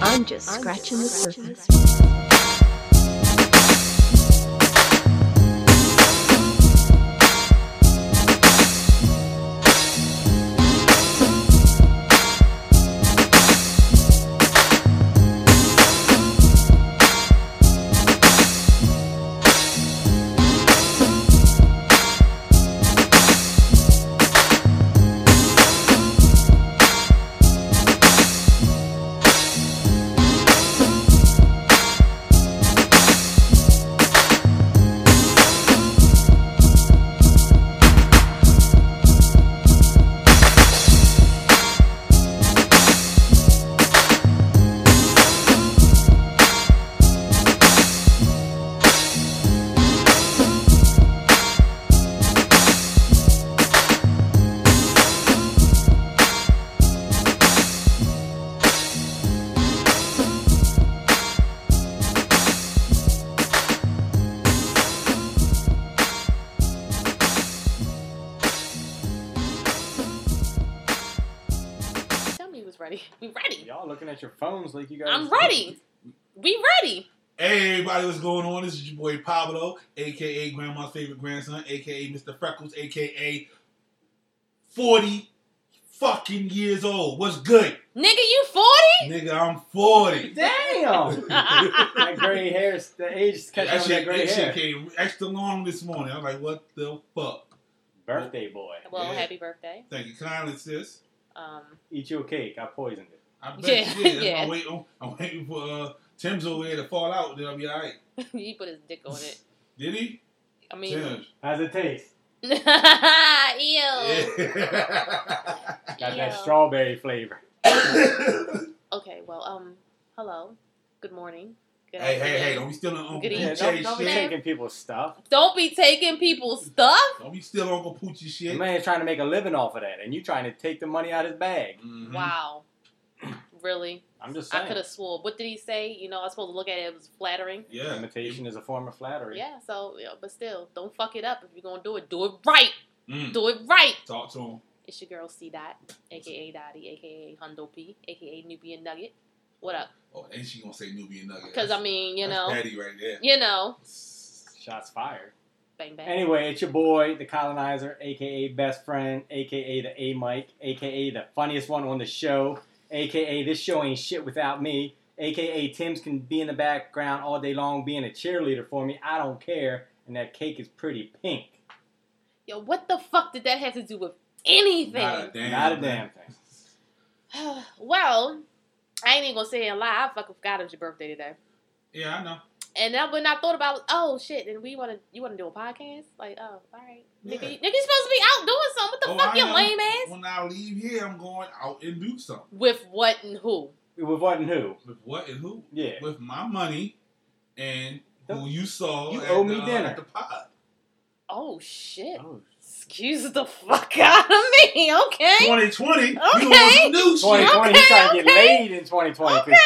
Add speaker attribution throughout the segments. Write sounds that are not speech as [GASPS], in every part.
Speaker 1: I'm just scratching the surface.
Speaker 2: Tell me who's ready. [LAUGHS] We ready.
Speaker 3: Y'all looking at your phones like you guys.
Speaker 2: I'm ready. We ready.
Speaker 4: Hey everybody, what's going on? This is your boy Pablo, aka Grandma's favorite grandson, aka Mr. Freckles, aka 40 fucking years old. What's good?
Speaker 2: Nigga, you 40?
Speaker 4: Nigga, I'm
Speaker 2: [LAUGHS]
Speaker 3: [LAUGHS]
Speaker 4: 40.
Speaker 3: Damn. that gray hair's the age is catching
Speaker 4: That
Speaker 3: up with that
Speaker 4: shit,
Speaker 3: gray
Speaker 4: that
Speaker 3: hair.
Speaker 4: shit came extra long this morning. I was like, what the fuck?
Speaker 3: Birthday boy.
Speaker 2: Well,
Speaker 4: Yeah.
Speaker 2: happy birthday.
Speaker 4: Thank you kindly, sis.
Speaker 2: Um, [LAUGHS]
Speaker 3: Eat your cake. I poisoned it.
Speaker 4: I bet
Speaker 2: Yeah, [LAUGHS]
Speaker 4: you did. That's why
Speaker 2: yeah.
Speaker 4: I'm waiting, I'm waiting for uh, Tim's over here to fall out, then I'll be alright.
Speaker 2: he put his dick on it.
Speaker 4: Did he?
Speaker 2: I mean,
Speaker 4: Tim's.
Speaker 3: How's it taste?
Speaker 2: [LAUGHS] ew. Oh.
Speaker 4: [LAUGHS] Yeah.
Speaker 3: Got that
Speaker 2: Ew.
Speaker 3: strawberry flavor.
Speaker 2: Okay, well, um, hello. Good morning. Good
Speaker 4: Hey, hey, hey,
Speaker 2: afternoon.
Speaker 4: don't be stealing Uncle
Speaker 2: Good
Speaker 3: Yeah,
Speaker 2: evening.
Speaker 4: Poochie
Speaker 3: don't, don't be
Speaker 4: shit.
Speaker 3: taking people's stuff.
Speaker 2: Don't be taking people's stuff.
Speaker 4: Don't be stealing Uncle Poochie
Speaker 3: The
Speaker 4: shit.
Speaker 3: man's trying to make a living off of that, and you trying to take the money out of his bag.
Speaker 4: Mhm.
Speaker 2: Wow. Really?
Speaker 3: I'm just
Speaker 2: I could
Speaker 3: saying.
Speaker 2: have swore. What did he say? You know, I was supposed to look at it. It was flattering.
Speaker 4: Yeah.
Speaker 3: Imitation is a form of flattery.
Speaker 2: Yeah, so, you know, but still, don't fuck it up. If you're going to do it, do it right.
Speaker 4: Mm.
Speaker 2: Do it right.
Speaker 4: Talk to him.
Speaker 2: It's your girl C Dot, aka Dottie, aka Hundo P, aka Nubian Nugget. What up?
Speaker 4: Oh, ain't she gonna say Nubian Nugget?
Speaker 2: Because, I
Speaker 4: That's-
Speaker 2: mean, you
Speaker 4: that's
Speaker 2: know,
Speaker 4: Patty right there.
Speaker 2: you know,
Speaker 3: Shots fired.
Speaker 2: bang, bang.
Speaker 3: Anyway, it's your boy, the colonizer, aka best friend, aka the A Mike, aka the funniest one on the show, aka this show ain't shit without me, aka Tim's can be in the background all day long being a cheerleader for me. I don't care, and that cake is pretty pink.
Speaker 2: Yo, what the fuck did that have to do with anything?
Speaker 4: Not a damn.
Speaker 3: Not a damn
Speaker 4: thing.
Speaker 3: thing.
Speaker 2: [SIGHS] well, I ain't even gonna say a lie. I fucking forgot it was your birthday today,
Speaker 4: Yeah, I know.
Speaker 2: and I would not thought about. Oh shit! And we wanna you wanna do a podcast? Like, oh, all right,
Speaker 4: Yeah.
Speaker 2: nigga, you- nigga, you supposed to be out doing something. What the
Speaker 4: Oh,
Speaker 2: fuck,
Speaker 4: I
Speaker 2: you
Speaker 4: know.
Speaker 2: lame ass?
Speaker 4: When I leave here, I'm going out and do something.
Speaker 2: With what and who?
Speaker 3: With what and who?
Speaker 4: With what and who?
Speaker 3: Yeah.
Speaker 4: With my money and who
Speaker 3: Don't-
Speaker 4: you saw
Speaker 3: you
Speaker 4: at,
Speaker 3: owe
Speaker 4: the,
Speaker 3: me
Speaker 4: uh,
Speaker 3: dinner.
Speaker 4: at the pod.
Speaker 2: Oh shit!
Speaker 3: Oh, [LAUGHS]
Speaker 2: Excuse the fuck [LAUGHS] out of me, okay?
Speaker 4: 2020.
Speaker 2: Okay.
Speaker 4: You want some new shit.
Speaker 3: 2020, he's trying to get laid in 2020.
Speaker 2: Okay, okay, okay.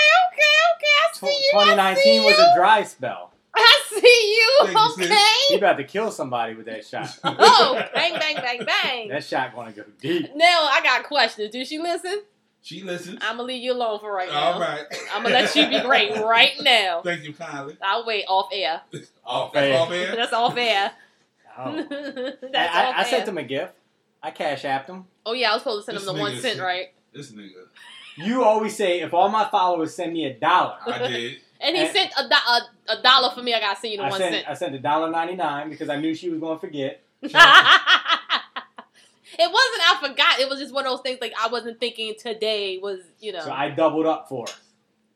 Speaker 3: 'cause
Speaker 2: I
Speaker 3: tw-
Speaker 2: see you.
Speaker 3: 2019
Speaker 2: I see
Speaker 3: was
Speaker 2: you.
Speaker 3: a dry spell.
Speaker 2: I
Speaker 3: [LAUGHS]
Speaker 4: Thank
Speaker 2: see
Speaker 4: you,
Speaker 2: you.
Speaker 4: sis.
Speaker 3: He
Speaker 2: Okay.
Speaker 3: about to kill somebody with that
Speaker 2: [LAUGHS]
Speaker 3: shot.
Speaker 2: Oh, bang, bang, bang, bang.
Speaker 3: That shot gonna go
Speaker 2: [LAUGHS]
Speaker 3: deep.
Speaker 2: Now I got questions. Do she listen?
Speaker 4: She listens.
Speaker 2: I'm gonna leave you alone for right now.
Speaker 4: All right.
Speaker 2: I'm gonna let you be
Speaker 4: [LAUGHS]
Speaker 3: [LAUGHS]
Speaker 2: great right now.
Speaker 4: Thank you kindly.
Speaker 2: I'll wait off air.
Speaker 4: Off
Speaker 3: air.
Speaker 4: Off
Speaker 2: [LAUGHS]
Speaker 4: air.
Speaker 2: That's off air.
Speaker 3: Oh.
Speaker 2: [LAUGHS] That's
Speaker 3: I,
Speaker 2: off
Speaker 3: I, I
Speaker 2: air.
Speaker 3: sent him a gift. I cash apped him.
Speaker 2: oh yeah, I was supposed to send him
Speaker 4: This
Speaker 2: the one
Speaker 4: nigga
Speaker 2: cent,
Speaker 4: said-
Speaker 2: right?
Speaker 4: This nigga.
Speaker 3: You always say if all my followers send me a dollar,
Speaker 4: I did.
Speaker 2: And he
Speaker 3: And-
Speaker 2: sent a, do- a, a dollar for me. I gotta send you the
Speaker 3: I
Speaker 2: one
Speaker 3: sent
Speaker 2: cent.
Speaker 3: I sent a dollar ninety nine because I knew she was gonna forget.
Speaker 2: [LAUGHS] it wasn't. I forgot. It was just one of those things. Like I wasn't thinking today was you know
Speaker 3: So I doubled up for her.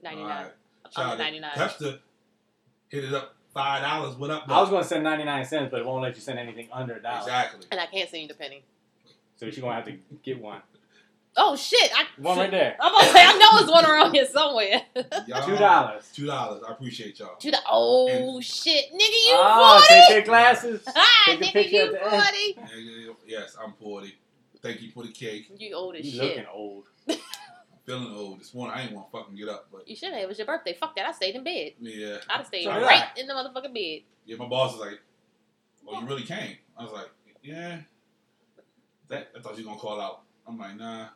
Speaker 2: ninety
Speaker 4: All
Speaker 2: nine.
Speaker 4: right.
Speaker 2: I'm
Speaker 4: Shout
Speaker 2: the
Speaker 4: out.
Speaker 2: ninety nine.
Speaker 4: Pepster hit it up five dollars. What up?
Speaker 3: I was
Speaker 4: though?
Speaker 3: gonna send ninety nine cents, but it won't let you send anything under a dollar.
Speaker 4: exactly.
Speaker 2: And I can't send you the penny.
Speaker 3: So she's gonna have to get one.
Speaker 2: Oh shit! I,
Speaker 3: One right there.
Speaker 2: I'm gonna say I know it's one around here
Speaker 3: [LAUGHS]
Speaker 2: somewhere.
Speaker 4: Y'all-
Speaker 3: [LAUGHS] Two dollars.
Speaker 4: Two dollars. I appreciate y'all.
Speaker 2: To the oh shit, nigga, you
Speaker 3: Oh,
Speaker 2: forty?
Speaker 3: take their
Speaker 2: [LAUGHS]
Speaker 3: glasses.
Speaker 2: Ah,
Speaker 3: take a
Speaker 2: nigga,
Speaker 3: picture
Speaker 2: you
Speaker 3: at the end.
Speaker 2: forty?
Speaker 4: Yeah, yeah, yeah. Yes, I'm forty. Thank you for the cake.
Speaker 2: You old as
Speaker 3: You
Speaker 2: shit.
Speaker 3: looking old.
Speaker 4: I'm feeling old this morning. I ain't want to fucking get up, but
Speaker 2: You should have. It was your birthday. Fuck that. I stayed in bed.
Speaker 4: yeah.
Speaker 2: I'd have stayed
Speaker 3: So did
Speaker 2: right in the motherfucking bed.
Speaker 4: Yeah, my boss was like, "Oh, you really came?" I was like, "Yeah." That I thought you were gonna call out. I'm like, "Nah."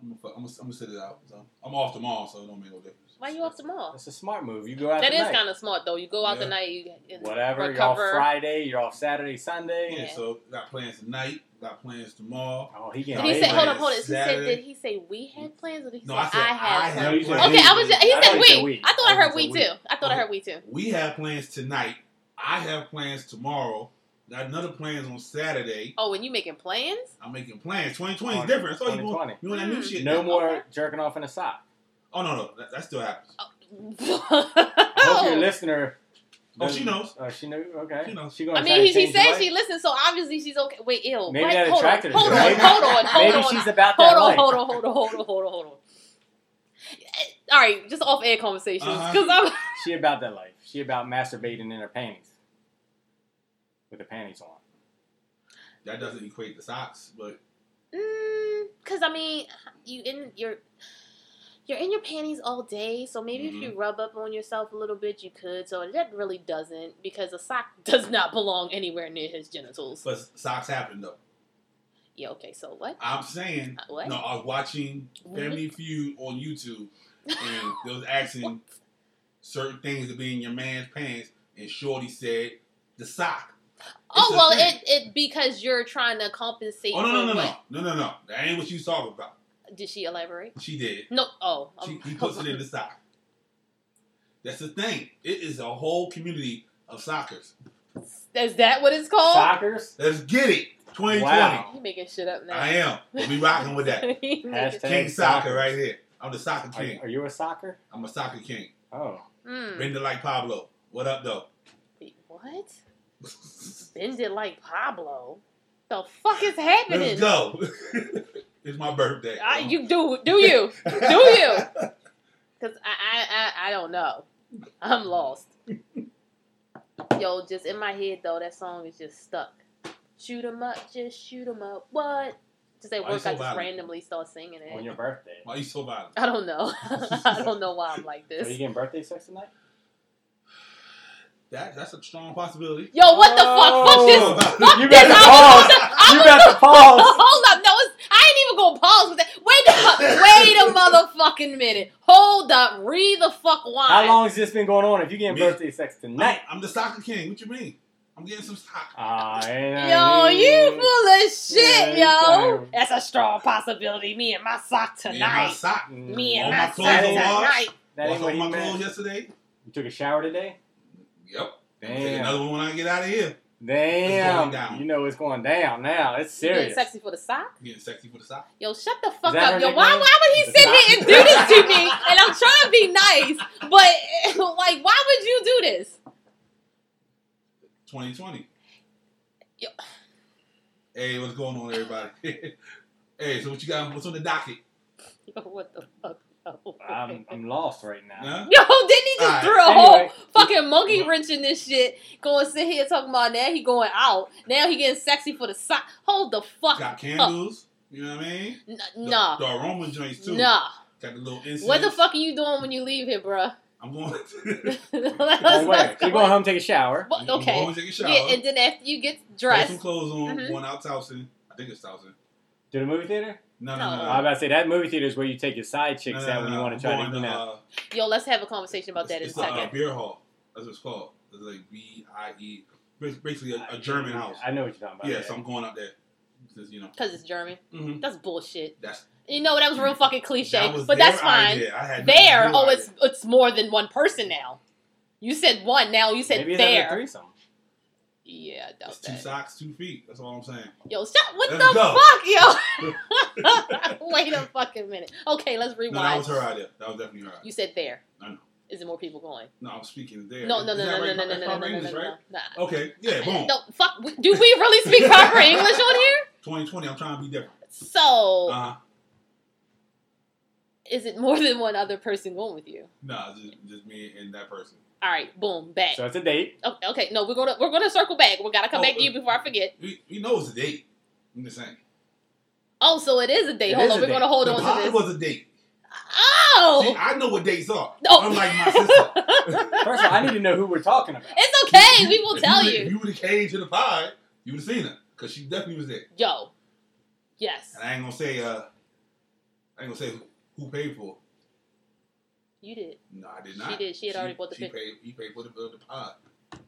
Speaker 4: I'm gonna, fuck- I'm gonna, I'm gonna sit it out. So I'm off tomorrow, so it don't make no difference.
Speaker 2: Why you off tomorrow?
Speaker 3: That's a smart move. You go out
Speaker 2: That is
Speaker 3: tonight.
Speaker 2: kind of smart though. You go out
Speaker 4: Yeah.
Speaker 2: the night, you and
Speaker 3: Whatever. You're
Speaker 2: recover.
Speaker 3: off Friday. You're off Saturday, Sunday.
Speaker 4: Yeah, so got plans tonight, got plans tomorrow.
Speaker 3: Oh, he
Speaker 2: Did
Speaker 3: can't.
Speaker 2: he
Speaker 3: wait,
Speaker 2: say?
Speaker 4: Yeah.
Speaker 2: Hold up,
Speaker 3: man.
Speaker 2: hold up. He said,
Speaker 4: Saturday.
Speaker 2: did he say we had plans, or did he
Speaker 4: No,
Speaker 2: say
Speaker 4: I said I
Speaker 2: had?
Speaker 4: had
Speaker 3: No, you
Speaker 2: plans?
Speaker 3: said
Speaker 2: okay,
Speaker 3: he
Speaker 2: I was.
Speaker 3: did.
Speaker 2: Just, he
Speaker 3: I thought
Speaker 2: said
Speaker 3: he said
Speaker 2: we.
Speaker 3: we. Uh-huh.
Speaker 2: I thought I
Speaker 4: I
Speaker 2: heard
Speaker 4: thought he
Speaker 2: we
Speaker 4: said we.
Speaker 2: too. I thought I heard we too.
Speaker 4: We have plans tonight. I have plans tomorrow. Got another plans on Saturday.
Speaker 2: Oh, and you making plans?
Speaker 4: I'm making plans. 2020
Speaker 3: Oh,
Speaker 4: is different. That's all you want.
Speaker 3: 2020.
Speaker 4: You want that new
Speaker 2: Hmm.
Speaker 4: shit?
Speaker 3: No
Speaker 4: now.
Speaker 3: more
Speaker 2: Okay.
Speaker 3: jerking off in a sock.
Speaker 4: Oh no, no, that, that still happens.
Speaker 2: Oh.
Speaker 3: I hope your listener.
Speaker 4: Oh, she
Speaker 3: doesn't-
Speaker 4: knows.
Speaker 3: Oh, she knew. Okay.
Speaker 4: She knows.
Speaker 3: She gonna
Speaker 2: I
Speaker 3: try
Speaker 2: mean,
Speaker 3: to
Speaker 2: he, he
Speaker 3: change your
Speaker 2: said
Speaker 3: life.
Speaker 2: she listened, so obviously she's okay. Wait, ill.
Speaker 3: Maybe
Speaker 2: what?
Speaker 3: that
Speaker 2: hold, on,
Speaker 3: attracted her.
Speaker 2: hold, on,
Speaker 3: Maybe-
Speaker 2: hold on, hold
Speaker 3: Maybe
Speaker 2: on,
Speaker 3: she's about that
Speaker 2: [LAUGHS] hold on,
Speaker 3: life.
Speaker 2: hold on, hold on, hold on, hold on, hold on. Eh, All right, just off air conversations
Speaker 4: Uh-huh.
Speaker 2: because I'm.
Speaker 3: She about that life. She about masturbating in her panties. With her panties on.
Speaker 4: That doesn't equate to socks, but
Speaker 2: because mm, I mean, you in your you're in your panties all day, so maybe
Speaker 3: Mm-hmm.
Speaker 2: if you rub up on yourself a little bit, you could. So that really doesn't because a sock does not belong anywhere near his genitals.
Speaker 4: but socks happen though.
Speaker 2: Yeah. Okay. So what?
Speaker 4: I'm saying.
Speaker 2: Uh, What?
Speaker 4: No, I was watching
Speaker 2: What?
Speaker 4: Family Feud on YouTube,
Speaker 2: [LAUGHS]
Speaker 4: and they was asking certain things to be in your man's pants, and Shorty said the sock.
Speaker 2: oh
Speaker 4: a
Speaker 2: well,
Speaker 4: thing.
Speaker 2: it it because you're trying to compensate.
Speaker 4: Oh no no
Speaker 2: for
Speaker 4: no no
Speaker 2: what-
Speaker 4: no no no! That ain't what you talking about.
Speaker 2: Did she elaborate?
Speaker 4: She did.
Speaker 2: No. Oh.
Speaker 4: She,
Speaker 2: um,
Speaker 4: he
Speaker 2: [LAUGHS]
Speaker 4: puts it
Speaker 3: [LAUGHS]
Speaker 4: in the sock. That's the thing. It is a whole community of sockers.
Speaker 2: Is that what it's called?
Speaker 3: Sockers?
Speaker 4: Let's get it. 2020.
Speaker 3: Wow.
Speaker 2: He making shit up now.
Speaker 4: I am. We'll be rocking
Speaker 3: [LAUGHS]
Speaker 4: with that.
Speaker 2: [LAUGHS] He making-
Speaker 3: Hashtag
Speaker 4: King soccer
Speaker 3: sockers.
Speaker 4: right here. I'm the soccer
Speaker 3: Are, you-
Speaker 4: king.
Speaker 3: are you a soccer?
Speaker 4: I'm a soccer king.
Speaker 3: Oh.
Speaker 2: Mm.
Speaker 4: Bend it like Pablo. What up though?
Speaker 2: Wait, What? Bend it like Pablo. The fuck is happening?
Speaker 4: Let's go. [LAUGHS] it's my birthday.
Speaker 2: I, you do do you do [LAUGHS] you? Because I, I I I don't know. I'm lost. Yo, just in my head though, that song is just stuck. Shoot 'em up, just shoot 'em up. What? Just at
Speaker 4: Why you
Speaker 2: work,
Speaker 4: so
Speaker 2: I just
Speaker 4: violent?
Speaker 2: randomly start singing
Speaker 3: On
Speaker 2: it.
Speaker 3: your birthday.
Speaker 4: [LAUGHS] Why you so violent?
Speaker 2: I don't know. [LAUGHS] I don't know why I'm like
Speaker 3: Are you
Speaker 2: this.
Speaker 3: getting birthday sex tonight?
Speaker 4: That that's a strong possibility.
Speaker 2: Yo, what the fuck? [LAUGHS] Fuck this.
Speaker 4: [LAUGHS]
Speaker 3: Oh, You
Speaker 2: this.
Speaker 3: got to pause.
Speaker 2: I
Speaker 3: You
Speaker 2: was
Speaker 3: got to pause.
Speaker 2: [LAUGHS] Hold up, no, it's, I ain't even gonna pause with that. Wait a fu- wait a motherfucking minute. Hold up, read the fuck wine.
Speaker 3: How long has this been going on? If you getting
Speaker 4: Me.
Speaker 3: birthday sex
Speaker 4: I'm,
Speaker 3: tonight,
Speaker 4: I'm the soccer king. What you mean? I'm getting some sock.
Speaker 3: Ah,
Speaker 2: Yo, you full of shit,
Speaker 3: Yeah,
Speaker 2: yo.
Speaker 3: anytime.
Speaker 2: That's a strong possibility. Me and my sock
Speaker 4: Me and my
Speaker 2: tonight.
Speaker 4: sock.
Speaker 2: Me and
Speaker 4: All
Speaker 2: my
Speaker 4: my
Speaker 2: sock
Speaker 4: clothes are
Speaker 2: tonight.
Speaker 4: washed.
Speaker 3: Mm. That ain't
Speaker 4: Washed off
Speaker 3: what he
Speaker 4: my
Speaker 3: meant.
Speaker 4: clothes yesterday.
Speaker 3: You took a shower today?
Speaker 4: Yep. Take
Speaker 3: Damn.
Speaker 4: Another one when I get out of here. It's going
Speaker 3: Damn.
Speaker 4: down.
Speaker 3: You know it's going down now. It's
Speaker 2: You
Speaker 3: serious.
Speaker 2: Getting sexy for the sock?
Speaker 4: Getting sexy for the sock.
Speaker 2: Yo, shut the fuck
Speaker 3: that
Speaker 2: up,
Speaker 3: her
Speaker 2: yo. Why,
Speaker 3: nickname?
Speaker 2: why would he
Speaker 3: The
Speaker 2: sit
Speaker 3: sock?
Speaker 2: here and do this to me? And I'm trying to be nice, but [LAUGHS] like, why would you do this?
Speaker 4: 2020.
Speaker 2: Yo.
Speaker 4: Hey, what's going on, everybody? [LAUGHS] hey, so what you got? What's on the docket?
Speaker 2: Yo, what the fuck? yo?
Speaker 3: I'm, I'm lost right now.
Speaker 4: Huh?
Speaker 2: [LAUGHS] Yo, didn't he just
Speaker 4: Alright,
Speaker 2: throw a
Speaker 3: Um, anyway.
Speaker 2: whole fucking monkey wrench in this shit? Going sit here talking about now he going out. Now he getting sexy for the sock. Hold the fuck
Speaker 4: Got
Speaker 2: up.
Speaker 4: candles. You know what I mean?
Speaker 2: N-
Speaker 4: The-
Speaker 2: Nah.
Speaker 4: The, aroma joints too.
Speaker 2: Nah.
Speaker 4: Got the little incense.
Speaker 2: What the fuck are you doing when you leave here, bruh? [LAUGHS]
Speaker 4: I'm going. [LAUGHS]
Speaker 2: Let's-
Speaker 3: Don't wait.
Speaker 2: let's
Speaker 3: You
Speaker 2: go.
Speaker 3: going home, take a shower.
Speaker 2: What-
Speaker 4: I'm
Speaker 2: Okay.
Speaker 4: going to take a shower.
Speaker 2: Yeah, and then after you get
Speaker 4: Throw some
Speaker 2: dressed,
Speaker 4: clothes on.
Speaker 2: Mhm.
Speaker 4: Going out Towson. I think it's Towson.
Speaker 3: To the movie theater?
Speaker 4: No, no,
Speaker 2: No.
Speaker 4: no. no.
Speaker 3: I was about to say that movie theater is where you take your side
Speaker 4: Uh, No,
Speaker 3: chicks
Speaker 4: no,
Speaker 3: out
Speaker 4: no,
Speaker 3: when
Speaker 4: no.
Speaker 3: you want
Speaker 4: I'm
Speaker 3: to try to
Speaker 4: going
Speaker 3: do
Speaker 4: to,
Speaker 3: that.
Speaker 4: uh,
Speaker 2: yo, let's have a conversation about that in a
Speaker 4: it's, it's a, uh,
Speaker 2: second.
Speaker 4: beer hall. That's what it's called. It's like B I E. Basically, a, a German house.
Speaker 3: I know what you're talking about.
Speaker 4: Yeah, so I'm going out there. Since you know.
Speaker 2: Because it's German.
Speaker 4: Mhm.
Speaker 2: That's bullshit.
Speaker 4: That's
Speaker 2: You know, that was real fucking cliche,
Speaker 4: that was
Speaker 2: but
Speaker 4: their
Speaker 2: that's fine.
Speaker 4: idea. I had
Speaker 2: There,
Speaker 4: no
Speaker 2: oh,
Speaker 4: idea.
Speaker 2: it's it's more than one person now. You said one, now you said
Speaker 3: Maybe it's like a
Speaker 2: there.
Speaker 3: threesome.
Speaker 2: Yeah, I doubt
Speaker 4: It's two
Speaker 2: that.
Speaker 4: socks, two feet. That's all I'm saying.
Speaker 2: Yo, shut! What
Speaker 4: Let's
Speaker 2: the
Speaker 4: go.
Speaker 2: fuck,
Speaker 4: [LAUGHS]
Speaker 2: yo? [LAUGHS] Wait a fucking minute. Okay, let's rewind.
Speaker 4: No, that was her idea. That was definitely her idea.
Speaker 2: You said there.
Speaker 4: I know.
Speaker 2: Is it more people going?
Speaker 4: No, I'm speaking there.
Speaker 2: No, no,
Speaker 4: Is
Speaker 2: no,
Speaker 4: that
Speaker 2: no, no,
Speaker 4: right?
Speaker 2: no, no,
Speaker 4: That's
Speaker 2: no, no,
Speaker 4: proper
Speaker 2: no, no, no,
Speaker 4: English,
Speaker 2: no.
Speaker 4: right?
Speaker 2: Nah.
Speaker 4: Okay,
Speaker 2: [LAUGHS]
Speaker 4: yeah, boom.
Speaker 2: No, fuck. Do we really speak proper English on here?
Speaker 4: [LAUGHS] 2020, I'm trying to be different.
Speaker 2: So,
Speaker 4: Uh-huh.
Speaker 2: is it more than one other person going with you?
Speaker 4: No, it's just, just me and that person.
Speaker 2: All right, boom, back.
Speaker 3: So it's a date.
Speaker 2: O- Okay, no, we're gonna we're gonna circle back. We gotta come
Speaker 4: Oh,
Speaker 2: back to you
Speaker 4: uh,
Speaker 2: before I forget.
Speaker 4: We, we know it's a date. I'm just saying.
Speaker 2: Oh, so it is a date.
Speaker 3: It
Speaker 2: Hold
Speaker 3: is
Speaker 2: on,
Speaker 3: a
Speaker 2: we're
Speaker 3: date.
Speaker 2: gonna hold
Speaker 4: the
Speaker 2: on
Speaker 4: pod
Speaker 2: to this.
Speaker 4: was a date. See,
Speaker 2: Oh,
Speaker 4: I know what dates are.
Speaker 2: Oh.
Speaker 4: Unlike my sister.
Speaker 3: First of all, I need to know who we're talking about.
Speaker 2: it's [LAUGHS] okay. We will
Speaker 4: If
Speaker 2: tell
Speaker 4: would've- If
Speaker 2: you.
Speaker 4: you would have came to the pod, you would have seen her. Because she definitely was there.
Speaker 2: Yo, yes.
Speaker 4: And I ain't going to say, uh, I ain't going to say who, who paid for it.
Speaker 2: You did.
Speaker 4: No, I did not.
Speaker 2: She did. She had already bought the
Speaker 4: she
Speaker 2: picture.
Speaker 4: paid, He paid for the, uh, the pod.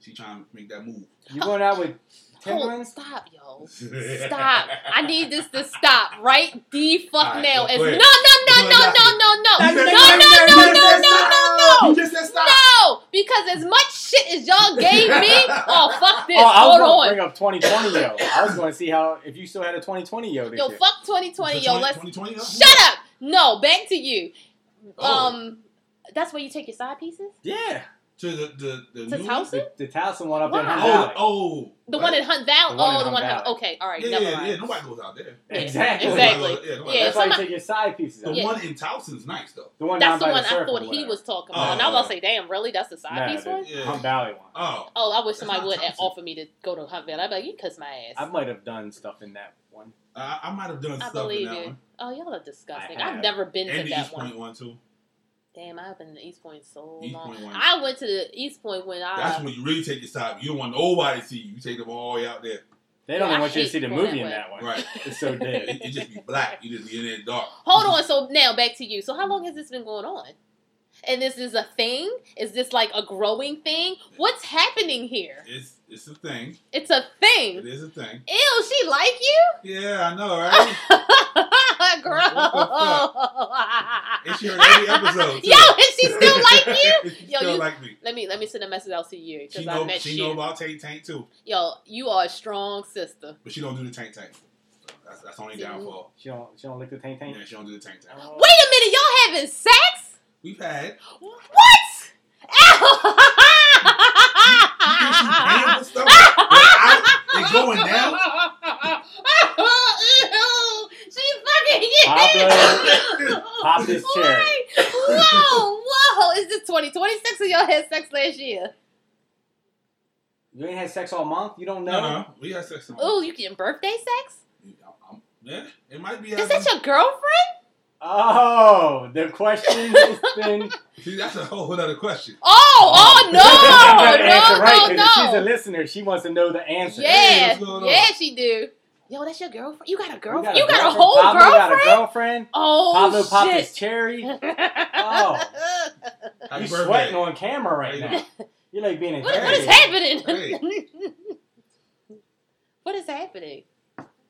Speaker 4: She trying to make that move.
Speaker 3: You going out with
Speaker 2: [LAUGHS] Hold,
Speaker 3: Timberlands?
Speaker 2: stop,
Speaker 4: [LAUGHS]
Speaker 2: yo. Stop. I need this to stop right the fuck
Speaker 4: All right,
Speaker 2: now.
Speaker 4: go
Speaker 2: It's no, no,
Speaker 4: ahead.
Speaker 2: no,
Speaker 4: Go
Speaker 2: no,
Speaker 4: ahead.
Speaker 2: no, no, no.
Speaker 3: No,
Speaker 2: No,
Speaker 3: no,
Speaker 2: no, no,
Speaker 3: no, no,
Speaker 2: no, no, no, no.
Speaker 4: You just said stop.
Speaker 2: No, because as much shit as y'all gave
Speaker 3: [LAUGHS]
Speaker 2: me, oh fuck this.
Speaker 3: Oh, I
Speaker 2: Hold
Speaker 3: was going to
Speaker 2: on.
Speaker 3: bring up 2020 yo. I was going to see how if you still had a 2020 yo this
Speaker 2: Yo,
Speaker 3: year.
Speaker 2: fuck 2020, yo. Let's
Speaker 4: 2020, huh?
Speaker 2: shut up. No, back to you.
Speaker 4: Oh.
Speaker 2: Um, that's where you take your side pieces.
Speaker 3: Yeah,
Speaker 4: To the the
Speaker 2: To
Speaker 4: the new-
Speaker 2: Towson?
Speaker 3: the, the Towson one up in
Speaker 2: Wow.
Speaker 3: Hunt
Speaker 4: Oh,
Speaker 3: Valley.
Speaker 4: oh,
Speaker 2: The
Speaker 4: right.
Speaker 2: one in Hunt Valley.
Speaker 3: The one in
Speaker 2: Oh, the
Speaker 3: Hunt
Speaker 2: one. in Hunt.
Speaker 3: Valley.
Speaker 2: Okay, all right.
Speaker 4: Yeah,
Speaker 2: never
Speaker 4: yeah,
Speaker 2: mind.
Speaker 4: yeah. Nobody goes out there.
Speaker 3: Exactly.
Speaker 4: Nobody
Speaker 2: Exactly.
Speaker 4: goes out- yeah, nobody
Speaker 2: Yeah,
Speaker 3: That's
Speaker 4: goes out
Speaker 3: why you
Speaker 2: somebody-
Speaker 3: take your side pieces.
Speaker 4: there.
Speaker 3: out.
Speaker 4: The
Speaker 2: yeah.
Speaker 4: one in Towson's nice though.
Speaker 3: The one down
Speaker 2: That's the
Speaker 3: by
Speaker 2: one
Speaker 3: the
Speaker 2: I
Speaker 3: circle,
Speaker 2: thought he
Speaker 3: whatever.
Speaker 2: was talking
Speaker 4: Oh,
Speaker 2: about. and I was
Speaker 4: yeah.
Speaker 2: about to say, damn, really? That's the side
Speaker 3: Nah,
Speaker 2: piece
Speaker 3: the
Speaker 2: one?
Speaker 4: Yeah.
Speaker 3: Hunt Valley one.
Speaker 4: Oh,
Speaker 2: Oh, I wish
Speaker 4: That's
Speaker 2: somebody
Speaker 4: not
Speaker 2: would
Speaker 4: Thompson.
Speaker 2: offer me to go to Huntville. I'd be like, you cuss my
Speaker 3: I
Speaker 2: ass.
Speaker 3: might have done stuff in that one.
Speaker 4: I, I might have done
Speaker 2: I
Speaker 4: stuff in
Speaker 2: believe
Speaker 4: that
Speaker 2: you.
Speaker 4: one.
Speaker 2: Oh, y'all are disgusting.
Speaker 3: I
Speaker 2: I've
Speaker 3: have.
Speaker 2: never been
Speaker 4: And
Speaker 2: to
Speaker 4: the
Speaker 2: that
Speaker 4: East
Speaker 2: one.
Speaker 4: Point one too.
Speaker 2: Damn, I've been to East Point so
Speaker 4: East
Speaker 2: long.
Speaker 4: Point one.
Speaker 2: I went to the East Point when I.
Speaker 4: That's when you really take your time. You don't want nobody to see you. You take them all the way out there.
Speaker 3: They
Speaker 2: Yeah,
Speaker 3: don't
Speaker 2: I
Speaker 3: even want you to
Speaker 2: hate
Speaker 3: see the
Speaker 2: going
Speaker 3: movie
Speaker 2: that
Speaker 3: in
Speaker 2: way.
Speaker 3: that one.
Speaker 4: Right.
Speaker 3: [LAUGHS] It's so
Speaker 4: It,
Speaker 3: dead.
Speaker 4: [LAUGHS] it just be black. You just be in there dark.
Speaker 2: Hold on. So now back to you. So how long has this been going on? And this is a thing? Is this like a growing thing? What's happening here?
Speaker 4: It's it's a thing.
Speaker 2: It's a
Speaker 4: It
Speaker 2: thing.
Speaker 4: is a thing.
Speaker 2: Ew, she like you? [LAUGHS]
Speaker 4: Yeah, I know, right?
Speaker 2: Girl.
Speaker 4: It's your every episode.
Speaker 2: [LAUGHS]
Speaker 4: too.
Speaker 2: Yo, and [LAUGHS] she still like
Speaker 4: [LAUGHS]
Speaker 2: you?
Speaker 4: she
Speaker 2: Yo,
Speaker 4: still
Speaker 2: you-
Speaker 4: like me.
Speaker 2: Let me let me send a message out to you
Speaker 4: She
Speaker 2: because I
Speaker 4: know
Speaker 2: met
Speaker 4: she
Speaker 2: you.
Speaker 4: know about Tank Tank too,
Speaker 2: Yo, you are a strong sister.
Speaker 4: but she don't do the Tank Tank. That's that's the only
Speaker 2: See,
Speaker 4: downfall.
Speaker 3: She don't. She don't lick the tank tank.
Speaker 4: Yeah, she don't do the Tank Tank.
Speaker 3: Oh.
Speaker 2: Wait a minute, y'all having sex?
Speaker 4: We've
Speaker 2: [LAUGHS]
Speaker 4: had.
Speaker 2: What?
Speaker 4: You think she paying for stuff that I- it going down.
Speaker 2: Ew, she fucking
Speaker 3: Pablo, pop this chair.
Speaker 2: Wait, Whoa, whoa! Is this 2026 or y'all had sex last year?
Speaker 3: You ain't had sex all month. You don't know.
Speaker 4: No, no, we had sex. on-
Speaker 2: Ooh, you getting birthday sex?
Speaker 4: I'm- Yeah, it might be.
Speaker 2: Is that your girlfriend?
Speaker 3: Oh, the
Speaker 2: [LAUGHS]
Speaker 3: question has been.
Speaker 4: See, that's a whole other question.
Speaker 3: [LAUGHS]
Speaker 2: Oh, oh
Speaker 3: I'm
Speaker 2: no,
Speaker 3: gonna answer
Speaker 2: no,
Speaker 3: right, 'cause
Speaker 2: no,
Speaker 3: if
Speaker 2: no.
Speaker 3: She's a listener. She wants to know the answer.
Speaker 4: Hey,
Speaker 2: Yeah,
Speaker 4: what's going on?
Speaker 2: yeah, she do. Yo, that's your girlfriend. You got a
Speaker 3: We
Speaker 2: girlfriend. You got a whole
Speaker 3: Pablo
Speaker 2: girlfriend.
Speaker 3: got a girlfriend. Pablo
Speaker 2: Oh
Speaker 3: popped his
Speaker 2: shit.
Speaker 3: cherry.
Speaker 2: What-
Speaker 4: Happy
Speaker 3: you
Speaker 4: birthday.
Speaker 3: sweating on camera right
Speaker 4: Hey.
Speaker 3: now. [LAUGHS] You like
Speaker 2: [LAUGHS]
Speaker 3: being
Speaker 2: what, what is
Speaker 3: intimidated.
Speaker 2: happening?
Speaker 4: Hey.
Speaker 2: what is happening?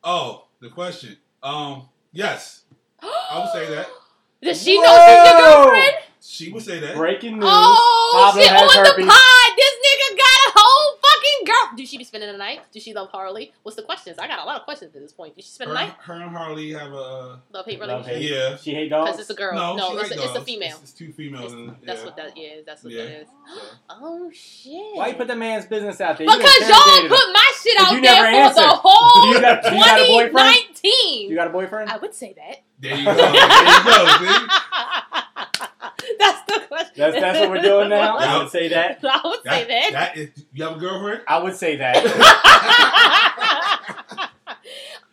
Speaker 4: Oh, the question. Um, yes, I would say that
Speaker 2: [GASPS] Does she know she's your
Speaker 3: Whoa!
Speaker 2: girlfriend?
Speaker 4: she would say that.
Speaker 3: Breaking news.
Speaker 2: Oh
Speaker 3: Pablo
Speaker 2: shit! On
Speaker 3: has herpes.
Speaker 2: the pod, this nigga got a whole fucking girl. Do she be spending the night? Do she love Harley? What's the questions? I got a lot of questions at this point. Did she spend
Speaker 4: Her,
Speaker 2: the night?
Speaker 4: her and Harley have a uh,
Speaker 2: Love hate
Speaker 3: Love,
Speaker 2: relationship.
Speaker 3: hate.
Speaker 4: yeah.
Speaker 3: She hate
Speaker 2: Because
Speaker 3: dogs.
Speaker 2: it's a girl.
Speaker 4: No,
Speaker 2: No,
Speaker 4: she
Speaker 2: it's,
Speaker 4: like
Speaker 2: a, it's a
Speaker 4: dogs.
Speaker 2: female.
Speaker 4: It's, it's two
Speaker 2: It's-
Speaker 4: females. and,
Speaker 2: that's
Speaker 4: yeah.
Speaker 2: what that is. That's what
Speaker 4: Yeah.
Speaker 2: that is.
Speaker 4: Yeah.
Speaker 2: [GASPS] Oh shit!
Speaker 3: Why you put that man's business out there? You
Speaker 2: Because y'all
Speaker 3: intimidated him.
Speaker 2: put my shit
Speaker 3: But
Speaker 2: out
Speaker 3: you
Speaker 2: there for
Speaker 3: never
Speaker 2: the
Speaker 3: answered.
Speaker 2: whole
Speaker 3: You got- you got a boyfriend?
Speaker 2: 2019.
Speaker 3: You got a Oh, boyfriend?
Speaker 2: I would say that.
Speaker 4: There you go. there you go. See?
Speaker 2: [LAUGHS] that's the question.
Speaker 3: That's that's what we're doing now. I would say that.
Speaker 2: [LAUGHS] I would [LAUGHS] say that.
Speaker 4: That, that is. You have
Speaker 2: [LAUGHS]
Speaker 4: a girlfriend?
Speaker 3: I would say that.
Speaker 2: [LAUGHS]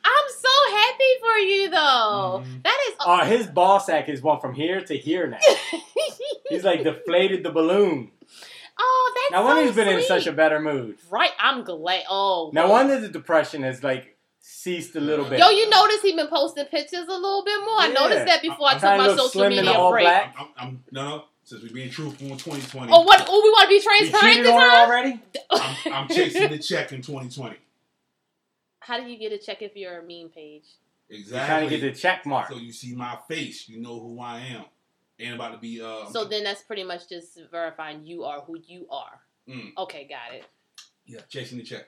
Speaker 2: I'm so happy for you though.
Speaker 4: Mhm.
Speaker 2: That is [LAUGHS]
Speaker 3: Oh, his ball sack is one from here to here now. He's like deflated the balloon.
Speaker 2: oh, that's
Speaker 3: No
Speaker 2: so
Speaker 3: wonder he's been in
Speaker 2: sweet.
Speaker 3: such a better mood.
Speaker 2: right. I'm glad. Oh,
Speaker 3: No wonder the depression has like ceased a little bit.
Speaker 2: Yo, you notice he been posting pictures a little bit more. I
Speaker 3: Yeah.
Speaker 2: noticed that before I,
Speaker 3: I'm
Speaker 2: took
Speaker 3: trying to
Speaker 2: my
Speaker 3: look
Speaker 2: social
Speaker 3: slim and
Speaker 2: media
Speaker 3: all
Speaker 2: break.
Speaker 3: black.
Speaker 4: I'm, I'm, I'm, no, no. Since we're being truthful in 2020,
Speaker 2: Oh, what? Oh, we want to be
Speaker 3: you
Speaker 2: transparent
Speaker 3: cheated
Speaker 2: this
Speaker 3: on
Speaker 2: [LAUGHS]
Speaker 3: her
Speaker 2: time.
Speaker 3: already?
Speaker 4: I'm, I'm chasing the check in 2020.
Speaker 2: How do you get a check if you're a meme page?
Speaker 4: Exactly.
Speaker 3: You're trying to get the check mark.
Speaker 4: So you see my face, you know who I am. Ain't about to be uh
Speaker 2: So then that's pretty much just verifying you are who you are.
Speaker 4: Mm.
Speaker 2: Okay, got it.
Speaker 4: yeah, chasing the check.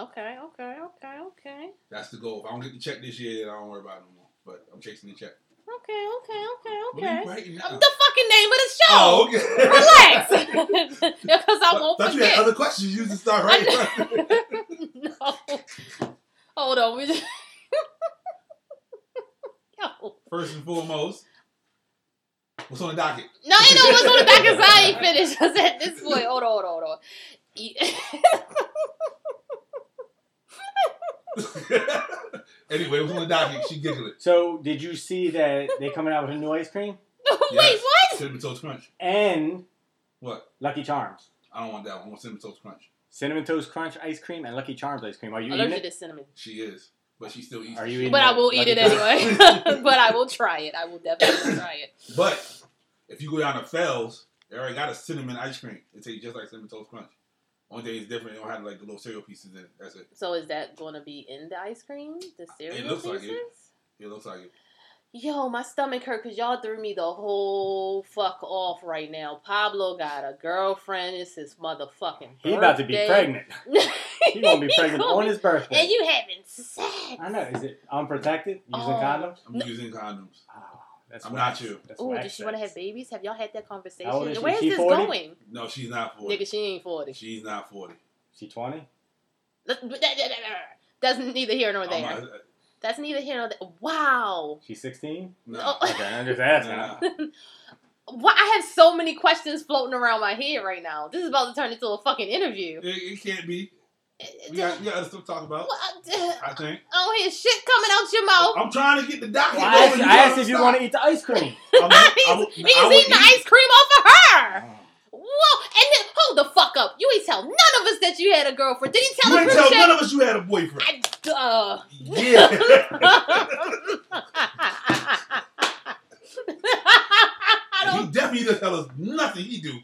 Speaker 2: Okay, okay, okay, okay.
Speaker 4: That's the goal. If I don't get the check this year, then I don't worry about it no more. But I'm chasing the check.
Speaker 2: Okay, okay, okay,
Speaker 4: What are
Speaker 2: okay.
Speaker 4: you writing
Speaker 2: Uh,
Speaker 4: now?
Speaker 2: The fucking name of the show.
Speaker 4: Oh, okay.
Speaker 2: Relax, [LAUGHS]
Speaker 4: [LAUGHS]
Speaker 2: because I
Speaker 4: Thought
Speaker 2: won't
Speaker 4: you had
Speaker 2: forget.
Speaker 4: other questions. You just start writing.
Speaker 2: [LAUGHS] no. Hold on. We just... [LAUGHS] Yo.
Speaker 4: First and foremost, what's on the docket? [LAUGHS]
Speaker 2: No, you know what's on the back of
Speaker 3: [LAUGHS]
Speaker 2: I ain't finished. Just at this point. Hold on, hold on, hold on. E- [LAUGHS]
Speaker 4: anyway, what's on the docket? She giggling.
Speaker 3: So did you see that they coming out with a new ice cream
Speaker 2: Wait, what?
Speaker 4: Cinnamon Toast Crunch.
Speaker 3: and
Speaker 4: What?
Speaker 3: Lucky Charms?
Speaker 4: I don't want that one. I want Cinnamon Toast Crunch.
Speaker 3: Cinnamon Toast Crunch ice cream and Lucky Charms ice cream. Are you eating
Speaker 2: Allergic to
Speaker 3: it?
Speaker 2: cinnamon.
Speaker 4: She is, but she still eats.
Speaker 3: Are
Speaker 4: the
Speaker 3: you
Speaker 4: shit.
Speaker 2: [LAUGHS]
Speaker 3: eating
Speaker 2: But I will
Speaker 3: Lucky [LAUGHS]
Speaker 2: eat it
Speaker 3: Charms? [LAUGHS]
Speaker 2: anyway. but I will try it. I will definitely try it.
Speaker 4: But If you go down to Fells, they already got a cinnamon ice cream. It tastes just like cinnamon toast crunch. Only thing is different. They don't have like the little cereal pieces in it. That's it.
Speaker 2: So is that going to be in the ice cream? The cereal
Speaker 4: looks like it.
Speaker 2: pieces?
Speaker 4: It looks like it.
Speaker 2: Yo, my stomach hurt because y'all threw me the whole fuck off right now. Pablo got a girlfriend. It's his motherfucking
Speaker 3: He about to be
Speaker 2: birthday. [LAUGHS]
Speaker 3: pregnant. He gonna be pregnant
Speaker 2: gonna
Speaker 3: on
Speaker 2: be-
Speaker 3: his birthday.
Speaker 2: And you having sex.
Speaker 3: I know. Is it unprotected? Using
Speaker 2: Oh.
Speaker 3: condoms?
Speaker 4: I'm using condoms.
Speaker 3: Oh, that's
Speaker 4: I'm
Speaker 3: what
Speaker 4: not
Speaker 3: I-
Speaker 4: you.
Speaker 3: That's
Speaker 2: Ooh,
Speaker 3: what I
Speaker 2: does she
Speaker 3: said.
Speaker 2: want to have babies? Have y'all had that conversation?
Speaker 3: How old is she?
Speaker 2: Where is
Speaker 3: She
Speaker 2: this
Speaker 3: 40?
Speaker 2: going?
Speaker 4: No, she's not 40.
Speaker 2: Nigga, she ain't 40.
Speaker 4: She's not 40.
Speaker 3: She twenty?
Speaker 2: That's neither here nor
Speaker 4: I'm
Speaker 2: there.
Speaker 4: not- uh,
Speaker 2: That's neither here nor there. Wow.
Speaker 3: She's
Speaker 2: [LAUGHS]
Speaker 3: sixteen?
Speaker 4: no.
Speaker 2: Oh.
Speaker 3: Okay, I'm just asking.
Speaker 4: Nah.
Speaker 2: Why I have so many questions floating around my head right now. This is about to turn into a fucking interview.
Speaker 4: It, it can't be.
Speaker 2: [LAUGHS]
Speaker 4: We got, we got other stuff to talk about.
Speaker 2: What- I
Speaker 4: I think.
Speaker 2: don't hear shit coming out your mouth.
Speaker 4: I'm trying to get the docket.
Speaker 3: Well, I asked, I asked if you want
Speaker 4: want
Speaker 3: to eat the ice cream.
Speaker 2: He's, [LAUGHS] he's eating the ice cream off of her.
Speaker 4: Uh.
Speaker 2: Whoa! And then hold the fuck up. You ain't tell none of us that you had a girlfriend. Did you tell
Speaker 4: You
Speaker 2: the
Speaker 4: ain't
Speaker 2: group
Speaker 4: tell
Speaker 2: chat?
Speaker 4: none of us you had a boyfriend.
Speaker 2: I, uh. duh.
Speaker 4: Yeah.
Speaker 2: [LAUGHS] I
Speaker 4: he
Speaker 2: don't.
Speaker 4: definitely doesn't tell us nothing he do.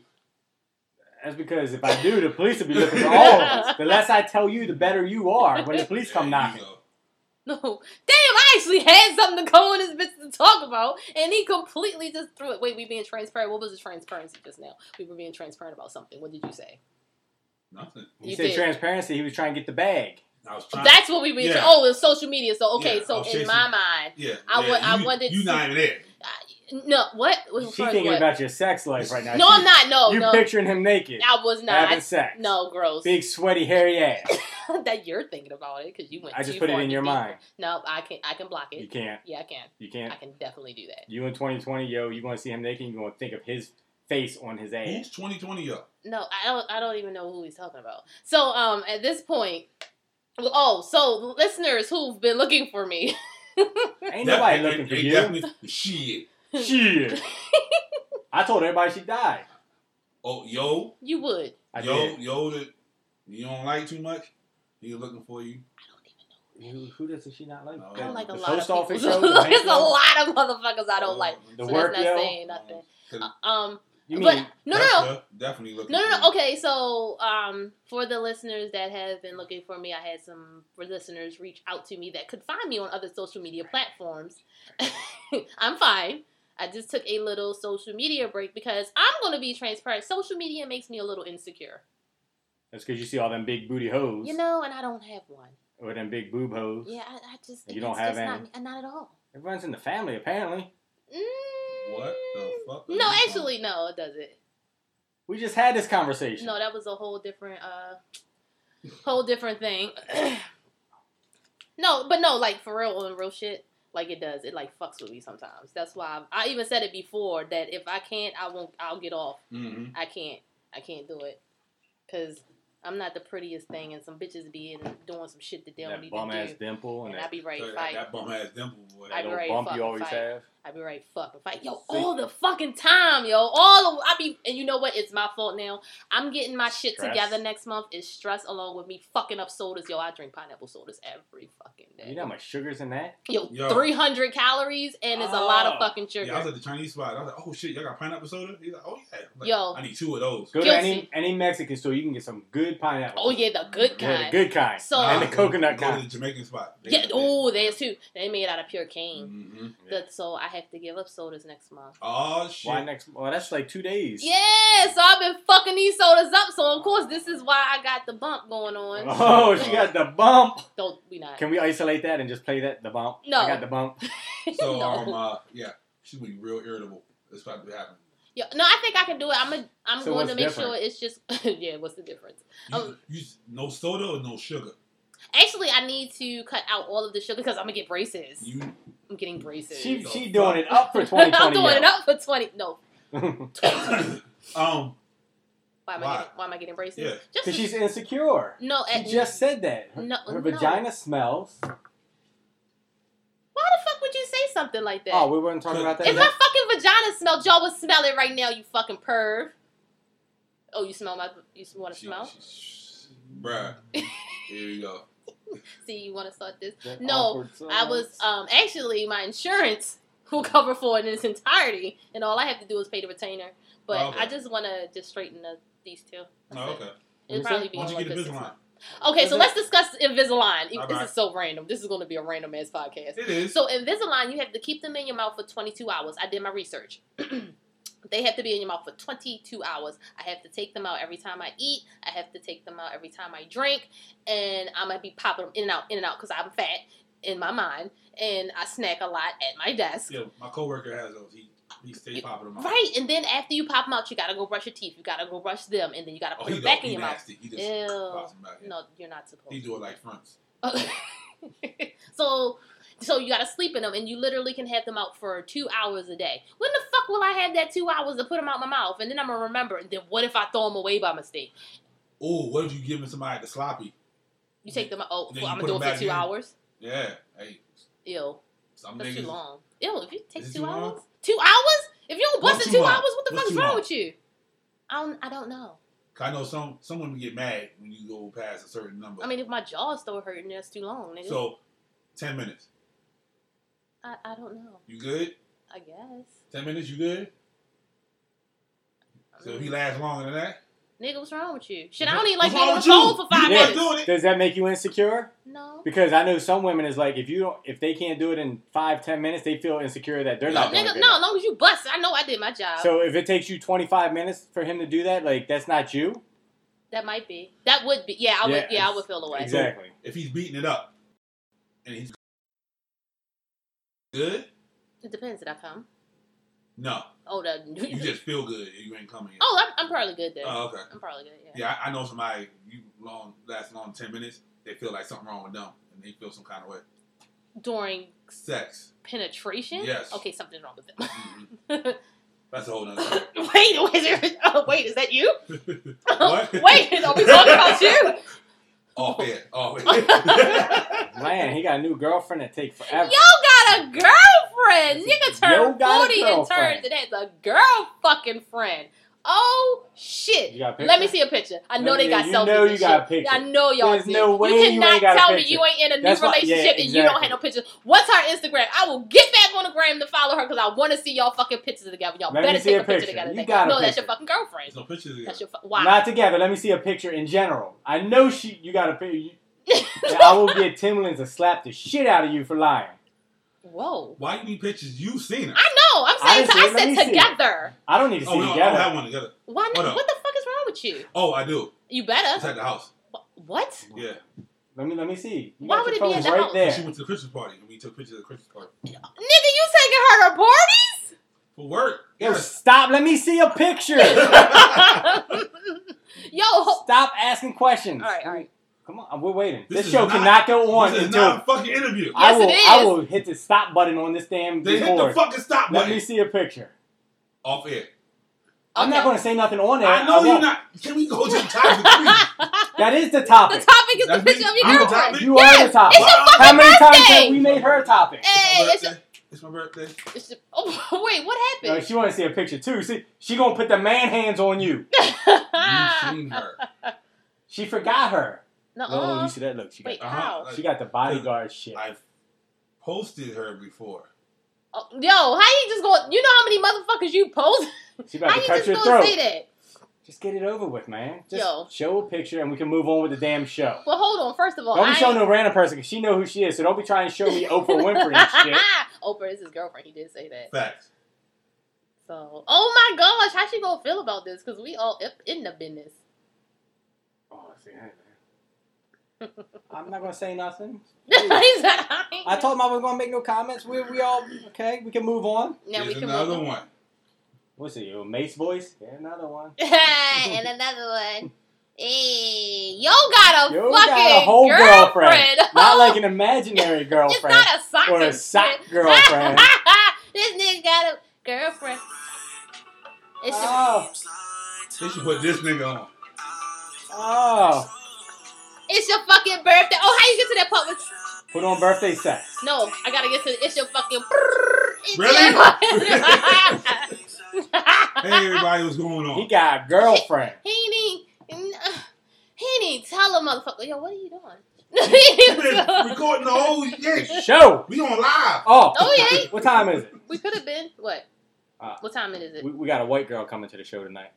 Speaker 3: That's because if I do, the police will be looking for all
Speaker 2: [LAUGHS]
Speaker 3: of us. The less I tell you, the better you are when the police come
Speaker 4: There you
Speaker 3: knocking.
Speaker 4: go.
Speaker 2: No. Damn, I actually had something to go on this bitch to talk about, and he completely just threw it. Wait, we being transparent. What was the transparency just now? We were being transparent about something. What did you say?
Speaker 4: Nothing.
Speaker 3: He
Speaker 2: You
Speaker 3: said
Speaker 2: did.
Speaker 3: transparency. He was trying to get the bag.
Speaker 4: I was
Speaker 3: Uh,
Speaker 4: trying.
Speaker 2: That's what we were.
Speaker 4: Yeah.
Speaker 2: Oh, it was social media. So, okay,
Speaker 4: Yeah,
Speaker 2: so
Speaker 4: oh,
Speaker 2: in
Speaker 4: shit,
Speaker 2: my mind,
Speaker 4: yeah,
Speaker 2: I
Speaker 4: yeah,
Speaker 2: wa- I
Speaker 4: you,
Speaker 2: wanted
Speaker 4: You
Speaker 2: to-
Speaker 4: not even there.
Speaker 2: no, what?
Speaker 3: She's thinking
Speaker 2: what?
Speaker 3: about your sex life right now.
Speaker 2: no,
Speaker 3: She-
Speaker 2: I'm not. No,
Speaker 3: You
Speaker 2: Oh, no.
Speaker 3: picturing him naked,
Speaker 2: I was not.
Speaker 3: having
Speaker 2: I-
Speaker 3: sex.
Speaker 2: no, gross.
Speaker 3: Big sweaty hairy ass.
Speaker 2: [LAUGHS] that you're thinking about it because you went.
Speaker 3: I just
Speaker 2: too
Speaker 3: put it
Speaker 2: far
Speaker 3: in your
Speaker 2: deep.
Speaker 3: mind.
Speaker 2: No, I can. I can block
Speaker 3: You
Speaker 2: it.
Speaker 3: can't.
Speaker 2: Yeah, I can.
Speaker 3: You
Speaker 2: I
Speaker 3: can't.
Speaker 2: can definitely do that.
Speaker 3: You in 2020, yo, you going to see him naked, you going to think of his face on his ass.
Speaker 4: Who's 2020 yo?
Speaker 2: No, I don't. I don't even know who he's talking about. So, um, at this point, well, oh, so listeners who've been looking for me, [LAUGHS]
Speaker 3: Ain't nobody
Speaker 4: [LAUGHS] Definitely-
Speaker 3: looking for
Speaker 4: they
Speaker 3: you.
Speaker 4: Definitely, shit.
Speaker 2: [LAUGHS]
Speaker 3: Shit. I told everybody she died.
Speaker 4: Oh, yo,
Speaker 2: you would.
Speaker 3: I
Speaker 4: yo,
Speaker 3: did.
Speaker 4: yo, that you don't like too much. He looking for you.
Speaker 3: Who, who does she not like?
Speaker 4: I
Speaker 2: I don't like a
Speaker 3: The
Speaker 2: lot of
Speaker 3: post
Speaker 2: people. [LAUGHS]
Speaker 3: office
Speaker 2: There's
Speaker 3: yo, the bank
Speaker 2: a
Speaker 3: yo,
Speaker 2: lot of motherfuckers I don't like.
Speaker 4: Oh,
Speaker 3: The
Speaker 2: So
Speaker 3: work,
Speaker 2: that's not
Speaker 3: yo.
Speaker 2: saying nothing.
Speaker 4: Um,
Speaker 2: Um,
Speaker 3: You
Speaker 2: but
Speaker 3: mean
Speaker 2: no, no, no.
Speaker 4: Definitely- uh, Definitely looking.
Speaker 2: No,
Speaker 4: for
Speaker 2: no,
Speaker 4: you.
Speaker 2: no. Okay, so um, for the listeners that have been looking for me, I had some for listeners reach out to me that could find me on other social media platforms. [LAUGHS] I'm fine. I just took a little social media break because I'm going to be transparent. Social media makes me a little insecure,
Speaker 3: that's because you see all them big booty hoes
Speaker 2: you know, and I don't have one.
Speaker 3: or them big boob hoes.
Speaker 2: Yeah, I, I just
Speaker 3: You don't
Speaker 2: it's
Speaker 3: have
Speaker 2: just
Speaker 3: any?
Speaker 2: Not, not at all.
Speaker 3: Everyone's in the family apparently.
Speaker 2: Mm,
Speaker 4: What the fuck? are you
Speaker 2: No,
Speaker 4: talking-
Speaker 2: actually, no, it doesn't.
Speaker 3: We just had this conversation.
Speaker 2: No, that was a whole different uh whole different thing. [CLEARS THROAT] no, but no, like for real on real shit, like it does. It like fucks with me sometimes. That's why i I even said it before that if I can't, I won't. I'll get off.
Speaker 4: Mhm.
Speaker 2: I can't. I can't do it because I'm not the prettiest thing, and some bitches be in, doing some shit that they don't
Speaker 3: that
Speaker 2: need
Speaker 3: bum
Speaker 2: to
Speaker 3: ass
Speaker 2: do.
Speaker 3: dimple and
Speaker 2: and I
Speaker 3: that,
Speaker 2: be right
Speaker 4: So that,
Speaker 2: fight.
Speaker 4: that bum ass dimple boy.
Speaker 2: I
Speaker 3: that
Speaker 2: be
Speaker 3: little
Speaker 2: right
Speaker 3: bump
Speaker 2: fucking
Speaker 3: you always
Speaker 2: fight.
Speaker 3: have.
Speaker 2: I be right fucking fight. Yo,
Speaker 3: See?
Speaker 2: all the fucking time, yo. All the I be and you know what? It's my fault now. I'm getting my shit
Speaker 3: Stress.
Speaker 2: together next month. It's stress along with me fucking up sodas. Yo, I drink pineapple sodas every fucking
Speaker 3: You
Speaker 2: day.
Speaker 3: know how much sugar's in that?
Speaker 2: Yo,
Speaker 4: Yo.
Speaker 2: 300 calories and it's a lot of
Speaker 3: Oh.
Speaker 2: fucking
Speaker 4: Yeah,
Speaker 2: sugar.
Speaker 4: I was at the Chinese spot. I was like, oh shit, y'all got pineapple soda? He's like, oh yeah. I'm like,
Speaker 2: Yo.
Speaker 4: I need two of those.
Speaker 3: Go to
Speaker 2: Guilty.
Speaker 3: any any Mexican store, you can get some good pineapple.
Speaker 2: oh yeah, the good
Speaker 3: Yeah, the
Speaker 2: kind.
Speaker 3: good kind.
Speaker 2: So-
Speaker 3: and the
Speaker 4: Nah,
Speaker 3: coconut
Speaker 4: go to
Speaker 3: kind. Mm,
Speaker 4: the Jamaican spot.
Speaker 2: yeah, oh, there's too. They made out of pure cane.
Speaker 4: hmm
Speaker 3: Yeah.
Speaker 2: That- so I have to give up sodas next month.
Speaker 4: Oh shit.
Speaker 3: Why next? Well, that's like two days.
Speaker 2: Yeah, so I've been fucking these sodas up. So of course, this is why I got the bump going on.
Speaker 3: [LAUGHS] Oh, she got the
Speaker 2: [LAUGHS]
Speaker 3: bump.
Speaker 2: Don't we not?
Speaker 3: Can we isolate that and just play that the bump?
Speaker 2: No.
Speaker 3: I got the bump.
Speaker 4: So
Speaker 2: [LAUGHS] No.
Speaker 4: um, uh, yeah, she's gonna be real irritable. That's about to happen.
Speaker 2: Yeah, no, I think I can do it. I'm a, I'm
Speaker 3: So
Speaker 2: going
Speaker 3: what's
Speaker 2: to make
Speaker 3: different?
Speaker 2: sure it's just [LAUGHS] yeah. What's the difference?
Speaker 4: You,
Speaker 2: Um,
Speaker 4: you s- no soda or no sugar.
Speaker 2: Actually, I need to cut out all of the sugar because I'm gonna get braces.
Speaker 4: You
Speaker 2: I'm getting braces. [LAUGHS]
Speaker 3: She
Speaker 4: So-
Speaker 3: she doing it up for 2020.
Speaker 2: I'm doing
Speaker 3: [LAUGHS]
Speaker 2: it up for twenty. No,
Speaker 3: up.
Speaker 4: [COUGHS] um
Speaker 2: why am I
Speaker 4: Why?
Speaker 2: getting, why am I getting braces?
Speaker 4: Yeah.
Speaker 2: Just
Speaker 3: Cause she's insecure.
Speaker 2: no.
Speaker 3: She
Speaker 2: At,
Speaker 3: just said that. Her,
Speaker 2: No, no.
Speaker 3: her vagina smells.
Speaker 2: why the fuck would you say something like that?
Speaker 3: Oh, we weren't talking about that.
Speaker 2: if my fucking vagina smelled, y'all would smell it right now. You fucking perv. Oh, you smell my? You want to
Speaker 4: she-
Speaker 2: smell?
Speaker 4: she- sh-
Speaker 2: [LAUGHS]
Speaker 4: Bruh. Here we go.
Speaker 2: See, you want to start this?
Speaker 3: That
Speaker 2: no,
Speaker 3: awkward
Speaker 2: I was uh,
Speaker 3: silence.
Speaker 2: um actually my insurance [LAUGHS] will cover for it in its entirety, and all I have to do is pay the retainer. But
Speaker 4: Oh, okay.
Speaker 2: I just want to just straighten the, these two. That's
Speaker 4: Oh,
Speaker 2: it.
Speaker 4: okay.
Speaker 2: It'll
Speaker 3: What's
Speaker 2: probably
Speaker 3: that?
Speaker 2: be
Speaker 4: Why
Speaker 2: more
Speaker 4: don't you
Speaker 2: like
Speaker 4: get
Speaker 2: a
Speaker 4: a
Speaker 2: six
Speaker 4: Invisalign?
Speaker 2: month. Okay, so
Speaker 3: Is
Speaker 2: let's discuss Invisalign. This
Speaker 4: Alright.
Speaker 2: is so random. This is going to be a random ass podcast.
Speaker 4: It is.
Speaker 2: So Invisalign, you have to keep them in your mouth for 22 hours. I did my research. [CLEARS THROAT] they have to be in your mouth for 22 hours. I have to take them out every time I eat. I have to take them out every time I drink, and I'm gonna be popping them in and out, in and out, because I'm fat in my mind, and I snack a lot at my desk.
Speaker 4: yeah, my coworker has those. He he stay popping them out.
Speaker 2: Right, and then after you pop them out, you gotta go brush your teeth. You gotta go brush them, and then you gotta
Speaker 4: Oh,
Speaker 2: put
Speaker 4: he,
Speaker 2: them
Speaker 4: don't-
Speaker 2: back in
Speaker 4: he
Speaker 2: your mouth.
Speaker 4: nasty. He just
Speaker 2: Ew.
Speaker 4: pops them back. in.
Speaker 2: Um, No, you're not supposed.
Speaker 4: He
Speaker 2: to.
Speaker 4: do it like fronts.
Speaker 2: [LAUGHS] so so you gotta sleep in them and you literally can have them out for two hours a day when the fuck will i have that two hours to put them out my mouth and then i'm gonna remember and then what if i throw them away by mistake
Speaker 4: Oh, what if you giving somebody the sloppy?
Speaker 2: you take them out oh
Speaker 4: And then
Speaker 2: well,
Speaker 4: you
Speaker 2: i'm
Speaker 4: put
Speaker 2: gonna do it for
Speaker 4: 'em back
Speaker 2: two
Speaker 4: in.
Speaker 2: hours
Speaker 4: Yeah. Hey,
Speaker 2: ew
Speaker 4: some
Speaker 2: that's
Speaker 4: niggas.
Speaker 2: too long ew if you take
Speaker 4: Is it
Speaker 2: two
Speaker 4: too long?
Speaker 2: hours two hours if you don't bust
Speaker 4: What's
Speaker 2: in
Speaker 4: too
Speaker 2: two
Speaker 4: long?
Speaker 2: hours what the
Speaker 4: What's
Speaker 2: fuck is
Speaker 4: too
Speaker 2: wrong
Speaker 4: long?
Speaker 2: with you i don't i don't know
Speaker 4: 'Cause I know some some women get mad when you go past a certain number.
Speaker 2: i mean if my jaw's still hurting that's too long nigga.
Speaker 4: so ten minutes.
Speaker 2: I, I don't know
Speaker 4: You good?
Speaker 2: i guess
Speaker 4: Ten minutes. You good?
Speaker 2: I
Speaker 4: So if
Speaker 2: mean,
Speaker 4: he lasts longer than that,
Speaker 2: nigga what's wrong with you shit i don't even like being
Speaker 4: What's
Speaker 2: on the
Speaker 4: wrong with
Speaker 2: phone
Speaker 4: you?
Speaker 2: for five
Speaker 4: You
Speaker 3: Yeah.
Speaker 4: ain't
Speaker 2: minutes
Speaker 4: doing it.
Speaker 3: Does that make you insecure?
Speaker 2: no
Speaker 3: Because I know some women is like if you don't, if they can't do it in five ten minutes, they feel insecure that they're [LAUGHS] not.
Speaker 4: No,
Speaker 3: doing
Speaker 2: Nigga,
Speaker 3: it.
Speaker 2: no, as long as you bust, I know I did my job.
Speaker 3: So if it takes you twenty five minutes for him to do that, like that's not you.
Speaker 2: that might be. That would be. Yeah, I would.
Speaker 3: Yeah,
Speaker 2: Yeah, I would feel away.
Speaker 3: Exactly.
Speaker 4: If he's beating it up, and he's good,
Speaker 2: It depends. Did I come?
Speaker 4: no,
Speaker 2: Oh, the. [LAUGHS]
Speaker 4: you just feel good. and You ain't coming. Yet.
Speaker 2: oh, I'm, I'm probably good then.
Speaker 4: Oh, okay.
Speaker 2: I'm probably good. Yeah.
Speaker 4: Yeah, I, I know somebody you long last long ten minutes. They feel like something wrong with them, and they feel some kind of way.
Speaker 2: During [LAUGHS]
Speaker 4: Sex.
Speaker 2: penetration.
Speaker 4: Yes.
Speaker 2: Okay, something's wrong with them.
Speaker 4: Mhm. That's a whole nother. thing.
Speaker 2: [LAUGHS] wait, wait, there- oh, wait, [LAUGHS] is that you? [LAUGHS]
Speaker 4: What?
Speaker 2: wait, are we talking
Speaker 4: [LAUGHS]
Speaker 2: about you?
Speaker 4: Off air. Off
Speaker 2: [LAUGHS]
Speaker 4: air.
Speaker 3: Man, he got a new girlfriend that take
Speaker 2: Yo
Speaker 3: forever.
Speaker 2: got a girlfriend. Nigga
Speaker 3: Yo
Speaker 2: turned
Speaker 3: got a
Speaker 2: 40 and
Speaker 3: girlfriend.
Speaker 2: turns and has a girl fucking friend. Oh shit.
Speaker 3: You got a picture?
Speaker 2: Let me see a picture. I know
Speaker 3: Let me-
Speaker 2: they got
Speaker 3: you
Speaker 2: selfies.
Speaker 3: know
Speaker 2: and
Speaker 3: you got a
Speaker 2: shit.
Speaker 3: picture.
Speaker 2: I know y'all
Speaker 3: There's
Speaker 2: did.
Speaker 3: no way
Speaker 2: you
Speaker 3: you ain't
Speaker 2: cannot
Speaker 3: got a
Speaker 2: tell me
Speaker 3: picture.
Speaker 2: you ain't in a
Speaker 3: That's
Speaker 2: new
Speaker 3: why- yeah,
Speaker 2: relationship and you don't
Speaker 3: exactly.
Speaker 2: have no pictures. What's her Instagram? I will get back on the gram to follow her because I want to see y'all fucking pictures together. Y'all
Speaker 3: Let me
Speaker 2: better
Speaker 3: see
Speaker 2: take
Speaker 3: a
Speaker 2: a picture
Speaker 3: picture.
Speaker 2: together.
Speaker 3: You
Speaker 2: Thank-
Speaker 3: got a
Speaker 2: no, that's your
Speaker 3: picture.
Speaker 2: fucking girlfriend.
Speaker 4: There's no pictures here.
Speaker 2: That's your fu- why. [LAUGHS]
Speaker 3: Not together. Let me see a picture in general. I know she. You got
Speaker 2: [LAUGHS]
Speaker 3: a picture. I will get Timlins to slap the shit out of you for lying.
Speaker 2: Whoa.
Speaker 4: Why you need pictures? You seen
Speaker 2: I
Speaker 4: her?
Speaker 2: know. I'm saying.
Speaker 3: I didn't see it.
Speaker 2: I,
Speaker 3: Let me
Speaker 2: said
Speaker 3: see it.
Speaker 2: together.
Speaker 3: I don't need to see
Speaker 4: Oh no, I
Speaker 3: together.
Speaker 4: don't have one together.
Speaker 2: Why
Speaker 4: Hold
Speaker 2: not?
Speaker 4: on.
Speaker 2: What the fuck is wrong with you?
Speaker 4: Oh, I do.
Speaker 2: You
Speaker 4: It's
Speaker 2: better.
Speaker 4: at the house.
Speaker 2: What?
Speaker 4: Yeah.
Speaker 3: Let me let me see. You
Speaker 2: Why
Speaker 3: got
Speaker 2: would
Speaker 3: your
Speaker 2: it be at
Speaker 3: phone
Speaker 2: the
Speaker 3: right
Speaker 2: house?
Speaker 3: there?
Speaker 4: She went to the Christmas party and we took pictures of the Christmas party
Speaker 2: Nigga, you taking her to parties?
Speaker 4: for work.
Speaker 2: [LAUGHS]
Speaker 3: Yo,
Speaker 4: [LAUGHS]
Speaker 3: stop. Let me see a picture.
Speaker 2: Oh. Yo, ho-
Speaker 3: stop asking questions.
Speaker 2: all right, all right.
Speaker 3: Come on, we're waiting.
Speaker 4: This
Speaker 3: This,
Speaker 4: is
Speaker 3: show
Speaker 4: not-
Speaker 3: cannot go on
Speaker 4: this is
Speaker 3: until
Speaker 4: not a fucking interview.
Speaker 3: I
Speaker 2: Yes,
Speaker 3: will.
Speaker 2: it
Speaker 3: I
Speaker 2: is.
Speaker 3: will hit the stop button on this damn
Speaker 4: They hit the
Speaker 3: board.
Speaker 4: fucking stop
Speaker 3: Let me
Speaker 4: button.
Speaker 3: see a picture.
Speaker 4: Off air.
Speaker 3: I'm
Speaker 2: Okay.
Speaker 3: not going to say nothing on there.
Speaker 4: I know you're
Speaker 3: won't.
Speaker 4: not. Can
Speaker 2: [LAUGHS]
Speaker 4: we go to the topic? please?
Speaker 3: That is the
Speaker 2: The
Speaker 3: topic.
Speaker 2: topic is
Speaker 4: That's
Speaker 2: the picture
Speaker 4: me.
Speaker 2: of your
Speaker 4: I'm the
Speaker 2: girlfriend.
Speaker 4: topic.
Speaker 3: You
Speaker 2: Yes,
Speaker 3: are the topic.
Speaker 2: It's your
Speaker 4: Wow.
Speaker 2: fucking
Speaker 3: How many times
Speaker 2: birthday.
Speaker 3: have we made her a topic?
Speaker 2: Hey, it's your,
Speaker 4: It's my birthday.
Speaker 2: [LAUGHS]
Speaker 4: It's my birthday.
Speaker 2: it's your- oh, [LAUGHS] wait, what
Speaker 3: No,
Speaker 2: happened?
Speaker 3: she want to see a picture too. See, she gonna put the man hands on you.
Speaker 2: [LAUGHS] Ah.
Speaker 4: You've seen her.
Speaker 3: She forgot her. Oh,
Speaker 2: Nuh-uh.
Speaker 3: you see that look? She got,
Speaker 2: Wait,
Speaker 4: Uh-huh.
Speaker 2: how?
Speaker 3: she got the bodyguard shit.
Speaker 4: I've posted her before.
Speaker 2: Oh, yo, how you just going? You know how many motherfuckers you post?
Speaker 3: She about
Speaker 2: How
Speaker 3: to
Speaker 2: you
Speaker 3: cut
Speaker 2: just
Speaker 3: your
Speaker 2: gonna
Speaker 3: throat.
Speaker 2: say that?
Speaker 3: Just get it over with, man. Just
Speaker 2: Yo.
Speaker 3: show a picture and we can move on with the damn show.
Speaker 2: Well, hold on. First of all,
Speaker 3: don't
Speaker 2: I
Speaker 3: be showing
Speaker 2: ain't-
Speaker 3: no random person because she know who she is. So don't be trying to show me
Speaker 2: [LAUGHS]
Speaker 3: Oprah Winfrey and shit.
Speaker 2: Oprah is his girlfriend. He did say that.
Speaker 4: Facts.
Speaker 2: So, oh my gosh, how she gonna feel about this? Because we all up in the business. [LAUGHS]
Speaker 3: Oh, see, hey, man. I'm not gonna say nothing.
Speaker 2: He said, I, ain't-
Speaker 3: I told him I wasn't gonna make no comments. We we all okay. We can move on.
Speaker 2: Now we
Speaker 4: Here's
Speaker 2: can
Speaker 4: another
Speaker 2: move on.
Speaker 4: one.
Speaker 3: What's it? Your Mace voice? Yeah, another [LAUGHS] one.
Speaker 2: and another one. Hey, yo got a
Speaker 3: Yo
Speaker 2: fucking
Speaker 3: got a whole
Speaker 2: girlfriend.
Speaker 3: girlfriend.
Speaker 2: [LAUGHS]
Speaker 3: Not like an imaginary
Speaker 2: it's
Speaker 3: girlfriend
Speaker 2: not a sock
Speaker 3: or a
Speaker 2: and
Speaker 3: sock
Speaker 2: [LAUGHS] shit.
Speaker 3: girlfriend.
Speaker 2: this nigga got a girlfriend. It's
Speaker 3: oh,
Speaker 4: They should put this nigga on.
Speaker 3: oh.
Speaker 2: your it's your fucking birthday. Oh, how you get to that part? with-
Speaker 3: Put on birthday sex.
Speaker 2: No, I gotta get to it's your fucking. It's [LAUGHS]
Speaker 3: [LAUGHS]
Speaker 4: Really?
Speaker 2: your-
Speaker 4: Hey, everybody, what's going
Speaker 3: He
Speaker 4: on?
Speaker 3: got a girlfriend.
Speaker 2: [SIGHS] he need he need tell a motherfucker. Yo, what are you doing?
Speaker 4: We've
Speaker 2: [LAUGHS]
Speaker 4: been recording the whole yeah.
Speaker 3: Show.
Speaker 4: We on live.
Speaker 3: Oh.
Speaker 2: Oh, yeah.
Speaker 3: What time is it?
Speaker 2: we could have been what?
Speaker 3: Uh,
Speaker 2: what time is it?
Speaker 3: We, we got a white girl coming to the show tonight.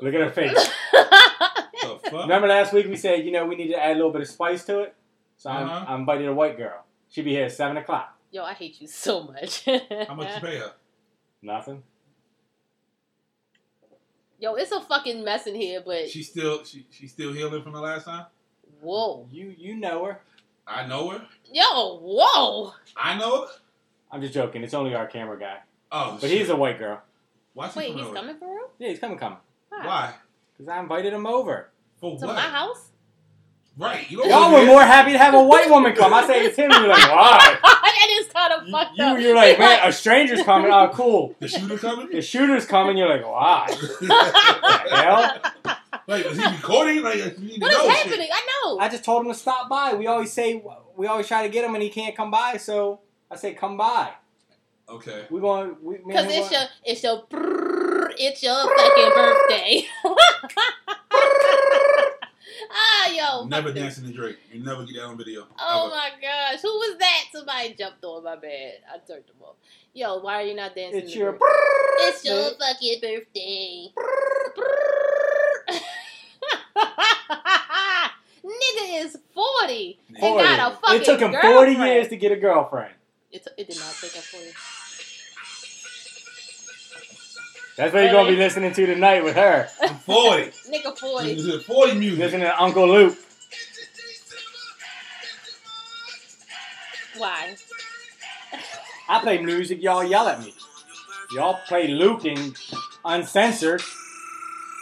Speaker 3: Look at her face.
Speaker 4: What the fuck?
Speaker 3: Remember last week we said you know we need to add a little bit of spice to it, so I'm,
Speaker 4: Uh-huh.
Speaker 3: I invited a white girl. She be here at seven o'clock.
Speaker 2: [LAUGHS] Yo, I hate you so much.
Speaker 4: How much you pay her?
Speaker 3: Nothing.
Speaker 2: Yo, it's a fucking mess in here, but
Speaker 4: She still she, she still healing from the last time.
Speaker 2: whoa.
Speaker 3: You you know her.
Speaker 4: I know her.
Speaker 2: Yo, whoa.
Speaker 4: I know her.
Speaker 3: I'm just joking. It's only our camera guy,
Speaker 4: Oh,
Speaker 3: but
Speaker 4: shit.
Speaker 3: he's a white girl.
Speaker 4: Why she
Speaker 2: Wait,
Speaker 4: coming
Speaker 2: he's
Speaker 4: over?
Speaker 2: coming for real?
Speaker 3: Yeah, he's coming coming.
Speaker 4: Why?
Speaker 3: Cause I invited him over.
Speaker 4: For
Speaker 2: To
Speaker 4: what?
Speaker 2: my house?
Speaker 4: Right. You don't
Speaker 3: Y'all
Speaker 4: know
Speaker 3: were
Speaker 4: this.
Speaker 3: more happy to have a white woman come. I say it's him. You're like, why?
Speaker 2: [LAUGHS] that is kind of
Speaker 3: You,
Speaker 2: fucked
Speaker 3: you,
Speaker 2: up.
Speaker 3: you're like, man,
Speaker 2: [LAUGHS]
Speaker 3: a stranger's coming. Oh, cool.
Speaker 4: The shooter
Speaker 3: [LAUGHS]
Speaker 4: coming? [LAUGHS]
Speaker 3: The shooter's coming. You're like, why? hell?
Speaker 4: like, is he recording? Like, you need to
Speaker 2: What is
Speaker 4: know shit.
Speaker 2: happening? I know.
Speaker 3: I just told him to stop by. We always say we always try to get him, and he can't come by. So I say, come by.
Speaker 4: Okay.
Speaker 3: We're going. We,
Speaker 2: Because it's your, it's your, brrrr, it's your fucking birthday. [LAUGHS] ah, yo. fuck
Speaker 4: never
Speaker 2: this.
Speaker 4: dancing to Drake. You never get that on video.
Speaker 2: Oh
Speaker 4: Ever.
Speaker 2: my gosh, who was that? Somebody jumped on my bed. I turned them off. Yo, why are you not dancing?
Speaker 3: It's
Speaker 2: to
Speaker 3: your.
Speaker 2: birth- It's your fucking birthday. [LAUGHS] Nigga is 40. And
Speaker 4: Nigga.
Speaker 2: got a
Speaker 3: 40.
Speaker 2: fucking
Speaker 3: It took him forty
Speaker 2: girlfriend.
Speaker 3: years to get a girlfriend.
Speaker 2: It, t- it did not take him 40.
Speaker 3: That's what he's gonna be listening to tonight with her.
Speaker 4: I'm 40.
Speaker 2: Nigga
Speaker 4: this
Speaker 2: 40.
Speaker 4: is 40 music.
Speaker 3: Listening to Uncle Luke.
Speaker 2: Why?
Speaker 3: I play music. Y'all yell at me. Y'all play Luke and uncensored.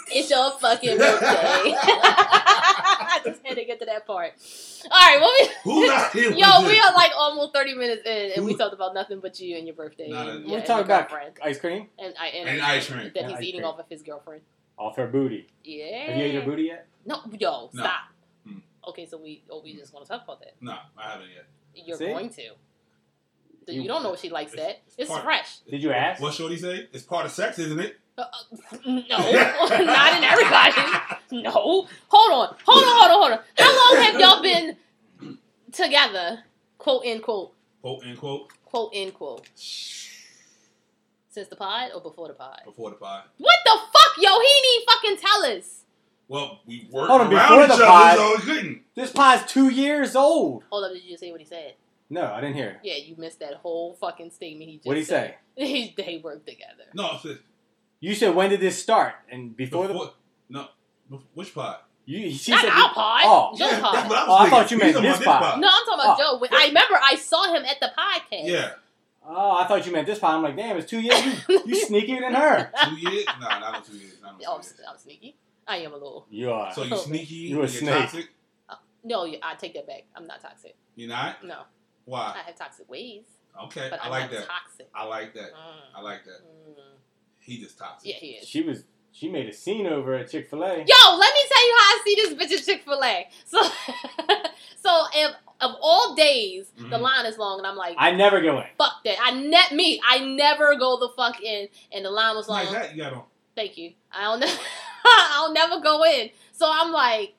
Speaker 2: It's your fucking birthday.
Speaker 3: [LAUGHS]
Speaker 2: [LAUGHS] I just had to get to that part. All right, what we. [LAUGHS]
Speaker 4: Who's not here? with
Speaker 2: Yo,
Speaker 4: this?
Speaker 2: we are like almost 30 minutes in, and we
Speaker 4: Who-
Speaker 2: talked about nothing but you and your birthday. and,
Speaker 4: Nah, nah,
Speaker 2: yeah,
Speaker 3: we
Speaker 2: and
Speaker 3: talk
Speaker 2: your
Speaker 3: about
Speaker 2: girlfriend.
Speaker 3: ice cream
Speaker 2: And, I, and,
Speaker 4: And ice cream.
Speaker 2: That
Speaker 3: And
Speaker 2: he's
Speaker 3: ice
Speaker 2: eating
Speaker 3: cream.
Speaker 2: off of his girlfriend.
Speaker 3: off her booty.
Speaker 2: Yeah.
Speaker 3: Have you ate her booty yet?
Speaker 2: No, yo,
Speaker 4: No. Hmm.
Speaker 2: stop.
Speaker 4: Mm.
Speaker 2: Okay, so we oh, we just want to talk about that.
Speaker 4: No, I haven't yet.
Speaker 2: You're
Speaker 3: See?
Speaker 2: going to. So
Speaker 3: You-
Speaker 2: you don't know if she likes
Speaker 4: It's-
Speaker 2: that.
Speaker 4: it's
Speaker 2: It's
Speaker 4: part-
Speaker 2: fresh.
Speaker 3: Did you ask?
Speaker 4: What Shorty say? It's part of sex, isn't it?
Speaker 2: Uh, uh, no,
Speaker 4: [LAUGHS]
Speaker 2: [LAUGHS] not in everybody. No. Hold on. Hold on, hold on, hold on. How long have y'all been together? Quote, end quote.
Speaker 4: Quote unquote.
Speaker 2: Quote, end quote. Since the pod or before the pod?
Speaker 4: Before the pie.
Speaker 2: What the fuck, yo? He need fucking tell us.
Speaker 4: Well, we worked
Speaker 3: Hold on,
Speaker 4: around
Speaker 3: before
Speaker 4: each
Speaker 3: the
Speaker 4: other,
Speaker 3: pie-
Speaker 4: so we couldn't.
Speaker 3: This pie's two years old.
Speaker 2: Hold up, did you just say what he said?
Speaker 3: No, I didn't hear. It.
Speaker 2: Yeah, you missed that whole fucking statement he just
Speaker 3: What did he
Speaker 2: said.
Speaker 3: say?
Speaker 2: He, [LAUGHS] they work together.
Speaker 4: No, I said
Speaker 3: You said when did this start? And before,
Speaker 4: before,
Speaker 3: the
Speaker 4: no, bef- which pie?
Speaker 3: you, she
Speaker 2: Not
Speaker 3: said
Speaker 2: our
Speaker 3: be-
Speaker 2: pod.
Speaker 3: Oh,
Speaker 2: Joe's
Speaker 4: Yeah,
Speaker 2: pod.
Speaker 4: that's what I was
Speaker 3: Oh, I
Speaker 4: thinking.
Speaker 3: thought you meant
Speaker 4: He's talking
Speaker 3: this
Speaker 4: about
Speaker 3: pie.
Speaker 2: No, I'm talking about
Speaker 3: Oh.
Speaker 2: Joe. When- I remember I saw him at the podcast.
Speaker 4: uh, Yeah,
Speaker 3: oh, I thought you meant this pie. I'm like, damn, it's two years. You,
Speaker 2: [LAUGHS]
Speaker 3: you sneakier than her.
Speaker 4: two years? No, not in two years. Not in two
Speaker 2: Oh, I'm,
Speaker 4: years.
Speaker 2: I'm sneaky. I am a little.
Speaker 3: You are.
Speaker 4: So you sneaky?
Speaker 3: You a
Speaker 4: you're
Speaker 3: snake.
Speaker 4: Toxic?
Speaker 2: No, you- I take that back. I'm not toxic.
Speaker 4: You're not?
Speaker 2: No, I
Speaker 4: Why?
Speaker 2: have toxic ways,
Speaker 4: Okay,
Speaker 2: but
Speaker 4: I
Speaker 2: I'm
Speaker 4: like
Speaker 2: not
Speaker 4: that.
Speaker 2: toxic.
Speaker 4: I like that.
Speaker 2: Mm.
Speaker 4: I like that.
Speaker 2: Mm.
Speaker 4: He just toxic.
Speaker 2: Yeah, he is.
Speaker 3: she was. She made a scene over at Chick Fil A.
Speaker 2: Yo, let me tell you how I see this bitch at Chick Fil A. So, [LAUGHS] so if, of all days, the
Speaker 4: Mhm.
Speaker 2: line is long, and I'm like,
Speaker 3: I never go in.
Speaker 2: fuck that. I net me. I never go the fuck in, and the line was
Speaker 4: It's like
Speaker 2: long.
Speaker 4: that. You got on.
Speaker 2: Thank you. I don't. [LAUGHS] ne- I'll never go in. So I'm like,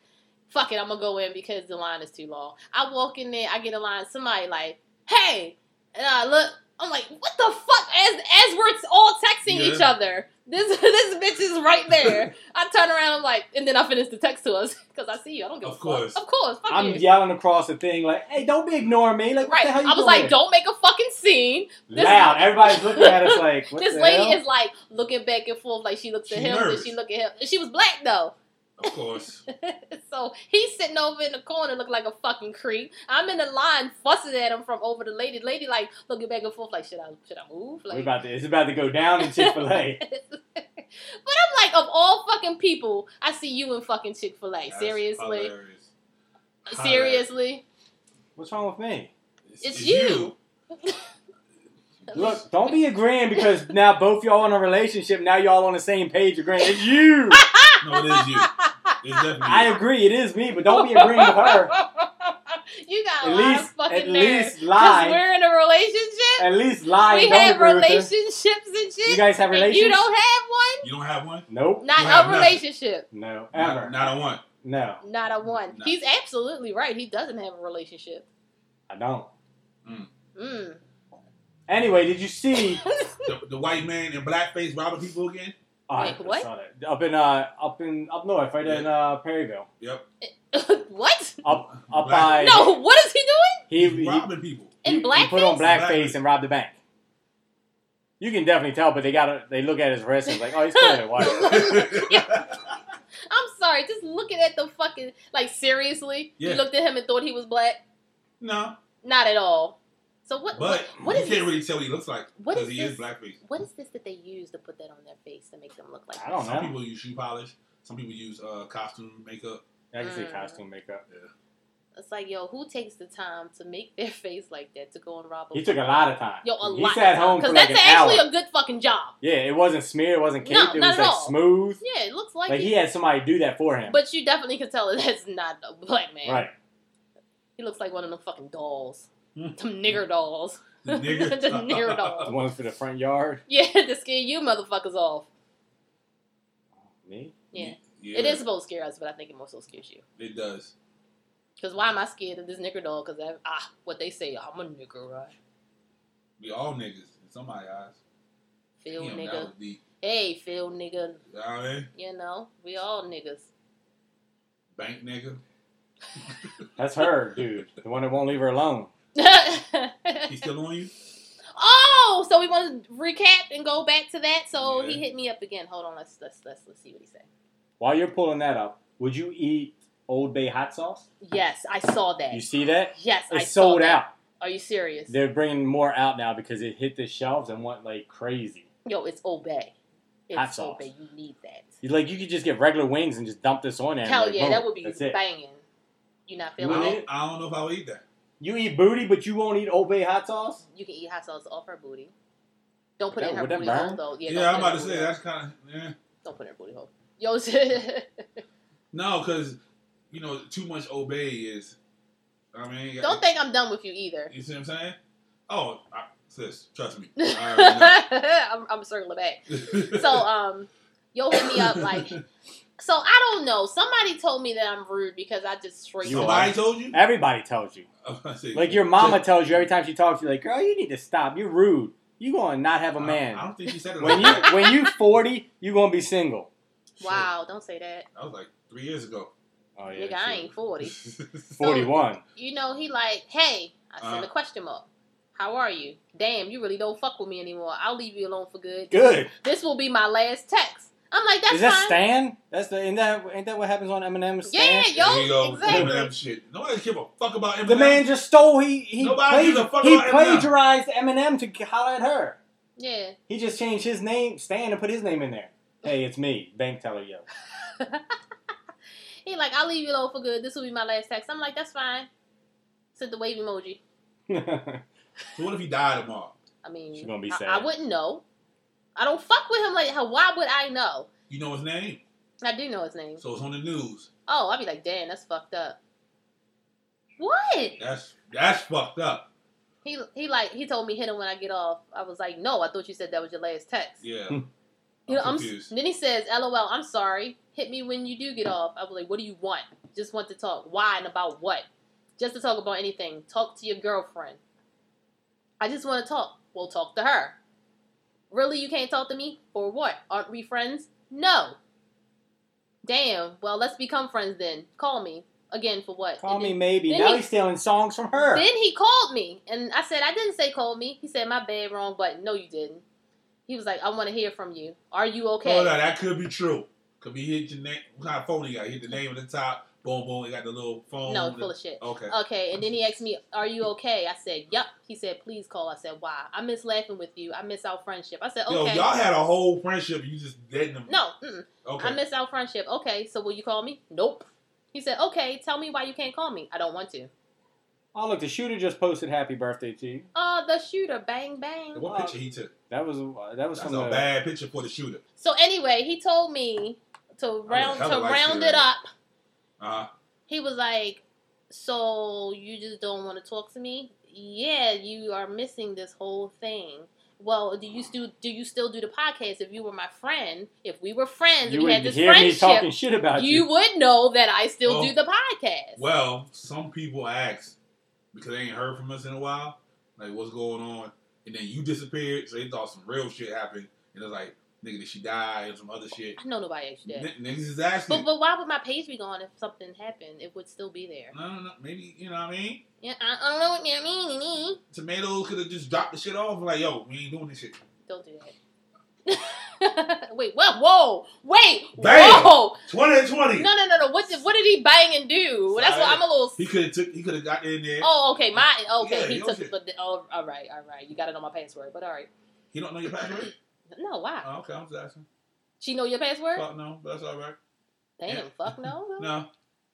Speaker 2: fuck it. I'm gonna go in because the line is too long. I walk in there. I get a line. Somebody like, hey, and I look. I'm like, what the fuck? As as we're all texting each
Speaker 4: Yeah.
Speaker 2: other, this [LAUGHS] this bitch is right there.
Speaker 4: [LAUGHS]
Speaker 2: I turn around. I'm like, and then I finish the text to us because I see you. I don't give a
Speaker 4: Of
Speaker 2: fuck.
Speaker 4: course.
Speaker 2: Of course. Fuck
Speaker 3: I'm
Speaker 2: you.
Speaker 3: yelling across the thing like, "Hey, don't be ignoring me!" Like, what
Speaker 2: Right.
Speaker 3: the
Speaker 2: I
Speaker 3: hell you
Speaker 2: was
Speaker 3: doing
Speaker 2: like,
Speaker 3: here?
Speaker 2: don't make a fucking scene. this-
Speaker 3: loud. Everybody's looking at us like, "What
Speaker 2: this
Speaker 3: the
Speaker 2: lady
Speaker 3: hell?"
Speaker 2: is like looking back and forth, like she looks at
Speaker 4: She
Speaker 2: him,
Speaker 4: nervous.
Speaker 2: and she look at him. And she was black though.
Speaker 4: Of course.
Speaker 2: [LAUGHS] so he's sitting over in the corner looking like a fucking creep. I'm in the line fussing at him from over the lady. Lady like looking back and forth like should I should I move?
Speaker 3: We're
Speaker 2: Like
Speaker 3: about to. It's about to go down in Chick Fil A.
Speaker 2: [LAUGHS] But I'm like of all fucking people, I see you in fucking Chick-fil-A.
Speaker 4: That's
Speaker 2: Seriously?
Speaker 4: hilarious.
Speaker 2: Seriously?
Speaker 3: What's wrong with me?
Speaker 2: It's you. [LAUGHS]
Speaker 3: Look, don't be agreeing because now both y'all in a relationship. Now y'all on the same page agreeing. It's you.
Speaker 2: [LAUGHS]
Speaker 4: No, it is you. It's definitely.
Speaker 3: I agree. It is me, but don't be agreeing
Speaker 2: [LAUGHS]
Speaker 3: with her.
Speaker 2: you got a
Speaker 3: At
Speaker 2: lot
Speaker 3: least,
Speaker 2: of
Speaker 3: at
Speaker 2: fucking nerve.
Speaker 3: least
Speaker 2: Because
Speaker 3: lie.
Speaker 2: we're in a relationship.
Speaker 3: At least lie.
Speaker 2: we
Speaker 3: and don't
Speaker 2: have
Speaker 3: agree with her.
Speaker 2: relationships and shit.
Speaker 3: You guys have
Speaker 2: and
Speaker 3: relations?
Speaker 2: you don't have
Speaker 4: You don't have one.
Speaker 3: Nope.
Speaker 2: one? Not
Speaker 4: You have
Speaker 2: a
Speaker 4: nothing.
Speaker 2: relationship.
Speaker 3: No.
Speaker 4: Not-
Speaker 3: Ever.
Speaker 4: Not, a one.
Speaker 3: No,
Speaker 2: Not a one.
Speaker 4: No.
Speaker 2: He's absolutely right. He doesn't have a relationship.
Speaker 3: I don't.
Speaker 2: Mm. [LAUGHS]
Speaker 3: Anyway, did you see?
Speaker 4: The, the white man in blackface robbing people again?
Speaker 3: Oh, I
Speaker 2: Wait, what?
Speaker 3: saw that. Up in uh, up in up north, right in uh, Perryville.
Speaker 4: Yep.
Speaker 2: what?
Speaker 3: Up up by
Speaker 4: Black-
Speaker 2: No, what is he doing?
Speaker 3: he,
Speaker 4: He's
Speaker 3: he, [LAUGHS]
Speaker 4: robbing people.
Speaker 2: In
Speaker 3: he- he put on
Speaker 2: blackface?
Speaker 3: blackface and robbed the bank. You can definitely tell, but they got they look at his wrist and it's like, oh, he's
Speaker 2: [LAUGHS]
Speaker 3: clearly white.
Speaker 2: I'm sorry, just looking at the fucking like seriously.
Speaker 4: Yeah.
Speaker 2: You looked at him and thought he was black?
Speaker 4: [LAUGHS] no,
Speaker 2: Not at all. So what
Speaker 4: but
Speaker 2: what, what
Speaker 4: you
Speaker 2: is
Speaker 4: can't
Speaker 2: this?
Speaker 4: really tell what he looks like
Speaker 2: What
Speaker 4: because
Speaker 2: is
Speaker 4: he
Speaker 2: this?
Speaker 4: is blackface.
Speaker 2: what is this that they use to put that on their face to make them look like
Speaker 3: I don't
Speaker 4: Some
Speaker 3: know.
Speaker 4: people use shoe polish. Some people use uh,
Speaker 2: [LAUGHS]
Speaker 4: costume makeup.
Speaker 3: I can see
Speaker 2: Mm.
Speaker 3: costume makeup.
Speaker 2: It's like, yo, who takes the time to make their [LAUGHS] face like that to go and rob a
Speaker 3: He took a lot of time.
Speaker 2: yo a
Speaker 3: he
Speaker 2: lot
Speaker 3: sat home for
Speaker 2: because
Speaker 3: like
Speaker 2: that's
Speaker 3: an
Speaker 2: actually
Speaker 3: hour.
Speaker 2: a good fucking job.
Speaker 3: yeah, it wasn't smeared, it wasn't
Speaker 2: No,
Speaker 3: caked, it
Speaker 2: not
Speaker 3: was
Speaker 2: at
Speaker 3: like
Speaker 2: all.
Speaker 3: smooth.
Speaker 2: Yeah, it looks like,
Speaker 3: Like
Speaker 2: it.
Speaker 3: he had somebody do that for him.
Speaker 2: But you definitely can tell that that's not a black man.
Speaker 3: right.
Speaker 2: He looks like one of them fucking dolls.
Speaker 4: Mm.
Speaker 2: Some nigger dolls. [LAUGHS]
Speaker 4: The nigger,
Speaker 2: The nigger
Speaker 4: [LAUGHS]
Speaker 3: The
Speaker 2: doll.
Speaker 3: ones for the front yard.
Speaker 2: Yeah, [LAUGHS] to scare you motherfuckers off.
Speaker 3: Me?
Speaker 2: Yeah.
Speaker 4: Yeah,
Speaker 2: It is supposed to scare us, but I think it more so scares you.
Speaker 4: It does.
Speaker 2: Because why am I scared of this nigger doll? Because ah, what they say, I'm a nigger, right?
Speaker 4: We all niggas in somebody's eyes.
Speaker 2: Phil
Speaker 4: Damn, that
Speaker 2: nigga.
Speaker 4: was deep.
Speaker 2: Hey, Phil nigga.
Speaker 4: You know what I mean?
Speaker 2: You know, we all niggas.
Speaker 4: Bank nigga.
Speaker 3: That's her, dude. The one that won't leave her alone.
Speaker 4: He still on you?
Speaker 2: [LAUGHS] oh, so we want to recap and go back to that. So
Speaker 4: Yeah.
Speaker 2: he hit me up again. Hold on, let's let's let's let's see what he said.
Speaker 3: While you're pulling that up, would you eat Old Bay hot sauce?
Speaker 2: Yes, I saw that.
Speaker 3: You see that?
Speaker 2: yes, I
Speaker 3: It's
Speaker 2: saw
Speaker 3: sold
Speaker 2: that.
Speaker 3: out.
Speaker 2: Are you serious?
Speaker 3: They're bringing more out now because it hit the shelves and went like crazy.
Speaker 2: Yo, it's obey. It's
Speaker 3: Hot sauce.
Speaker 2: obey. You need that.
Speaker 3: You like you could just get regular wings and just dump this on there. and,
Speaker 2: Hell
Speaker 3: like,
Speaker 2: yeah,
Speaker 3: boom,
Speaker 2: that would be
Speaker 3: That's it.
Speaker 2: banging. You not
Speaker 4: I
Speaker 3: You
Speaker 2: feeling
Speaker 3: wouldn't
Speaker 2: it?
Speaker 3: eat
Speaker 4: don't, I don't know if I would eat that.
Speaker 3: You eat booty, but you won't eat Old Bay hot sauce.
Speaker 2: You can eat hot sauce off her booty. Don't put
Speaker 3: That-
Speaker 2: it in her
Speaker 3: would that
Speaker 2: booty
Speaker 3: burn?
Speaker 2: hole though. Yeah,
Speaker 4: Yeah,
Speaker 2: don't
Speaker 4: I'm
Speaker 2: put it
Speaker 4: about
Speaker 2: in
Speaker 4: to
Speaker 2: her
Speaker 4: say
Speaker 2: booty hole.
Speaker 4: that's kind of. Yeah.
Speaker 2: Don't put it in her booty hole. [LAUGHS] Yo, [LAUGHS]
Speaker 4: No, because, you know, too much obey is. I mean,
Speaker 2: don't think I'm done with you either.
Speaker 4: You see what I'm saying? Oh, I, sis,
Speaker 2: [LAUGHS]
Speaker 4: trust me. I
Speaker 2: I'm, I'm circling back.
Speaker 4: already
Speaker 2: [LAUGHS]
Speaker 4: know. [LAUGHS]
Speaker 2: So, um, yo, hit me up like. So I don't know. Somebody told me that I'm rude because I just straight.
Speaker 3: You
Speaker 4: somebody told you?
Speaker 3: Everybody tells you.
Speaker 4: [LAUGHS] I see.
Speaker 3: Like your mama tells you every time she talks, you're like, girl, you need to stop. You're rude. You gonna not have a
Speaker 4: I-
Speaker 3: man.
Speaker 4: I, don't think you said it
Speaker 3: when
Speaker 4: like
Speaker 3: you
Speaker 4: that.
Speaker 3: when you forty, you gonna be single.
Speaker 4: Shit,
Speaker 2: Wow, don't say that,
Speaker 4: That was like three years
Speaker 2: [LAUGHS]
Speaker 4: ago.
Speaker 3: Oh
Speaker 2: nigga. I ain't
Speaker 4: [LAUGHS]
Speaker 2: forty.
Speaker 3: forty one.
Speaker 2: you know, he like, hey, I send
Speaker 4: Uh-huh.
Speaker 2: a question mark. How are you? Damn, you really don't fuck with me anymore. I'll leave you alone for good.
Speaker 3: Good.
Speaker 2: This will be my last text. I'm like, that's
Speaker 3: Is that
Speaker 2: fine.
Speaker 3: Stan? That's the ain't that ain't that what happens on Eminem?
Speaker 2: yeah,
Speaker 3: Stan?
Speaker 4: There you
Speaker 2: yo,
Speaker 4: go.
Speaker 2: exactly.
Speaker 4: Eminem shit. Nobody give a fuck about Eminem.
Speaker 3: The man just stole. He he
Speaker 4: Nobody gives a
Speaker 3: plagiarized,
Speaker 4: fuck
Speaker 3: he
Speaker 4: about Eminem.
Speaker 3: plagiarized Eminem to holler at her.
Speaker 2: Yeah,
Speaker 3: He just changed his name, Stan, and put his name in there. Hey, it's me, bank teller yo. [LAUGHS]
Speaker 2: he like, I'll leave you alone for good. This will be my last text. I'm like, that's fine. Sent the wave emoji.
Speaker 4: So what if he died tomorrow?
Speaker 2: I mean,
Speaker 3: She gonna be
Speaker 2: I-
Speaker 3: sad.
Speaker 2: I, wouldn't know. I don't fuck with him like how. Why would I know?
Speaker 4: You know his name,
Speaker 2: I do know his name.
Speaker 4: so it's on the news.
Speaker 2: Oh, I'd be like, damn, that's fucked up. What?
Speaker 4: That's that's fucked up.
Speaker 2: He he like he told me hit him when I get off. I was like, no, I thought you said that was your last text.
Speaker 4: Yeah.
Speaker 3: Hmm.
Speaker 2: You know, I'm,
Speaker 4: confused.
Speaker 2: then he says, LOL, I'm sorry. Hit me when you do get off. I was like, what do you want? Just want to talk. Why and about what? Just to talk about anything. Talk to your girlfriend. I just want to talk. Well, talk to her. Really, you can't talk to me? For what? Aren't we friends? No. Damn. Well, let's become friends then. Call me. Again, for what?
Speaker 3: Call
Speaker 2: And
Speaker 3: me
Speaker 2: then-
Speaker 3: maybe.
Speaker 2: then
Speaker 3: now
Speaker 2: he-
Speaker 3: he's stealing songs from her.
Speaker 2: then he called me, and I said I didn't say call me. He said my bad, wrong button. No, you didn't. He was like, I want to hear from you. Are you okay?
Speaker 4: Oh, no, that could be true. Could be hit your name. What kind of phone he got? He Hit the name at the top. Boom, boom. He got the little phone.
Speaker 2: no, full of shit.
Speaker 4: Okay.
Speaker 2: Okay, and then he asked me, "Are you okay?" I said, "Yup." He said, "Please call." I said, "Why?" I miss laughing with you. I miss our friendship. I said,
Speaker 4: Yo,
Speaker 2: Oh, "Okay."
Speaker 4: y'all had a whole friendship. You just dating him.
Speaker 2: no, mm-mm.
Speaker 4: Okay.
Speaker 2: I miss our friendship. Okay, so will you call me? Nope. He said, "Okay, tell me why you can't call me. I don't want to."
Speaker 3: Oh look, the shooter just posted happy birthday to you.
Speaker 2: Oh, the shooter, bang bang.
Speaker 4: what picture he took?
Speaker 3: That was uh, that was
Speaker 4: That's
Speaker 3: from
Speaker 4: a
Speaker 3: the
Speaker 4: bad picture for the shooter.
Speaker 2: So anyway, he told me to round
Speaker 4: hella
Speaker 2: to
Speaker 4: like
Speaker 2: round
Speaker 4: shooter.
Speaker 2: it up.
Speaker 4: Uh,
Speaker 2: he was like, "So you just don't want to talk to me? Yeah, you are missing this whole thing. well, do you still do you still do the podcast? If you were my friend, if we were friends,
Speaker 3: You
Speaker 2: and we
Speaker 3: would
Speaker 2: had this
Speaker 3: hear me talking
Speaker 2: friendship,
Speaker 3: shit about
Speaker 2: you,
Speaker 3: you.
Speaker 2: would know that I still
Speaker 4: Oh.
Speaker 2: do the podcast.
Speaker 4: Well, some people ask because they ain't heard from us in a while, like what's going on, and then you disappeared, so they thought some real shit happened, and it's like, nigga, did she die or some other shit?
Speaker 2: I know nobody asked you that.
Speaker 4: N- niggas is asking.
Speaker 2: But but why would my page be gone if something happened? It would still be there.
Speaker 4: no, no, no. Maybe you know what I mean.
Speaker 2: Yeah, I, I don't know what you mean. mean.
Speaker 4: Tomatoes could have just dropped the shit off. Like, yo, we ain't doing this shit.
Speaker 2: Don't do that. [LAUGHS] Wait, what? Whoa! Wait!
Speaker 4: Bam.
Speaker 2: Whoa!
Speaker 4: Twenty and twenty.
Speaker 2: No, no, no, no. What did, what did he bang and do? Well, that's what I'm a little.
Speaker 4: He could have took. He could have got in there.
Speaker 2: Oh, okay. My okay.
Speaker 4: Yeah,
Speaker 2: he
Speaker 4: your
Speaker 2: took
Speaker 4: shit.
Speaker 2: it, but the- oh, all right, all right. You got it on my password, but all right.
Speaker 4: He don't know your password.
Speaker 2: No, why?
Speaker 3: Uh,
Speaker 4: Oh, okay, I'm just
Speaker 2: [LAUGHS]
Speaker 4: asking.
Speaker 2: She know your password?
Speaker 4: Fuck no, but that's all right.
Speaker 2: Damn,
Speaker 4: yeah.
Speaker 2: fuck
Speaker 3: [LAUGHS]
Speaker 2: no, no,
Speaker 4: No,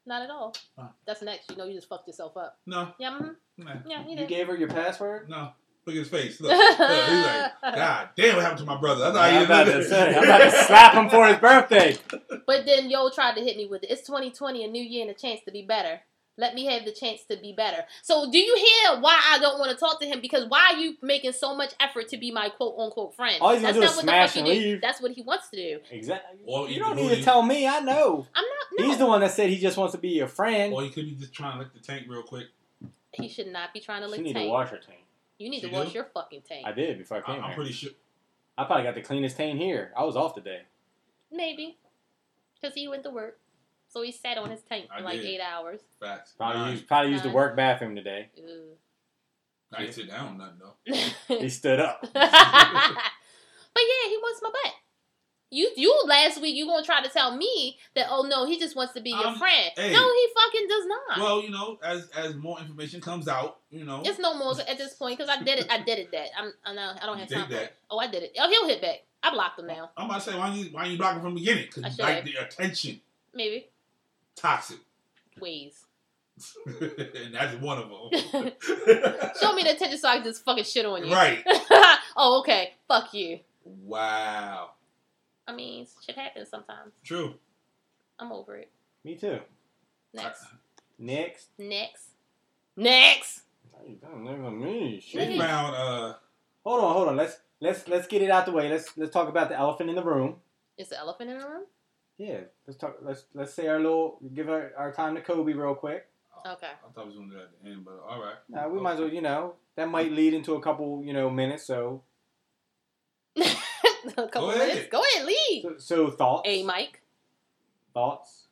Speaker 2: not at all.
Speaker 3: Uh.
Speaker 4: Ah.
Speaker 2: That's next. You know, you just fucked yourself up.
Speaker 4: no,
Speaker 2: Yeah, mhm.
Speaker 4: no,
Speaker 2: yeah, he
Speaker 3: You
Speaker 2: did.
Speaker 3: gave her your password.
Speaker 4: no. Look at his face.
Speaker 2: [LAUGHS]
Speaker 4: Look, look he's like, God damn, what happened to my brother? That's how
Speaker 3: I'm
Speaker 4: he
Speaker 3: about to say, I'm about [LAUGHS] to slap him
Speaker 4: [LAUGHS]
Speaker 3: for his birthday.
Speaker 2: But then yo tried to hit me with it. It's 2020, a new year, and a chance to be better. Let me have the chance to be better. So do you hear why I don't want to talk to him? Because why are you making so much effort to be my quote unquote friend?
Speaker 3: All he's
Speaker 2: That's
Speaker 3: gonna do
Speaker 2: not
Speaker 3: is
Speaker 2: what
Speaker 3: smash
Speaker 2: the fuck
Speaker 3: and
Speaker 2: you do.
Speaker 3: leave.
Speaker 2: That's what he wants to do.
Speaker 3: Exactly.
Speaker 4: Or
Speaker 3: You
Speaker 4: either
Speaker 3: don't need
Speaker 4: who
Speaker 3: to
Speaker 4: he-
Speaker 3: tell me. I know.
Speaker 2: I'm not. No,
Speaker 3: He's the one that said he just wants to be your friend.
Speaker 4: Or he could be just trying to lick the tank real quick.
Speaker 2: he should not be trying to
Speaker 3: she
Speaker 2: lick
Speaker 3: need to
Speaker 2: tank.
Speaker 3: wash her tank.
Speaker 2: You need
Speaker 4: She
Speaker 2: to wash
Speaker 4: do?
Speaker 2: your fucking tank.
Speaker 3: I did before I
Speaker 4: I,
Speaker 3: came
Speaker 4: I'm
Speaker 3: here.
Speaker 4: pretty sure.
Speaker 3: I probably got the cleanest tan here. I was off today.
Speaker 2: Maybe. Because he went to work. So he sat on his tank
Speaker 4: I
Speaker 2: for like
Speaker 4: did.
Speaker 2: eight
Speaker 3: [LAUGHS]
Speaker 2: hours.
Speaker 4: Facts.
Speaker 3: Probably
Speaker 4: Nah,
Speaker 3: used, probably used the
Speaker 2: Nice.
Speaker 3: work bathroom today.
Speaker 2: Ew.
Speaker 4: I ain't sit down nothing though.
Speaker 3: He stood up.
Speaker 2: but yeah, he wants my butt. You you last week you gonna try to tell me that oh no he just wants to be your
Speaker 4: Um,
Speaker 2: friend.
Speaker 4: hey.
Speaker 2: no, he fucking does not.
Speaker 4: Well, you know, as as more information comes out, you know,
Speaker 2: it's no more at this point because I did it. I did it that I'm I know I don't
Speaker 4: You
Speaker 2: have
Speaker 4: did
Speaker 2: time. for
Speaker 4: that.
Speaker 2: it. Oh, I did it. Oh, he'll hit back. I blocked him now.
Speaker 4: I'm about to say why you why you blocking from the beginning?
Speaker 2: I
Speaker 4: Because
Speaker 2: should
Speaker 4: like
Speaker 2: have.
Speaker 4: the attention
Speaker 2: Maybe
Speaker 4: toxic,
Speaker 2: ways. [LAUGHS]
Speaker 4: [LAUGHS] and that's one of them. [LAUGHS]
Speaker 2: Show [LAUGHS] me the attention so I can just fucking shit on you.
Speaker 4: right.
Speaker 2: [LAUGHS] oh okay. Fuck you.
Speaker 4: Wow.
Speaker 2: I mean shit happens sometimes.
Speaker 4: True.
Speaker 2: I'm over it.
Speaker 3: [LAUGHS] Me too.
Speaker 2: Next.
Speaker 4: Uh-uh.
Speaker 3: Next.
Speaker 2: Next. Next.
Speaker 3: Hey, don't look at me.
Speaker 4: They
Speaker 3: Shit.
Speaker 2: Yeah.
Speaker 4: found uh
Speaker 3: Hold on, hold on. Let's let's let's get it out the way. Let's let's talk about the elephant in the room.
Speaker 2: Is the elephant in the room?
Speaker 3: Yeah. Let's talk. Let's let's say our little give our, our time to Kobe real quick.
Speaker 2: Okay. [LAUGHS]
Speaker 4: I thought we was gonna do that at the end, but all right.
Speaker 3: Uh, we might as well, you know, that might lead into a couple, you know, minutes. So
Speaker 2: a couple
Speaker 4: Go ahead.
Speaker 2: minutes. Go ahead, leave.
Speaker 3: so, so thoughts.
Speaker 2: Hey, Mike.
Speaker 3: Thoughts.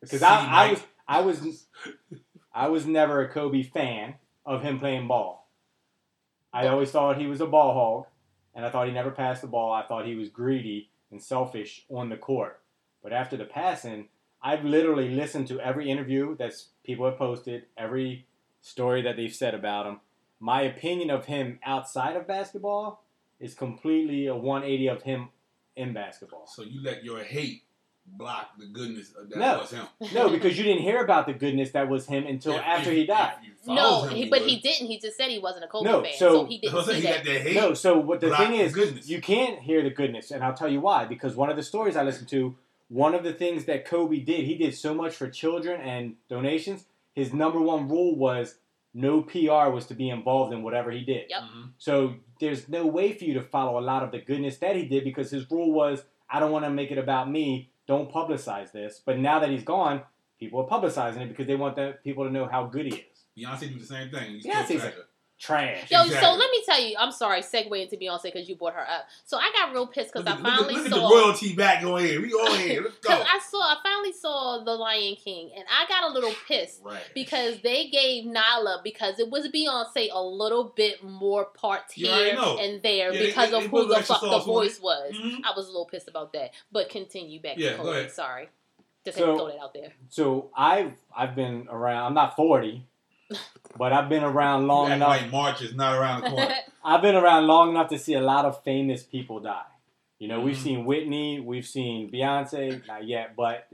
Speaker 3: Because
Speaker 4: See,
Speaker 3: I, I
Speaker 4: Mike.
Speaker 3: was I was I was never a Kobe fan of him playing ball. I always thought he was a ball hog, and I thought he never passed the ball. I thought he was greedy and selfish on the court. But after the passing, I've literally listened to every interview that's people have posted, every story that they've said about him. My opinion of him outside of basketball is completely a 180 of him in basketball.
Speaker 4: So you let your hate block the goodness of that
Speaker 3: No.
Speaker 4: was him.
Speaker 3: No,
Speaker 2: [LAUGHS]
Speaker 3: because you didn't hear about the goodness that was him until
Speaker 4: If-
Speaker 3: after
Speaker 4: if-
Speaker 3: he died.
Speaker 4: if
Speaker 2: [LAUGHS]
Speaker 4: you
Speaker 2: No,
Speaker 4: follow him,
Speaker 2: he,
Speaker 4: you
Speaker 2: but
Speaker 4: would.
Speaker 2: he didn't. He just said he wasn't a Kobe
Speaker 3: No,
Speaker 2: fan, so,
Speaker 3: so-
Speaker 2: he
Speaker 4: I
Speaker 2: didn't
Speaker 4: was saying
Speaker 2: see
Speaker 4: [LAUGHS] he let
Speaker 2: that.
Speaker 4: that hate
Speaker 3: No, so what the
Speaker 4: block
Speaker 3: thing
Speaker 4: the
Speaker 3: is,
Speaker 4: goodness.
Speaker 3: you can't hear the goodness, and I'll tell you why. Because one of the stories I listened to, one of the things that Kobe did, he did so much for children and donations. His number one rule was no PR was to be involved in whatever he did.
Speaker 2: Yep.
Speaker 4: Mhm.
Speaker 3: So there's no way for you to follow a lot of the goodness that he did because his rule was, I don't want to make it about me. Don't publicize this. But now that he's gone, people are publicizing it because they want the people to know how good he is.
Speaker 4: Beyonce do the same thing. He's
Speaker 3: Beyonce's
Speaker 4: still
Speaker 3: a-
Speaker 4: trash.
Speaker 3: Trash.
Speaker 2: Yo, so
Speaker 4: Exactly.
Speaker 2: let me tell you. I'm sorry, segue into Beyonce because you brought her up. So I got real pissed because
Speaker 4: Look
Speaker 2: I
Speaker 4: at- look at-
Speaker 2: finally
Speaker 4: look at
Speaker 2: saw.
Speaker 4: the royalty back on here. We on here. Let's
Speaker 2: Because
Speaker 4: go.
Speaker 2: I saw, I finally saw The Lion King, and I got a little pissed
Speaker 4: Right.
Speaker 2: because they gave Nyla because it was Beyonce a little bit more parts
Speaker 4: You already
Speaker 2: here
Speaker 4: know.
Speaker 2: and there
Speaker 4: Yeah, they-
Speaker 2: because
Speaker 4: they- they
Speaker 2: of
Speaker 4: put
Speaker 2: who the
Speaker 4: extra
Speaker 2: fuck the
Speaker 4: sauce on
Speaker 2: voice was.
Speaker 4: Mhm.
Speaker 2: I was a little pissed about that, but continue back
Speaker 4: Yeah,
Speaker 2: to
Speaker 4: go
Speaker 2: Kobe.
Speaker 4: ahead.
Speaker 2: Sorry, just
Speaker 3: So-
Speaker 2: had to throw that out there.
Speaker 3: So I've I've been around. I'm not 40, but I've been around long
Speaker 4: Act
Speaker 3: enough.
Speaker 4: like March is not around the
Speaker 2: [LAUGHS]
Speaker 4: corner.
Speaker 3: I've been around long enough to see a lot of famous people die. You know, we've
Speaker 4: Mhm.
Speaker 3: seen Whitney, we've seen Beyonce, not yet, but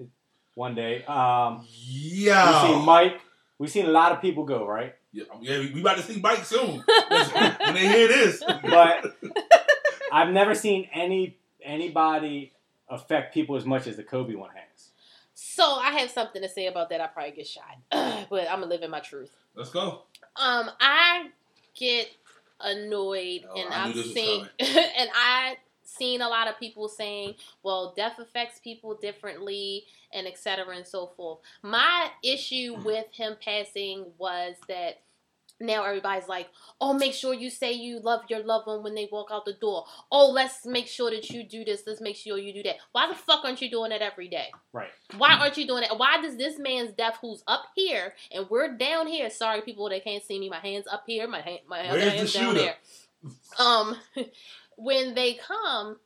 Speaker 3: one day. Um,
Speaker 4: yeah.
Speaker 3: We've seen Mike. We've seen a lot of people go, right?
Speaker 4: Yeah, yeah, we, we about to see
Speaker 2: [LAUGHS]
Speaker 4: Mike soon. Listen, when they hear this,
Speaker 3: But I've never seen any anybody affect people as much as the Kobe one has.
Speaker 2: so I have something to say about that. I probably [CLEARS THROAT] get shot, but I'm gonna live in my truth.
Speaker 4: let's go.
Speaker 2: Um, I Um, get annoyed,
Speaker 4: Oh,
Speaker 2: and
Speaker 4: I knew
Speaker 2: I've
Speaker 4: this was
Speaker 2: seen, [LAUGHS] and I seen a lot of people saying, "Well, death affects people differently," and et cetera and so forth. My issue
Speaker 4: Mm-hmm.
Speaker 2: with him passing was that now everybody's like, "Oh, make sure you say you love your loved one when they walk out the door. Oh, let's make sure that you do this. Let's make sure you do that. Why the fuck aren't you doing that every day?"
Speaker 3: Right.
Speaker 2: Why
Speaker 4: Mm-hmm.
Speaker 2: aren't you doing that? Why does this man's death, who's up here and we're down here? Sorry, people that can't see me. My hands up here. My hand, my other
Speaker 4: Where's the
Speaker 2: hands down
Speaker 4: shooter?
Speaker 2: there. Um, [LAUGHS] when they come,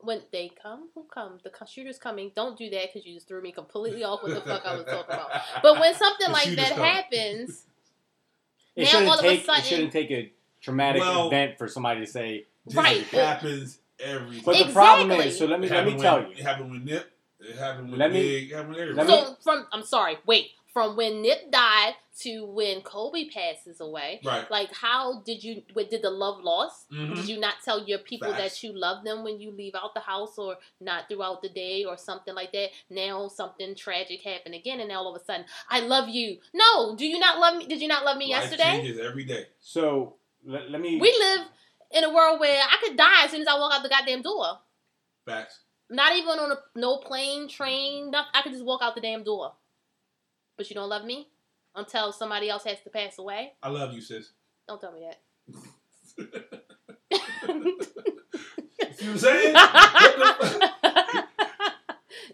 Speaker 2: when they come, who come? The co- shooter's coming. Don't do that because you just threw me completely off what the fuck I was talking
Speaker 4: [LAUGHS]
Speaker 2: about. But when something
Speaker 4: The
Speaker 2: like
Speaker 4: shooter's
Speaker 2: that
Speaker 4: coming.
Speaker 2: happens,
Speaker 3: It
Speaker 2: Now
Speaker 3: shouldn't
Speaker 2: all of a
Speaker 3: take
Speaker 2: sudden-
Speaker 3: it shouldn't take a traumatic
Speaker 4: Well-
Speaker 3: event for somebody to say.
Speaker 4: This
Speaker 2: Right.
Speaker 4: happens every
Speaker 3: But
Speaker 2: Exactly.
Speaker 3: the problem is, so let me
Speaker 4: It
Speaker 3: let me
Speaker 4: happened
Speaker 3: tell
Speaker 4: when-
Speaker 3: you.
Speaker 4: It happened with Nip. It happened with
Speaker 3: Let me-
Speaker 4: Big. It happened with everybody.
Speaker 3: Let
Speaker 2: so from I'm sorry, wait, from when Nip died to when Kobe passes away,
Speaker 4: right.
Speaker 2: like how did you? What did the love loss?
Speaker 4: hmm
Speaker 2: Did you not tell your people
Speaker 4: Facts.
Speaker 2: that you love them when you leave out the house or not throughout the day or something like that? Now something tragic happened again, and now all of a sudden, I love you. No, do you not love me? Did you not love me
Speaker 4: Life
Speaker 2: yesterday?
Speaker 4: changes every day.
Speaker 3: So let, let me.
Speaker 2: We live in a world where I could die as soon as I walk out the goddamn door.
Speaker 4: Facts.
Speaker 2: Not even on a no plane, train, nothing. I could just walk out the damn door. But you don't love me until somebody else has to pass away.
Speaker 4: I love you, sis.
Speaker 2: Don't tell me that.
Speaker 4: See what
Speaker 2: [LAUGHS]
Speaker 4: I'm saying? What the fuck?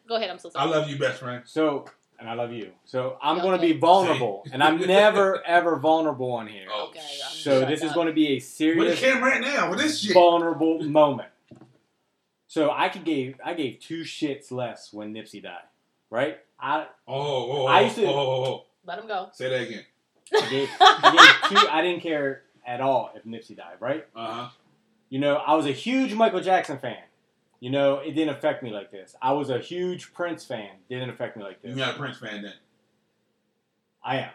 Speaker 2: Go ahead. I'm so
Speaker 4: I
Speaker 2: sorry.
Speaker 4: love you, best friend.
Speaker 3: So and I love you. So I'm
Speaker 2: Yeah,
Speaker 3: going to
Speaker 2: okay.
Speaker 3: be vulnerable, and I'm never ever vulnerable on here.
Speaker 4: Oh,
Speaker 2: Okay, I'm
Speaker 3: so
Speaker 2: shut
Speaker 3: this is
Speaker 2: up.
Speaker 3: going to be a
Speaker 4: Where the
Speaker 3: serious
Speaker 4: camera right now with this shit?
Speaker 3: vulnerable moment. So I could gave I gave two shits less when Nipsey died, right? I
Speaker 4: Oh, oh, oh,
Speaker 3: I used to-
Speaker 4: oh, oh, oh,
Speaker 2: Let him go.
Speaker 4: oh. Say that again.
Speaker 3: gave, I gave two. I didn't care at all if Nipsey died, right?
Speaker 4: Uh huh.
Speaker 3: You know, I was a huge Michael Jackson fan. You know, it didn't affect me like this. I was a huge Prince fan. Didn't affect me like
Speaker 4: You're
Speaker 3: this.
Speaker 4: not a Prince fan then.
Speaker 3: I am.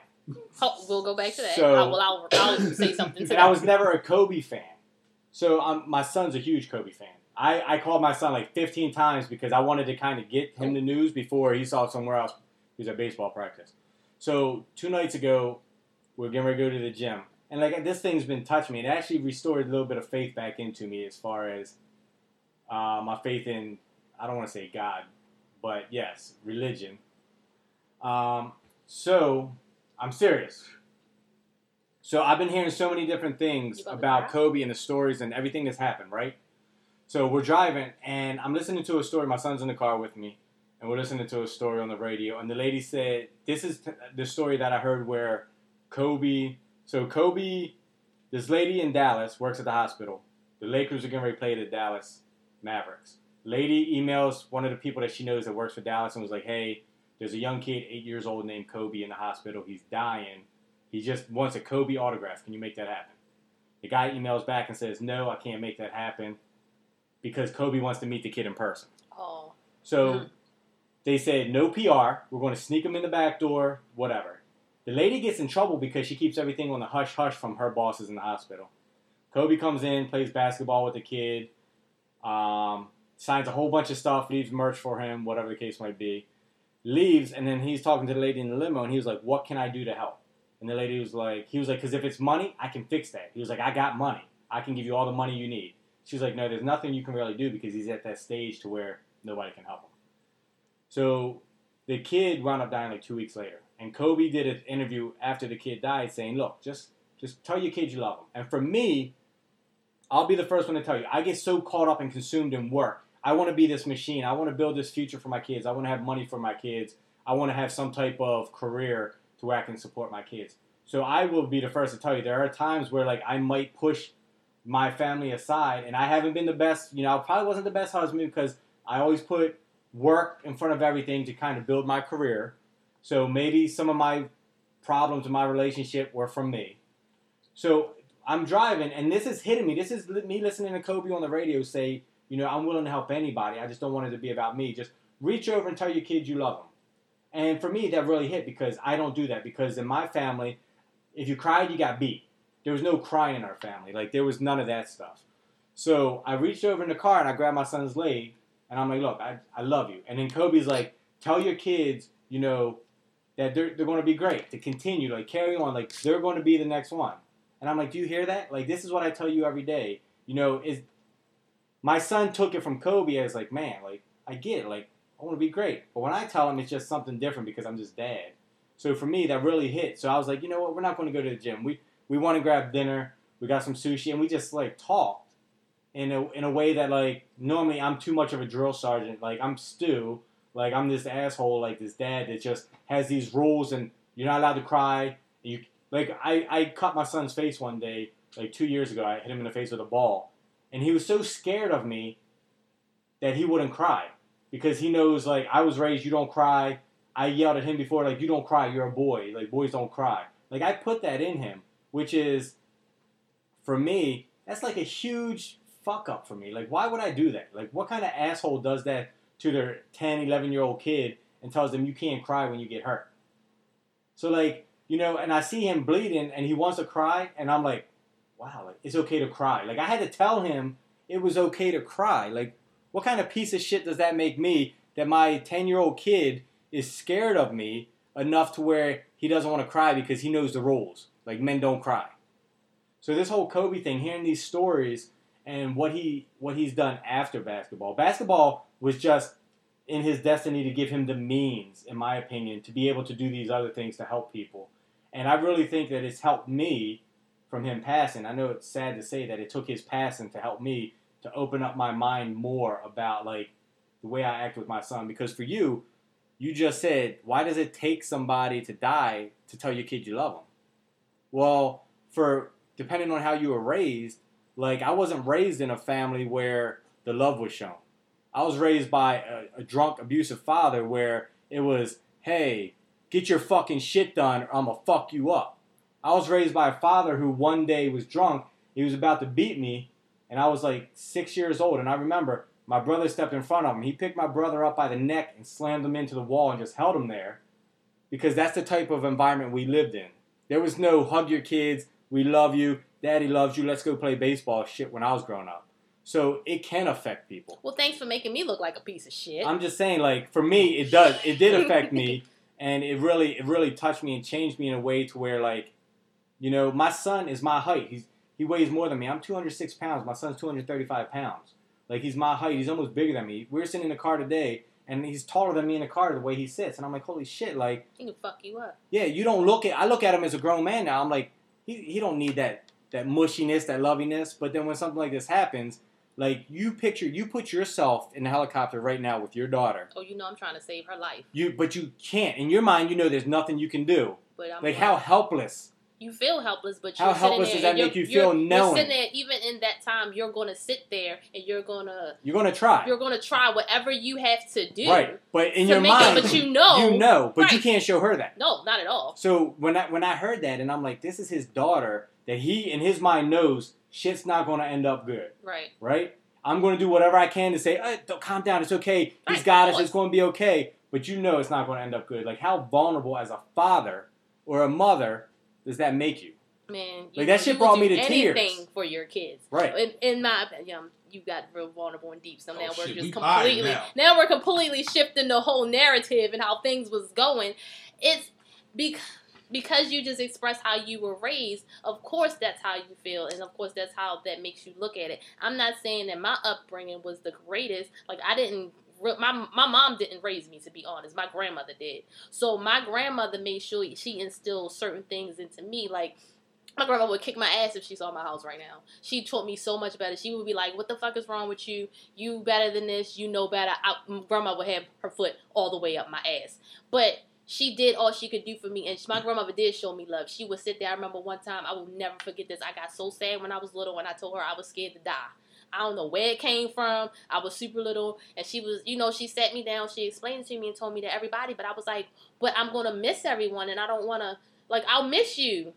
Speaker 2: Oh, we'll go back to that.
Speaker 3: So-
Speaker 2: I will. I'll, I'll say
Speaker 3: [LAUGHS]
Speaker 2: something to
Speaker 3: And I
Speaker 2: that.
Speaker 3: was never a Kobe fan. So um, my son's a huge Kobe fan. I, I called my son like 15 times because I wanted to kind of get him the news before he saw it somewhere else. He was at baseball practice. So two nights ago, we are getting ready to go to the gym. And like this thing's been touching me. It actually restored a little bit of faith back into me as far as uh, my faith in, I don't want to say God, but yes, religion. Um, so I'm serious. So I've been hearing so many different things
Speaker 2: You about to
Speaker 3: about
Speaker 2: cry?
Speaker 3: Kobe and the stories and everything that's happened, right? So we're driving and I'm listening to a story. My son's in the car with me and we're listening to a story on the radio. And the lady said, This is t- the story that I heard where Kobe. So Kobe, this lady in Dallas works at the hospital. The Lakers are getting ready to play the Dallas Mavericks. Lady emails one of the people that she knows that works for Dallas and was like, "Hey, there's a young kid, eight years old, named Kobe in the hospital. He's dying. He just wants a Kobe autograph. Can you make that happen?" The guy emails back and says, "No, I can't make that happen because Kobe wants to meet the kid in person."
Speaker 2: oh,
Speaker 3: So
Speaker 2: Mm.
Speaker 3: they said no PR. We're going to sneak him in the back door, whatever. The lady gets in trouble because she keeps everything on the hush hush from her bosses in the hospital. Kobe comes in, plays basketball with the kid, um, signs a whole bunch of stuff, leaves merch for him, whatever the case might be. Leaves, and then he's talking to the lady in the limo, and he was like, "What can I do to help?" And the lady was like, "He was like, because if it's money, I can fix that." He was like, "I got money. I can give you all the money you need." She was like, "No, there's nothing you can really do because he's at that stage to where nobody can help him." So the kid wound up dying like two weeks later. And Kobe did an interview after the kid died saying, Look, just just tell your kids you love them. And for me, I'll be the first one to tell you, I get so caught up and consumed in work. I want to be this machine. I want to build this future for my kids. I want to have money for my kids. I want to have some type of career to where I can support my kids. So I will be the first to tell you there are times where like I might push my family aside and I haven't been the best, you know, I probably wasn't the best husband because I always put work in front of everything to kind of build my career. So maybe some of my problems in my relationship were from me. So I'm driving, and this is hitting me. This is li- me listening to Kobe on the radio say, you know, I'm willing to help anybody. I just don't want it to be about me. Just reach over and tell your kids you love them. And for me, that really hit because I don't do that because in my family, if you cried, you got beat. There was no crying in our family. Like there was none of that stuff. So I reached over in the car and I grabbed my son's leg and I'm like, look, I, I love you. And then Kobe's like, tell your kids, you know, that they're, they're going to be great, to continue, like carry on, like they're going to be the next one. And I'm like, do you hear that? Like, this is what I tell you every day. You know, is my son took it from Kobe as like, man, like I get it. Like I want to be great, but when I tell him, it's just something different because I'm just dad. So for me, that really hit. So I was like, you know what? We're not going to go to the gym. We we want to grab dinner. We got some sushi, and we just like talked in a in a way that like normally I'm too much of a drill sergeant. Like I'm Stu. Like I'm this asshole. Like this dad that just has these rules, and you're not allowed to cry. You like I I cut my son's face one day like two years ago. I hit him in the face with a ball, and he was so scared of me that he wouldn't cry because he knows like I was raised. You don't cry. I yelled at him before like you don't cry. You're a boy. Like boys don't cry. Like I put that in him, which is for me that's like a huge fuck up for me. Like, why would I do that? Like, what kind of asshole does that to their 10, 11 year old kid and tells them you can't cry when you get hurt? So, like, you know, and I see him bleeding and he wants to cry, and I'm like, wow, like, it's okay to cry. Like, I had to tell him it was okay to cry. Like, what kind of piece of shit does that make me that my 10 year old kid is scared of me enough to where he doesn't want to cry because he knows the rules? Like, men don't cry. So, this whole Kobe thing, hearing these stories, and what he what he's done after basketball. Basketball was just in his destiny to give him the means, in my opinion, to be able to do these other things to help people. And I really think that it's helped me from him passing. I know it's sad to say that it took his passing to help me to open up my mind more about like the way I act with my son. Because for you, you just said, why does it take somebody to die to tell your kid you love them? Well, for depending on how you were raised, like I wasn't raised in a family where the love was shown. I was raised by a, a drunk, abusive father where it was, hey, get your fucking shit done or I'm gonna fuck you up. I was raised by a father who one day was drunk, he was about to beat me, and I was like six years old. And I remember my brother stepped in front of him. He picked my brother up by the neck and slammed him into the wall and just held him there because that's the type of environment we lived in. There was no hug your kids, we love you, daddy loves you, let's go play baseball shit when I was growing up. So it can affect people.
Speaker 2: Well, thanks for making me look like a piece of shit.
Speaker 3: I'm just saying, like for me, it does. It did affect me, and it really, it really touched me and changed me in a way to where, like, you know, my son is my height. He's he weighs more than me. I'm 206 pounds. My son's 235 pounds. Like he's my height. He's almost bigger than me. We are sitting in the car today, and he's taller than me in the car the way he sits. And I'm like, holy shit! Like,
Speaker 2: he can fuck you up.
Speaker 3: yeah, you don't look at. I look at him as a grown man now. I'm like, he he don't need that that mushiness, that loviness. But then when something like this happens, like you picture, you put yourself in the helicopter right now with your daughter.
Speaker 2: Oh, you know I'm trying to save her life,
Speaker 3: You, but you can't. In your mind, you know there's nothing you can do.
Speaker 2: but I'm
Speaker 3: Like how helpless.
Speaker 2: you feel helpless, but
Speaker 3: How
Speaker 2: you're
Speaker 3: helpless
Speaker 2: sitting
Speaker 3: does that
Speaker 2: there and you're-
Speaker 3: make you feel
Speaker 2: you're-
Speaker 3: knowing?
Speaker 2: You're sitting there, even in that time, you're gonna sit there and you're gonna
Speaker 3: You're gonna try,
Speaker 2: you're gonna try whatever you have to do
Speaker 3: right? But in
Speaker 2: to
Speaker 3: your
Speaker 2: make
Speaker 3: mind,
Speaker 2: it. But you know,
Speaker 3: you know, but you
Speaker 2: Right.
Speaker 3: can't show her that.
Speaker 2: no, not at all.
Speaker 3: So when I when I heard that, and I'm like, this is his daughter that he in his mind knows shit's not gonna end up good,
Speaker 2: Right?
Speaker 3: right? I'm gonna do whatever I can to say, uh, don't- calm down, it's okay. He's
Speaker 2: Right,
Speaker 3: got
Speaker 2: of
Speaker 3: us. It's
Speaker 2: course.
Speaker 3: gonna be okay. But you know it's not gonna end up good. Like how vulnerable as a father or a mother does that make you,
Speaker 2: Man, you,
Speaker 3: Like,
Speaker 2: you
Speaker 3: that shit
Speaker 2: would
Speaker 3: brought
Speaker 2: do
Speaker 3: me to tears.
Speaker 2: anything for your kids.
Speaker 3: right?
Speaker 2: In, in my opinion, you got real vulnerable and deep. So
Speaker 4: Oh,
Speaker 2: now we're
Speaker 4: shit,
Speaker 2: just
Speaker 4: we fired
Speaker 2: completely
Speaker 4: now.
Speaker 2: now. we're completely shifting the whole narrative and how things was going. It's because because you just expressed how you were raised. Of course, that's how you feel, and of course, that's how that makes you look at it. I'm not saying that my upbringing was the greatest. Like I didn't. re- My my mom didn't raise me to be honest. My grandmother did. So my grandmother made sure she instilled certain things into me, like my grandma would kick my ass if she saw my house right now. She taught me so much better. She would be like, "What the fuck is wrong with you? You better than this. You know better." I, m- grandma would have her foot all the way up my ass, but she did all she could do for me, and she- my grandmother did show me love. She would sit there. I remember one time I will never forget this. I got so sad when I was little, and I told her I was scared to die. I don't know where it came from. I was super little, and she was, you know, she sat me down. She explained to me and told me to everybody, but I was like, "But I'm gonna miss everyone, and I don't wanna like I'll miss you."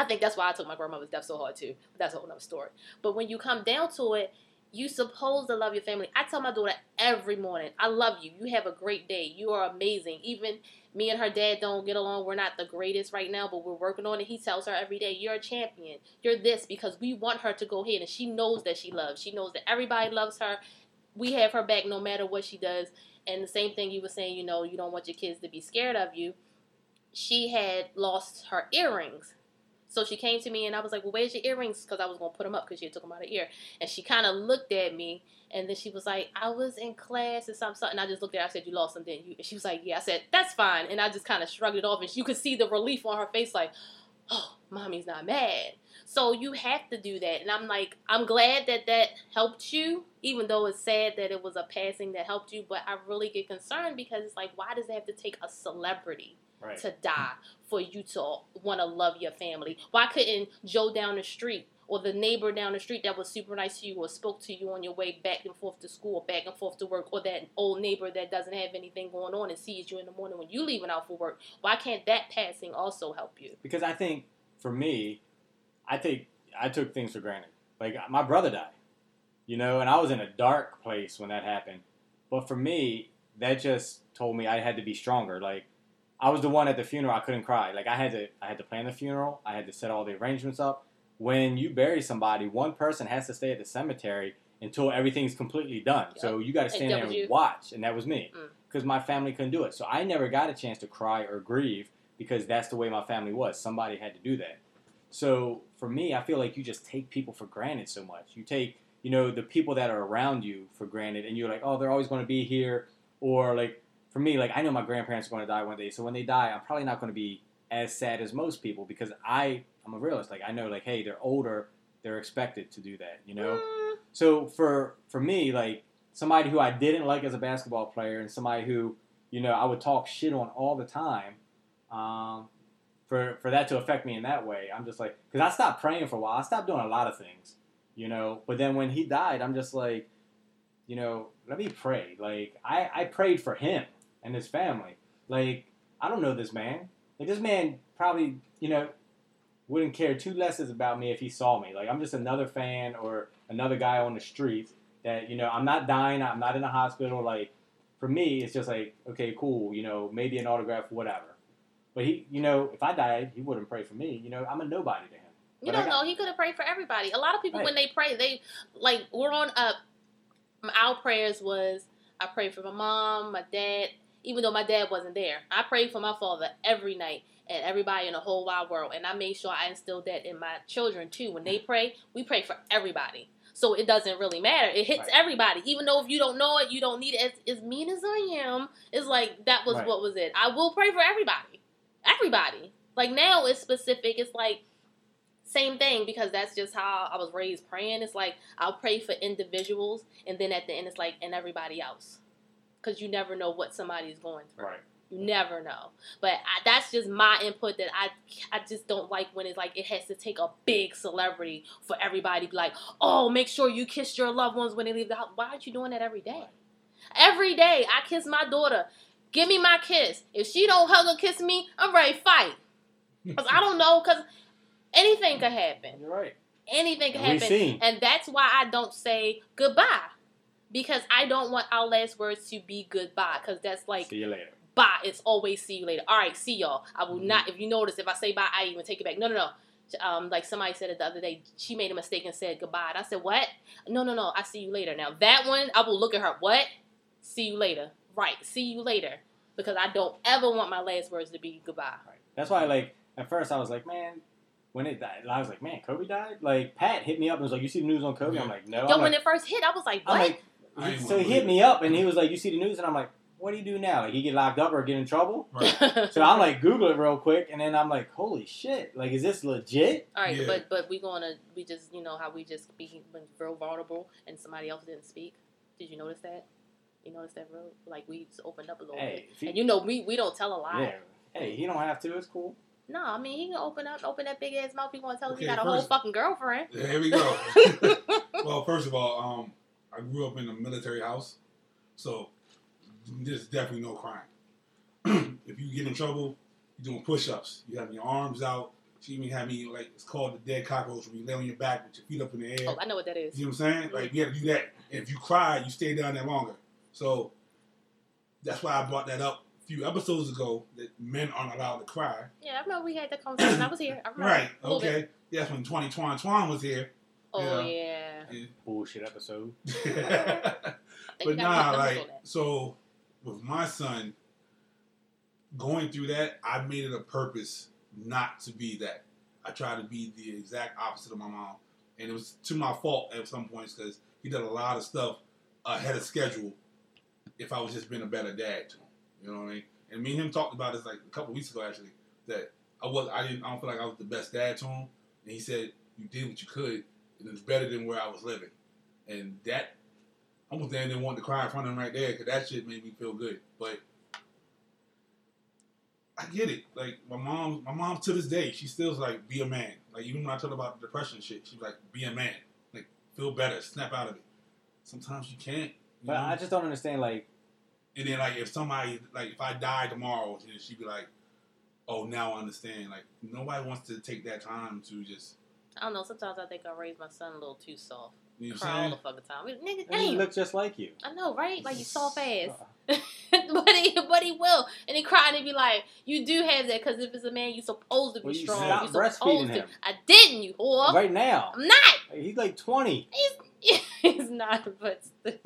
Speaker 2: I think that's why I took my grandmother's death so hard too. But that's a whole nother story. But when you come down to it, you supposed to love your family. I tell my daughter every morning, I love you. You have a great day. You are amazing. Even me and her dad don't get along. We're not the greatest right now, but we're working on it. He tells her every day, You're a champion. You're this because we want her to go ahead and she knows that she loves. She knows that everybody loves her. We have her back no matter what she does. And the same thing you were saying, you know, you don't want your kids to be scared of you. She had lost her earrings. So she came to me and I was like, "Well, where's your earrings?" Because I was gonna put them up because she had took them out of the ear. And she kind of looked at me and then she was like, "I was in class and something." something. And I just looked at her. I said, "You lost them, didn't you?" And she was like, "Yeah." I said, "That's fine." And I just kind of shrugged it off. And you could see the relief on her face, like, "Oh, mommy's not mad." So you have to do that. And I'm like, I'm glad that that helped you, even though it's sad that it was a passing that helped you. But I really get concerned because it's like, why does it have to take a celebrity?
Speaker 3: Right.
Speaker 2: to die for you to want to love your family? Why couldn't Joe down the street or the neighbor down the street that was super nice to you or spoke to you on your way back and forth to school or back and forth to work or that old neighbor that doesn't have anything going on and sees you in the morning when you leaving out for work? Why can't that passing also help you?
Speaker 3: because I think for me, I take I took things for granted. Like my brother died, you know, and I was in a dark place when that happened. But for me, that just told me I had to be stronger. Like I was the one at the funeral, I couldn't cry. Like I had to I had to plan the funeral, I had to set all the arrangements up. When you bury somebody, one person has to stay at the cemetery until everything's completely done. So you got
Speaker 2: And
Speaker 3: to stand
Speaker 2: that
Speaker 3: there
Speaker 2: was
Speaker 3: and
Speaker 2: you?
Speaker 3: watch, and that was me
Speaker 2: Mm.
Speaker 3: because my family couldn't do it. So I never got a chance to cry or grieve because that's the way my family was. Somebody had to do that. So for me, I feel like you just take people for granted so much. You take, you know, the people that are around you for granted, and you're like, oh, they're always going to be here. Or like for me, like I know my grandparents are going to die one day, so when they die, I'm probably not going to be as sad as most people because I, I'm a realist. Like I know, like hey, they're older, they're expected to do that, you know.
Speaker 2: Mm,
Speaker 3: So for for me, like somebody who I didn't like as a basketball player, and somebody who you know I would talk shit on all the time, um, for for that to affect me in that way, I'm just like because I stopped praying for a while. I stopped doing a lot of things, you know. But then when he died, I'm just like, you know, let me pray. Like I I prayed for him and his family. Like I don't know this man. Like this man probably you know wouldn't care two lesses about me if he saw me. Like I'm just another fan or another guy on the street that you know I'm not dying. I'm not in the hospital. Like for me, it's just like okay, cool. You know, maybe an autograph, whatever. But he, you know, if I died, he wouldn't pray for me. You know, I'm a nobody to him.
Speaker 2: You
Speaker 3: But I
Speaker 2: don't
Speaker 3: got-
Speaker 2: know. He could have prayed for everybody. A lot of people,
Speaker 3: Right.
Speaker 2: when they pray, they like growing up. Our prayers was I prayed for my mom, my dad. Even though my dad wasn't there, I prayed for my father every night and everybody in the whole wide world. And I made sure I instilled that in my children too. When they pray, we pray for everybody. So it doesn't really matter. It hits
Speaker 3: Right.
Speaker 2: everybody, even though if you don't know it, you don't need it. As, as mean as I am, it's like that was
Speaker 3: Right.
Speaker 2: what was it. I will pray for everybody, everybody. Like now, it's specific. It's like same thing because that's just how I was raised praying. It's like I'll pray for individuals and then at the end it's like and everybody else. Cuz you never know what somebody's going through.
Speaker 3: Right.
Speaker 2: You never know. But I, that's just my input that I I just don't like when it's like it has to take a big celebrity for everybody to be like, "Oh, make sure you kiss your loved ones when they leave the house." Why aren't you doing that every day? Every day I kiss my daughter. Give me my kiss. If she don't hug or kiss me, I'm ready to fight. Cause I don't know. Cause anything could happen
Speaker 3: You're right.
Speaker 2: anything can
Speaker 3: And we've
Speaker 2: happen.
Speaker 3: seen.
Speaker 2: And that's why I don't say goodbye. Because I don't want our last words to be goodbye. Because that's like
Speaker 3: See you later.
Speaker 2: bye. It's always see you later. All right, see y'all. I will not. If you notice, if I say bye, I even take it back. No, no, no. Um, like somebody said it the other day, she made a mistake and said goodbye. And I said, what? No, no, no. I see you later. Now that one, I will look at her. What? See you later. Right. See you later. Because I don't ever want my last words to be goodbye.
Speaker 3: Right. That's why, like, at first I was like, man, when it died, I was like, man, Kobe died. Like, Pat hit me up and was like, you see the news on Kobe? I'm like, no.
Speaker 2: Yo,
Speaker 3: I'm
Speaker 2: when
Speaker 3: like,
Speaker 2: it first hit, I was like,
Speaker 3: I'm
Speaker 2: what?
Speaker 3: like,
Speaker 4: I ain't
Speaker 3: so
Speaker 4: gonna
Speaker 3: he hit
Speaker 4: believe
Speaker 3: me up and he was like, you see the news? And I'm like, what do you do now? Like, he get locked up or get in trouble?
Speaker 4: Right.
Speaker 2: [LAUGHS]
Speaker 3: So I'm like, Google it real quick, and then I'm like, holy shit! Like, is this legit?
Speaker 2: All right,
Speaker 4: Yeah.
Speaker 2: but but we gonna we just you know how we just be been real vulnerable and somebody else didn't speak. Did you notice that? You notice that real like we just opened up a little
Speaker 3: Hey,
Speaker 2: bit,
Speaker 3: if he-
Speaker 2: and you know we we don't tell a lie.
Speaker 3: Yeah. Hey, he don't have to. It's cool.
Speaker 2: No, I mean he can open up, open that big ass mouth. He gonna tell us he
Speaker 4: Okay,
Speaker 2: got a whole
Speaker 4: first-
Speaker 2: fucking girlfriend.
Speaker 4: Yeah, Here
Speaker 2: [LAUGHS]
Speaker 4: we go. well, first of all, um, I grew up in a military house, so there's definitely no crime. [CLEARS THROAT] if you get in trouble, you're doing push-ups. You have your arms out. She even had me like it's called the dead cockroach. Where you lay on your back with your feet up in the air.
Speaker 2: Oh, I know what that is.
Speaker 4: You know what I'm saying? Like we had to do that. And if you cried, you stayed down there longer. So that's why I brought that up a few episodes ago that men aren't allowed to cry.
Speaker 2: Yeah, I remember we had that conversation. I was here. I remember.
Speaker 4: Right.
Speaker 2: A little bit.
Speaker 4: Okay. That's when Twenty Twan Twan was here. [LAUGHS]
Speaker 2: Oh
Speaker 4: Yeah.
Speaker 2: yeah.
Speaker 3: Bullshit episode.
Speaker 2: I think
Speaker 4: but
Speaker 2: I
Speaker 4: nah,
Speaker 2: got numbers
Speaker 4: like
Speaker 2: on that.
Speaker 4: so with my son going through that, I made it a purpose not to be that. I tried to be the exact opposite of my mom, and it was to my fault at some points because he did a lot of stuff ahead of schedule. If I was just being a better dad to him, you know what I mean. And me and him talked about this like a couple weeks ago actually that I was I didn't I don't feel like I was the best dad to him, and he said you did what you could, and it's better than where I was living, and that I almost damn didn't want to cry in front of him right there because that shit made me feel good. But I get it. Like my mom, my mom to this day, she still's like, be a man. Like even when I tell her about depression shit, she's like, be a man. Like feel better, snap out of it. Sometimes you can't. you
Speaker 3: But
Speaker 4: know?
Speaker 2: Mm-hmm.
Speaker 3: I just don't understand. Like,
Speaker 4: and then like if somebody like if I die tomorrow, then she'd be like, oh now I understand. Like nobody wants to take that time to just
Speaker 2: I don't know. Sometimes I think I raised my son a little too soft.
Speaker 4: you know what
Speaker 2: Cry all
Speaker 4: I'm
Speaker 2: the
Speaker 4: saying.
Speaker 2: fucking time. I mean, Nigga,
Speaker 3: and he
Speaker 2: damn.
Speaker 3: looked just like you.
Speaker 2: I know, right? Like you soft ass. [LAUGHS]
Speaker 3: Uh,
Speaker 2: but he, but he will, and he cried and be like, "You do have that because if it's a man, you supposed to be
Speaker 3: Well, you
Speaker 2: strong.
Speaker 3: stop
Speaker 2: you
Speaker 3: breastfeeding
Speaker 2: supposed to."
Speaker 3: him.
Speaker 2: I didn't, you whore.
Speaker 3: Right now,
Speaker 2: I'm not.
Speaker 3: he's like twenty.
Speaker 2: [LAUGHS] He's not, but still.
Speaker 4: [LAUGHS]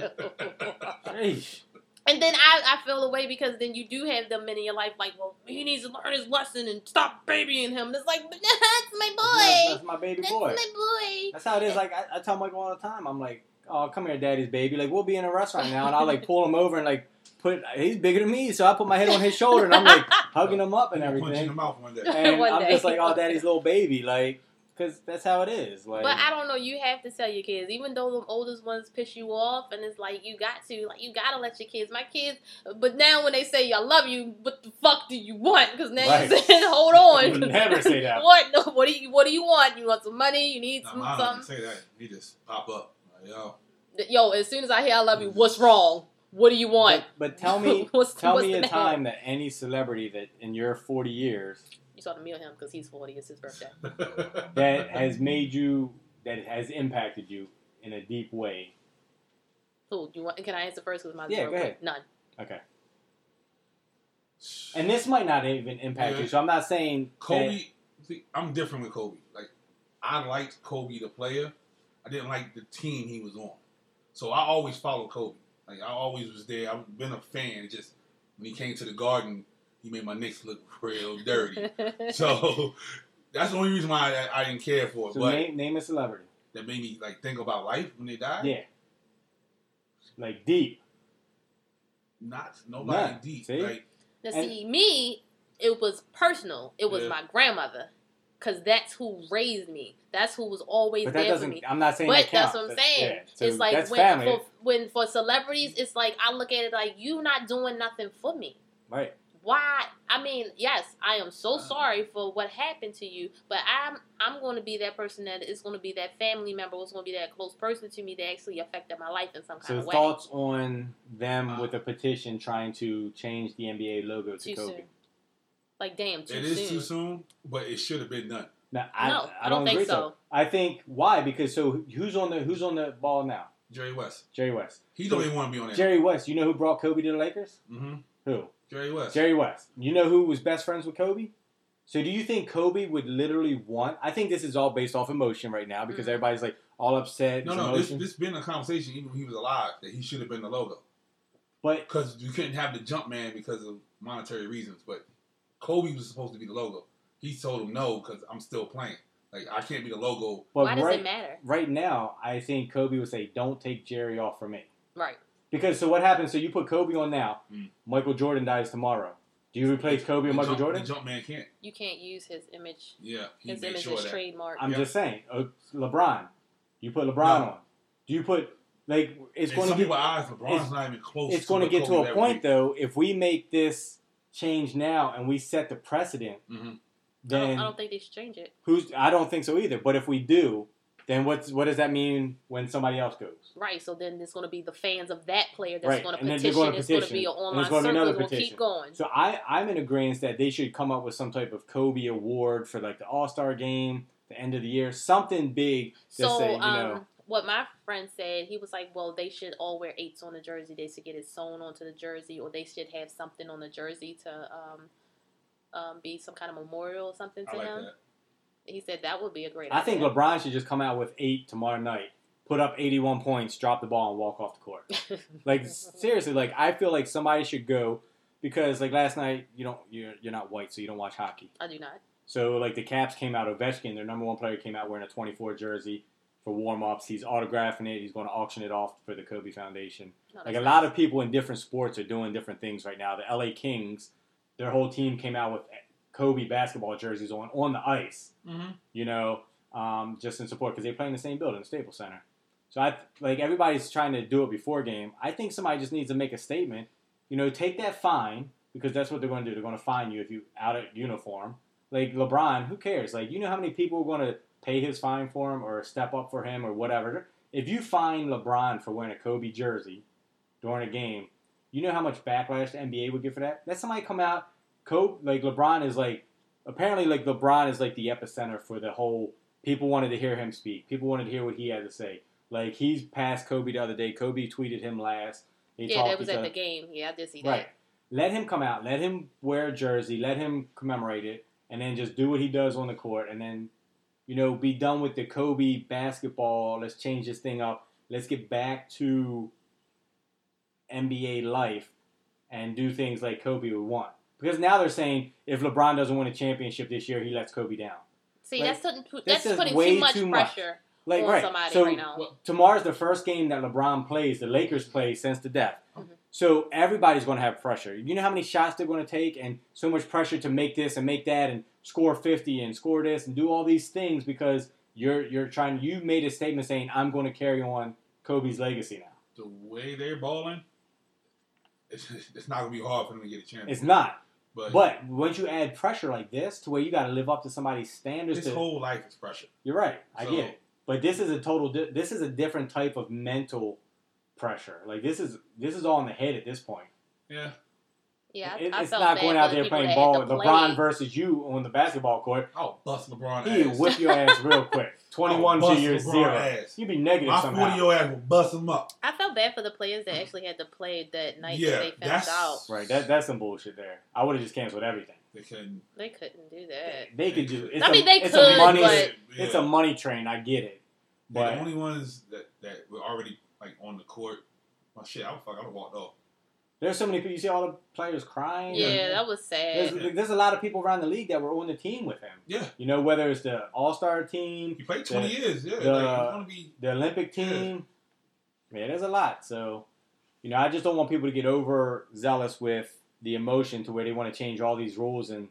Speaker 3: Sheesh.
Speaker 2: and then I, I feel away because then you do have them men in your life, like, well, he needs to learn his lesson and stop babying him. And it's like, [LAUGHS] but that's
Speaker 3: That's,
Speaker 2: my boy.
Speaker 3: that's my baby
Speaker 2: That's
Speaker 3: boy.
Speaker 2: my boy.
Speaker 3: That's how it is. Like I, I tell Michael all the time. I'm like, oh, come here, daddy's baby. Like we'll be in a restaurant now, and I'll like pull him over and like put. He's bigger than me, so I put my head on his shoulder and
Speaker 2: [LAUGHS]
Speaker 3: I'm like hugging him up and
Speaker 4: Punch you in the
Speaker 3: everything.
Speaker 4: mouth one day.
Speaker 3: And
Speaker 2: One
Speaker 3: I'm
Speaker 2: day.
Speaker 3: just like, oh, daddy's little baby, like, because that's how it is. Like,
Speaker 2: But I don't know. You have to tell your kids, even though the oldest ones piss you off, and it's like you got to, like you gotta let your kids. My kids, but now when they say "I love you," what the fuck do you want? Because now
Speaker 3: Right.
Speaker 2: you saying, [LAUGHS] "Hold on."
Speaker 3: You would never say
Speaker 2: [LAUGHS]
Speaker 3: that.
Speaker 2: what? No, what do you? What do you want? You want some money? You need
Speaker 4: Now,
Speaker 2: some,
Speaker 4: mine doesn't
Speaker 2: something?
Speaker 4: say that. He just pop up. Like, yo.
Speaker 2: Yo, as soon as I hear "I love you," what's wrong? What do you want?
Speaker 3: but, but tell me,
Speaker 2: [LAUGHS] what's,
Speaker 3: tell
Speaker 2: what's
Speaker 3: me
Speaker 2: the
Speaker 3: a
Speaker 2: name?
Speaker 3: time that any celebrity that in your 40 years
Speaker 2: You saw the meal him because he's forty. It's his birthday.
Speaker 3: that has made you, that has impacted you in a deep way.
Speaker 2: Who do you want? Can I answer first? Because my
Speaker 3: Yeah, go ahead.
Speaker 2: None. [LAUGHS]
Speaker 3: Okay. [LAUGHS] And this might not even impact you,
Speaker 4: Yeah.
Speaker 3: so I'm not saying that-
Speaker 4: [LAUGHS] Kobe, see, I'm different with Kobe. Like, I liked Kobe the player. I didn't like the team he was on. So I always followed Kobe. Like, I always was there. I've been a fan. It's just when he came to the Garden, he made my Knicks look [LAUGHS] real dirty.
Speaker 2: [LAUGHS]
Speaker 4: so that's the only reason why I, I didn't care for it.
Speaker 3: So
Speaker 4: but
Speaker 3: name, name a celebrity.
Speaker 4: that made me like think about life when they died.
Speaker 3: Yeah. Like deep.
Speaker 4: Not nobody
Speaker 3: Nah,
Speaker 4: deep.
Speaker 3: see?
Speaker 4: Like
Speaker 2: Now,
Speaker 3: And-
Speaker 2: see, me, it was personal. It was
Speaker 4: Yeah.
Speaker 2: my grandmother, because that's who raised me. That's who was always
Speaker 3: But that
Speaker 2: there for
Speaker 3: doesn't.
Speaker 2: me.
Speaker 3: I'm not saying.
Speaker 2: But
Speaker 3: that
Speaker 2: that's
Speaker 3: counts.
Speaker 2: what I'm
Speaker 3: That-
Speaker 2: saying.
Speaker 3: yeah, so
Speaker 2: it's like
Speaker 3: that's
Speaker 2: when
Speaker 3: family,
Speaker 2: for, when for celebrities, it's like I look at it like you not doing nothing for me.
Speaker 3: right?
Speaker 2: Why? I mean, yes, I am so
Speaker 3: Uh-huh.
Speaker 4: Uh.
Speaker 2: sorry for what happened to you, but I'm I'm going to be that person that is going to be that family member, who's going to be that close person to me that actually affected my life in some kind
Speaker 3: So
Speaker 2: of way.
Speaker 3: thoughts on them with a petition trying to change the NBA logo to
Speaker 2: Uh, too
Speaker 3: Kobe?
Speaker 2: soon. Like damn, too
Speaker 4: it is too soon, but it should have been done.
Speaker 3: Now, I,
Speaker 2: no,
Speaker 3: I don't,
Speaker 2: think
Speaker 3: agree
Speaker 2: so.
Speaker 3: I think why? Because so who's on the who's on the ball now?
Speaker 4: Jerry West.
Speaker 3: Jerry West.
Speaker 4: He don't even want to be on that.
Speaker 3: Jerry West. You know who brought Kobe to the Lakers?
Speaker 4: hmm
Speaker 3: Who?
Speaker 4: Jerry West.
Speaker 3: Jerry West. You know who was best friends with Kobe? So do you think Kobe would literally want? I think this is all based off emotion right now because
Speaker 2: Mhm.
Speaker 3: everybody's like all upset.
Speaker 4: No,
Speaker 3: it's
Speaker 4: no, this
Speaker 3: emotion.
Speaker 4: this been a conversation even when he was alive that he should have been the logo
Speaker 3: but
Speaker 4: because you couldn't have the jump man because of monetary reasons. But Kobe was supposed to be the logo. He told him no because I'm still playing. Like I can't be the logo.
Speaker 3: but
Speaker 2: Why does
Speaker 3: right
Speaker 2: it matter?
Speaker 3: right now, I think Kobe would say, "Don't take Jerry off for me."
Speaker 2: Right.
Speaker 3: Because so what happens? So you put Kobe on now.
Speaker 4: Mm.
Speaker 3: Michael Jordan dies tomorrow. Do you replace Kobe
Speaker 4: The
Speaker 3: and Michael
Speaker 4: jump,
Speaker 3: Jordan?
Speaker 4: The jump man can't.
Speaker 2: You can't use his image.
Speaker 4: Yeah, he
Speaker 2: His
Speaker 4: made
Speaker 2: image
Speaker 4: sure
Speaker 2: is
Speaker 4: that.
Speaker 2: trademark.
Speaker 3: I'm
Speaker 4: Yeah.
Speaker 3: just saying. uh, LeBron. You put LeBron
Speaker 4: No.
Speaker 3: on. Do you put like it's
Speaker 4: In
Speaker 3: going to
Speaker 4: some
Speaker 3: get
Speaker 4: people's eyes, LeBron's
Speaker 3: it's-
Speaker 4: not even close.
Speaker 3: it's going to
Speaker 4: what
Speaker 3: get to
Speaker 4: Kobe
Speaker 3: a
Speaker 4: ever
Speaker 3: point
Speaker 4: did.
Speaker 3: though. If we make this change now and we set the precedent,
Speaker 4: Mhm.
Speaker 2: I don't,
Speaker 3: then
Speaker 2: I don't think they should change it.
Speaker 3: who's? I don't think so either. But if we do, then what's what does that mean when somebody else goes?
Speaker 2: Right. So then it's going to be the fans of that player that's
Speaker 3: Right,
Speaker 2: going to
Speaker 3: and then
Speaker 2: petition.
Speaker 3: they're gonna
Speaker 2: It's going to be an
Speaker 3: petition, and
Speaker 2: online
Speaker 3: there's gonna be
Speaker 2: circle.
Speaker 3: another
Speaker 2: It's going to keep
Speaker 3: petition.
Speaker 2: going.
Speaker 3: So I, I'm in agreement that they should come up with some type of Kobe award for like the All Star game, the end of the year, something big. Just
Speaker 2: So,
Speaker 3: say, you
Speaker 2: um,
Speaker 3: know,
Speaker 2: what my friend said, he was like, "Well, they should all wear eights on the jersey. They should get it sewn onto the jersey, or they should have something on the jersey to um, um, be some kind of memorial or something to
Speaker 4: I like
Speaker 2: him."
Speaker 4: that.
Speaker 2: He said that would be a great.
Speaker 3: I think
Speaker 2: idea.
Speaker 3: LeBron should just come out with eight tomorrow night, put up 81 points, drop the ball, and walk off the court.
Speaker 2: [LAUGHS]
Speaker 3: like seriously, like I feel like somebody should go because like last night you don't you're, you're not white, so you don't watch hockey.
Speaker 2: I do not.
Speaker 3: So like the Caps came out, Ovechkin, their number one player, came out wearing a 24 jersey for warm ups. He's autographing it. He's going to auction it off for the Kobe Foundation. Like a lot of people in different sports are doing different things right now. The LA Kings, their whole team came out with Kobe basketball jerseys on on the ice.
Speaker 5: Mm-hmm.
Speaker 3: You know, um, just in support because they play in the same building, Staples Center. So I like everybody's trying to do it before game. I think somebody just needs to make a statement. You know, take that fine because that's what they're going to do. They're going to fine you if you out of uniform. Like LeBron, who cares? Like you know how many people are going to pay his fine for him or step up for him or whatever. If you fine LeBron for wearing a Kobe jersey during a game, you know how much backlash the NBA would get for that. Let somebody come out. Kobe, like LeBron is like apparently like LeBron is like the epicenter for the whole. People wanted to hear him speak. People wanted to hear what he had to say. Like he's passed Kobe the other day. Kobe tweeted him last. They
Speaker 2: yeah,
Speaker 3: talked
Speaker 2: that was
Speaker 3: each
Speaker 2: at
Speaker 3: other.
Speaker 2: the game. Yeah, I did see that.
Speaker 3: Right. Let him come out. Let him wear a jersey. Let him commemorate it, and then just do what he does on the court, and then, you know, be done with the Kobe basketball. Let's change this thing up. Let's get back to NBA life and do things like Kobe would want. Because now they're saying if LeBron doesn't win a championship this year, he lets Kobe down.
Speaker 2: See,
Speaker 3: Like,
Speaker 2: that's putting too-
Speaker 3: this
Speaker 2: that's
Speaker 3: is
Speaker 2: putting
Speaker 3: way
Speaker 2: too much
Speaker 3: too much.
Speaker 2: pressure
Speaker 3: Like
Speaker 2: on
Speaker 3: right.
Speaker 2: somebody
Speaker 3: so
Speaker 2: right now.
Speaker 3: tomorrow's the first game that LeBron plays, the Lakers play since the death.
Speaker 2: Mhm.
Speaker 3: So everybody's going to have pressure. You know how many shots they're going to take, and so much pressure to make this and make that, and score fifty and score this and do all these things because you're you're trying. You made a statement saying I'm going to carry on Kobe's legacy now.
Speaker 4: The way they're balling, it's, it's not gonna be hard for them to get a chance.
Speaker 3: It's not.
Speaker 4: but,
Speaker 3: But once you add pressure like this to where you got to live up to somebody's standards,
Speaker 4: his
Speaker 3: to,
Speaker 4: whole life is pressure.
Speaker 3: you're right. I
Speaker 4: So-
Speaker 3: get it. But this is a total. Di- this is a different type of mental pressure. Like this is this is all in the head at this point.
Speaker 4: Yeah,
Speaker 2: Yeah, I,
Speaker 3: It-
Speaker 2: I
Speaker 3: it's
Speaker 2: felt
Speaker 3: not
Speaker 2: bad
Speaker 3: going
Speaker 2: for
Speaker 3: out
Speaker 2: the
Speaker 3: there
Speaker 2: people
Speaker 3: playing
Speaker 2: that had
Speaker 3: ball.
Speaker 2: to play.
Speaker 3: LeBron versus you on the basketball court.
Speaker 4: I'll bust LeBron
Speaker 3: He
Speaker 4: ass.
Speaker 3: whip your ass real
Speaker 4: [LAUGHS]
Speaker 3: quick. Twenty one
Speaker 4: I'll
Speaker 3: to
Speaker 4: Oh, bust
Speaker 3: your
Speaker 4: LeBron
Speaker 3: zero.
Speaker 4: ass.
Speaker 3: You'd be negative
Speaker 4: My
Speaker 3: somehow.
Speaker 4: forty year ass will bust him up.
Speaker 2: I felt bad for the players that actually had to play that night
Speaker 4: Yeah,
Speaker 2: that they found
Speaker 4: that's-
Speaker 2: out.
Speaker 3: Right, that, that's some bullshit there. I would have just canceled everything.
Speaker 4: They couldn't.
Speaker 2: They couldn't do that.
Speaker 3: They could just. It's
Speaker 2: I mean,
Speaker 3: a,
Speaker 2: they
Speaker 3: it's
Speaker 2: could,
Speaker 3: a money.
Speaker 2: [LAUGHS] but-
Speaker 4: Yeah.
Speaker 3: It's a money train. I get it.
Speaker 4: They're the
Speaker 3: But
Speaker 4: only ones that, that were already like on the court. My shit, I would fuck, I would walked off.
Speaker 3: there's so many people. You see all the players crying.
Speaker 2: Yeah, that was
Speaker 3: There's,
Speaker 2: sad.
Speaker 3: there's a lot of people around the league that were on the team with him.
Speaker 4: Yeah.
Speaker 3: You know, whether it's the All Star team,
Speaker 4: You played twenty years, yeah.
Speaker 3: the-
Speaker 4: like, you want to be
Speaker 3: the Olympic team. Man, there's a lot. So, you know, I just don't want people to get overzealous with the emotion to where they want to change all these rules and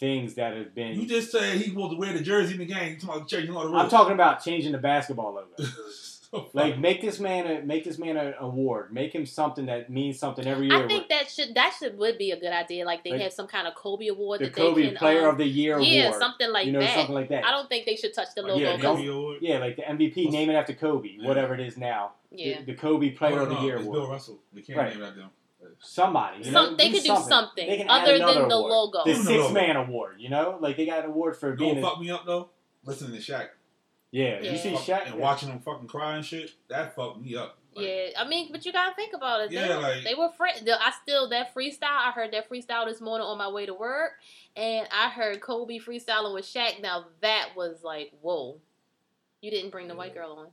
Speaker 3: things that have been.
Speaker 4: You just said he was to wear the jersey in the game. You talking about changing all the rules?
Speaker 3: I'm talking about changing the basketball logo.
Speaker 4: [LAUGHS] So
Speaker 3: like,
Speaker 4: fuck.
Speaker 3: make this man a, make this man an award. Make him something that means something every year.
Speaker 2: I think that should that should would be a good idea. Like they
Speaker 3: Like,
Speaker 2: have some kind of Kobe award
Speaker 3: the
Speaker 2: that
Speaker 3: Kobe
Speaker 2: they can
Speaker 3: Player
Speaker 2: um,
Speaker 3: of the Year
Speaker 2: yeah,
Speaker 3: award.
Speaker 2: something like
Speaker 3: you know,
Speaker 2: that.
Speaker 3: something like that.
Speaker 2: I don't think they should touch the
Speaker 4: Like,
Speaker 2: logo.
Speaker 3: yeah,
Speaker 2: Yeah,
Speaker 4: yeah,
Speaker 3: don't-
Speaker 4: Kobe Award.
Speaker 3: yeah, like the MVP, name it after Kobe,
Speaker 4: Yeah.
Speaker 3: whatever it is now. The, the Kobe Player
Speaker 4: Oh,
Speaker 3: of the
Speaker 4: no,
Speaker 3: Year
Speaker 4: it's
Speaker 3: award.
Speaker 4: Bill Russell. They can't
Speaker 3: Right.
Speaker 4: name it after him.
Speaker 3: somebody. You know,
Speaker 2: Some- they
Speaker 3: do
Speaker 2: could do
Speaker 3: something,
Speaker 2: something
Speaker 3: They can
Speaker 2: other
Speaker 3: add another
Speaker 2: than the
Speaker 3: award.
Speaker 2: logo.
Speaker 3: The
Speaker 4: Give them the
Speaker 3: six
Speaker 4: logo.
Speaker 3: man award, you know, like they got an award for
Speaker 4: You
Speaker 3: being.
Speaker 4: don't
Speaker 3: A,
Speaker 4: fuck me up though. Listening to Shaq.
Speaker 3: yeah,
Speaker 2: Yeah.
Speaker 3: you see
Speaker 4: Fuck-
Speaker 3: Shaq
Speaker 4: and watching him fucking cry and shit. That fucked me up. Like, [LAUGHS]
Speaker 2: yeah, I mean, but you gotta think about it. they,
Speaker 4: Yeah,
Speaker 2: were-
Speaker 4: like-
Speaker 2: they were friends. I still that freestyle. I heard that freestyle this morning on my way to work, and I heard Kobe freestyling with Shaq. Now that was like, whoa, you didn't bring the white girl on.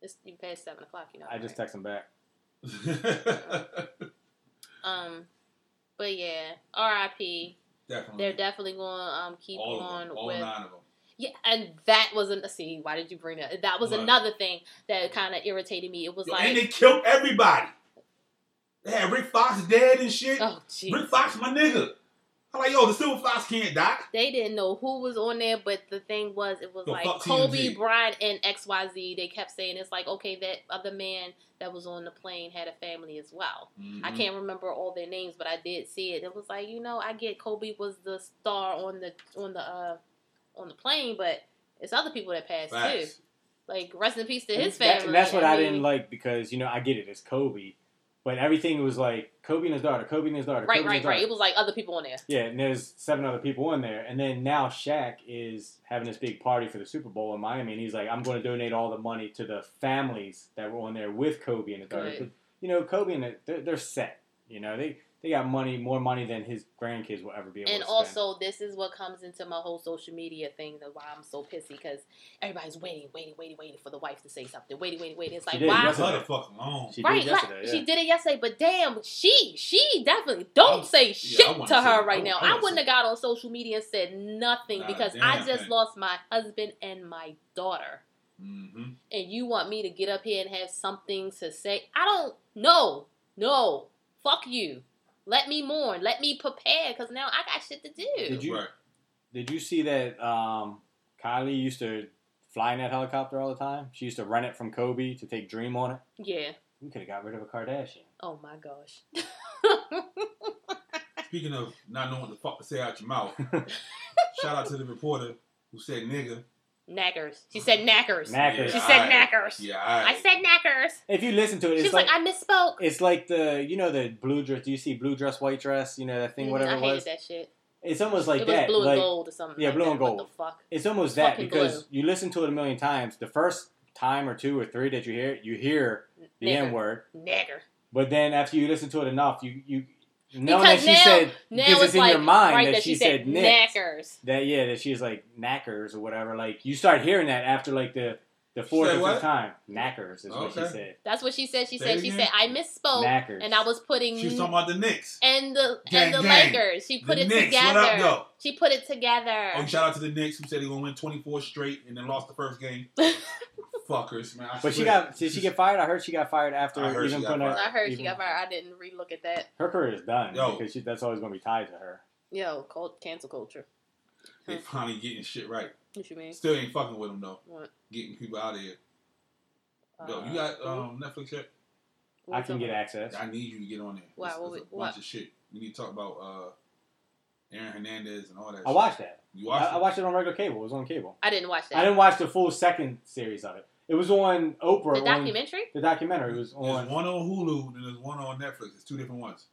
Speaker 2: It's you past seven o'clock, you know.
Speaker 3: I just
Speaker 2: right?
Speaker 3: text him back.
Speaker 2: um, but yeah, R.I.P.
Speaker 4: definitely.
Speaker 2: They're definitely gonna um keep
Speaker 4: all of
Speaker 2: on
Speaker 4: them. All
Speaker 2: with
Speaker 4: nine of them.
Speaker 2: Yeah, and that was an see. Why did you bring that? That was
Speaker 4: What?
Speaker 2: another thing that kind of irritated me. It was
Speaker 4: Yo,
Speaker 2: like,
Speaker 4: and they killed everybody. They had Rick Fox dead and shit.
Speaker 2: [LAUGHS] oh jeez,
Speaker 4: Rick Fox, my nigga. I'm like, yo, the Silver Fox can't die.
Speaker 2: they didn't know who was on there. But the thing was, it was
Speaker 4: Yo,
Speaker 2: like
Speaker 4: fuck
Speaker 2: Kobe
Speaker 4: TMZ.
Speaker 2: Bryant and X Y Z. They kept saying it's like, okay, that other man that was on the plane had a family as well.
Speaker 4: Mm-hmm.
Speaker 3: Mm-hmm.
Speaker 2: I can't remember all their names, but I did see it. It was like, you know, I get Kobe was the star on the on the uh on the plane, but it's other people that passed too.
Speaker 4: Facts.
Speaker 2: Like rest in peace to
Speaker 3: And
Speaker 2: his
Speaker 3: that-
Speaker 2: family.
Speaker 3: and that's what I,
Speaker 2: mean,
Speaker 3: didn't like because you know I get it, it's Kobe, but everything was like Kobe and his daughter, Kobe and his daughter,
Speaker 2: Right,
Speaker 3: Kobe and
Speaker 2: right,
Speaker 3: his
Speaker 2: right. It
Speaker 3: daughter.
Speaker 2: was like other people on there.
Speaker 3: Yeah, and there's seven other people in there, and then now Shaq is having this big party for the Super Bowl in Miami, and he's like, "I'm going to donate all the money to the families that were on there with Kobe and his daughter."
Speaker 2: Good.
Speaker 3: You know, Kobe and the, they're, they're set. You know, they They got money, more money than his grandkids will ever be able
Speaker 2: And
Speaker 3: to spend.
Speaker 2: also, this is what comes into my whole social media thing. That's why I'm so pissy because everybody's waiting, waiting, waiting, waiting for the wife to say something. Waiting, waiting, waiting. It's
Speaker 3: She
Speaker 2: like
Speaker 3: did
Speaker 2: why?
Speaker 4: That's
Speaker 3: yesterday.
Speaker 4: how the fuck alone.
Speaker 3: she
Speaker 2: right,
Speaker 3: did
Speaker 2: like,
Speaker 3: yesterday. yeah.
Speaker 2: she did it yesterday, but damn, she she definitely don't
Speaker 4: I-
Speaker 2: say shit to
Speaker 4: I
Speaker 2: her
Speaker 4: wouldn't say- I
Speaker 2: right
Speaker 4: wou-
Speaker 2: now.
Speaker 4: I
Speaker 2: I,
Speaker 4: wouldn't
Speaker 2: wouldn't
Speaker 4: say-
Speaker 2: have got on social media and said nothing
Speaker 4: Not a
Speaker 2: because
Speaker 4: damn
Speaker 2: I just
Speaker 4: thing.
Speaker 2: lost my husband and my daughter,
Speaker 4: Mm-hmm.
Speaker 2: and you want me to get up here and have something to say? I don't. No, no, fuck you. Let me mourn. Let me prepare because now I got shit to do.
Speaker 3: Did you-
Speaker 4: Right.
Speaker 3: Did you see that um, Kylie used to fly in that helicopter all the time? She used to rent it from Kobe to take Dream on it.
Speaker 2: yeah.
Speaker 3: We could have got rid of a Kardashian.
Speaker 2: Oh my gosh.
Speaker 4: Speaking of not knowing what the fuck to say out your
Speaker 2: [LAUGHS]
Speaker 4: mouth, shout out to the reporter who said nigga.
Speaker 2: knackers. She said knackers.
Speaker 3: Knackers.
Speaker 2: she
Speaker 4: Yeah,
Speaker 2: said
Speaker 4: I-
Speaker 2: knackers.
Speaker 4: Yeah,
Speaker 2: I
Speaker 4: I,
Speaker 2: said knackers.
Speaker 3: If you listen to
Speaker 2: She
Speaker 3: it, it's
Speaker 2: was like,
Speaker 3: like,
Speaker 2: I misspoke.
Speaker 3: it's like the you know the blue dress. Do you see blue dress, white dress? You know that thing,
Speaker 2: Mm,
Speaker 3: whatever
Speaker 2: I
Speaker 3: it
Speaker 2: hated
Speaker 3: was.
Speaker 2: that shit.
Speaker 3: It's almost like
Speaker 2: it was
Speaker 3: that.
Speaker 2: blue
Speaker 3: like,
Speaker 2: and gold or something.
Speaker 3: yeah,
Speaker 2: like
Speaker 3: blue
Speaker 2: that.
Speaker 3: and
Speaker 2: What
Speaker 3: gold.
Speaker 2: the fuck?
Speaker 3: It's almost
Speaker 2: It's
Speaker 3: that
Speaker 2: fucking
Speaker 3: because
Speaker 2: blue.
Speaker 3: you listen to it a million times. The first time or two or three that you hear it, you hear the
Speaker 2: Nigger.
Speaker 3: N word,
Speaker 2: Nigger.
Speaker 3: but then after you listen to it enough, you you
Speaker 2: Because
Speaker 3: knowing that she
Speaker 2: now-
Speaker 3: said because
Speaker 2: Now
Speaker 3: it's
Speaker 2: it's
Speaker 3: in
Speaker 2: like
Speaker 3: your mind
Speaker 2: right
Speaker 3: that, she, said "Nick."
Speaker 2: knackers.
Speaker 3: that yeah that she's like knackers or whatever like you start hearing that after like the the fourth
Speaker 4: said
Speaker 3: or
Speaker 4: what?
Speaker 3: fifth time knackers is what she
Speaker 4: Okay.
Speaker 3: said
Speaker 2: That's what she said. She
Speaker 4: Say
Speaker 2: said
Speaker 4: it
Speaker 2: she
Speaker 4: again.
Speaker 2: said I misspoke
Speaker 3: knackers
Speaker 2: Oh, and I was putting
Speaker 4: she was talking about the Knicks.
Speaker 2: and the and
Speaker 4: Gang,
Speaker 2: the
Speaker 4: gang.
Speaker 2: Lakers. She put
Speaker 4: The
Speaker 2: it
Speaker 4: Knicks, what
Speaker 2: together.
Speaker 4: up, though?
Speaker 2: She put it together.
Speaker 4: Oh, shout out to the Knicks who said they gonna win 24 straight and then lost the
Speaker 2: [LAUGHS]
Speaker 4: first game. Fuckers, man. I
Speaker 3: but she
Speaker 4: swear.
Speaker 3: got did she get fired I heard she got fired after
Speaker 4: I heard
Speaker 3: even
Speaker 4: she got
Speaker 3: putting out-
Speaker 4: fired.
Speaker 2: I heard she
Speaker 3: even-
Speaker 2: got fired. I didn't relook at that.
Speaker 3: her career is done
Speaker 4: Yo.
Speaker 3: because she, that's always going to be tied to her
Speaker 2: Yo, cult, cancel culture.
Speaker 4: They finally getting shit right.
Speaker 2: What you mean?
Speaker 4: Still ain't fucking with them though.
Speaker 2: What?
Speaker 4: Getting people out of here. Yo,
Speaker 2: Uh,
Speaker 4: you got um, Netflix yet?
Speaker 2: what
Speaker 3: I
Speaker 2: we
Speaker 3: can
Speaker 2: talking
Speaker 3: get
Speaker 2: about?
Speaker 3: access
Speaker 4: I need you to get on there.
Speaker 2: Why,
Speaker 4: It's-
Speaker 2: what
Speaker 4: it's
Speaker 2: we-
Speaker 4: a
Speaker 2: what?
Speaker 4: bunch of shit. We need to talk about uh, Aaron Hernandez and all that.
Speaker 3: I
Speaker 4: shit.
Speaker 3: watched that
Speaker 4: You
Speaker 3: I,
Speaker 4: watched
Speaker 3: I
Speaker 4: it?
Speaker 3: watched it on regular cable it was on cable
Speaker 2: I didn't watch that.
Speaker 3: I didn't watch the full second series of it it was on Oprah
Speaker 2: the
Speaker 3: on-
Speaker 2: documentary?
Speaker 3: the documentary was on
Speaker 4: There's one on Hulu and there's one on Netflix. It's two different ones.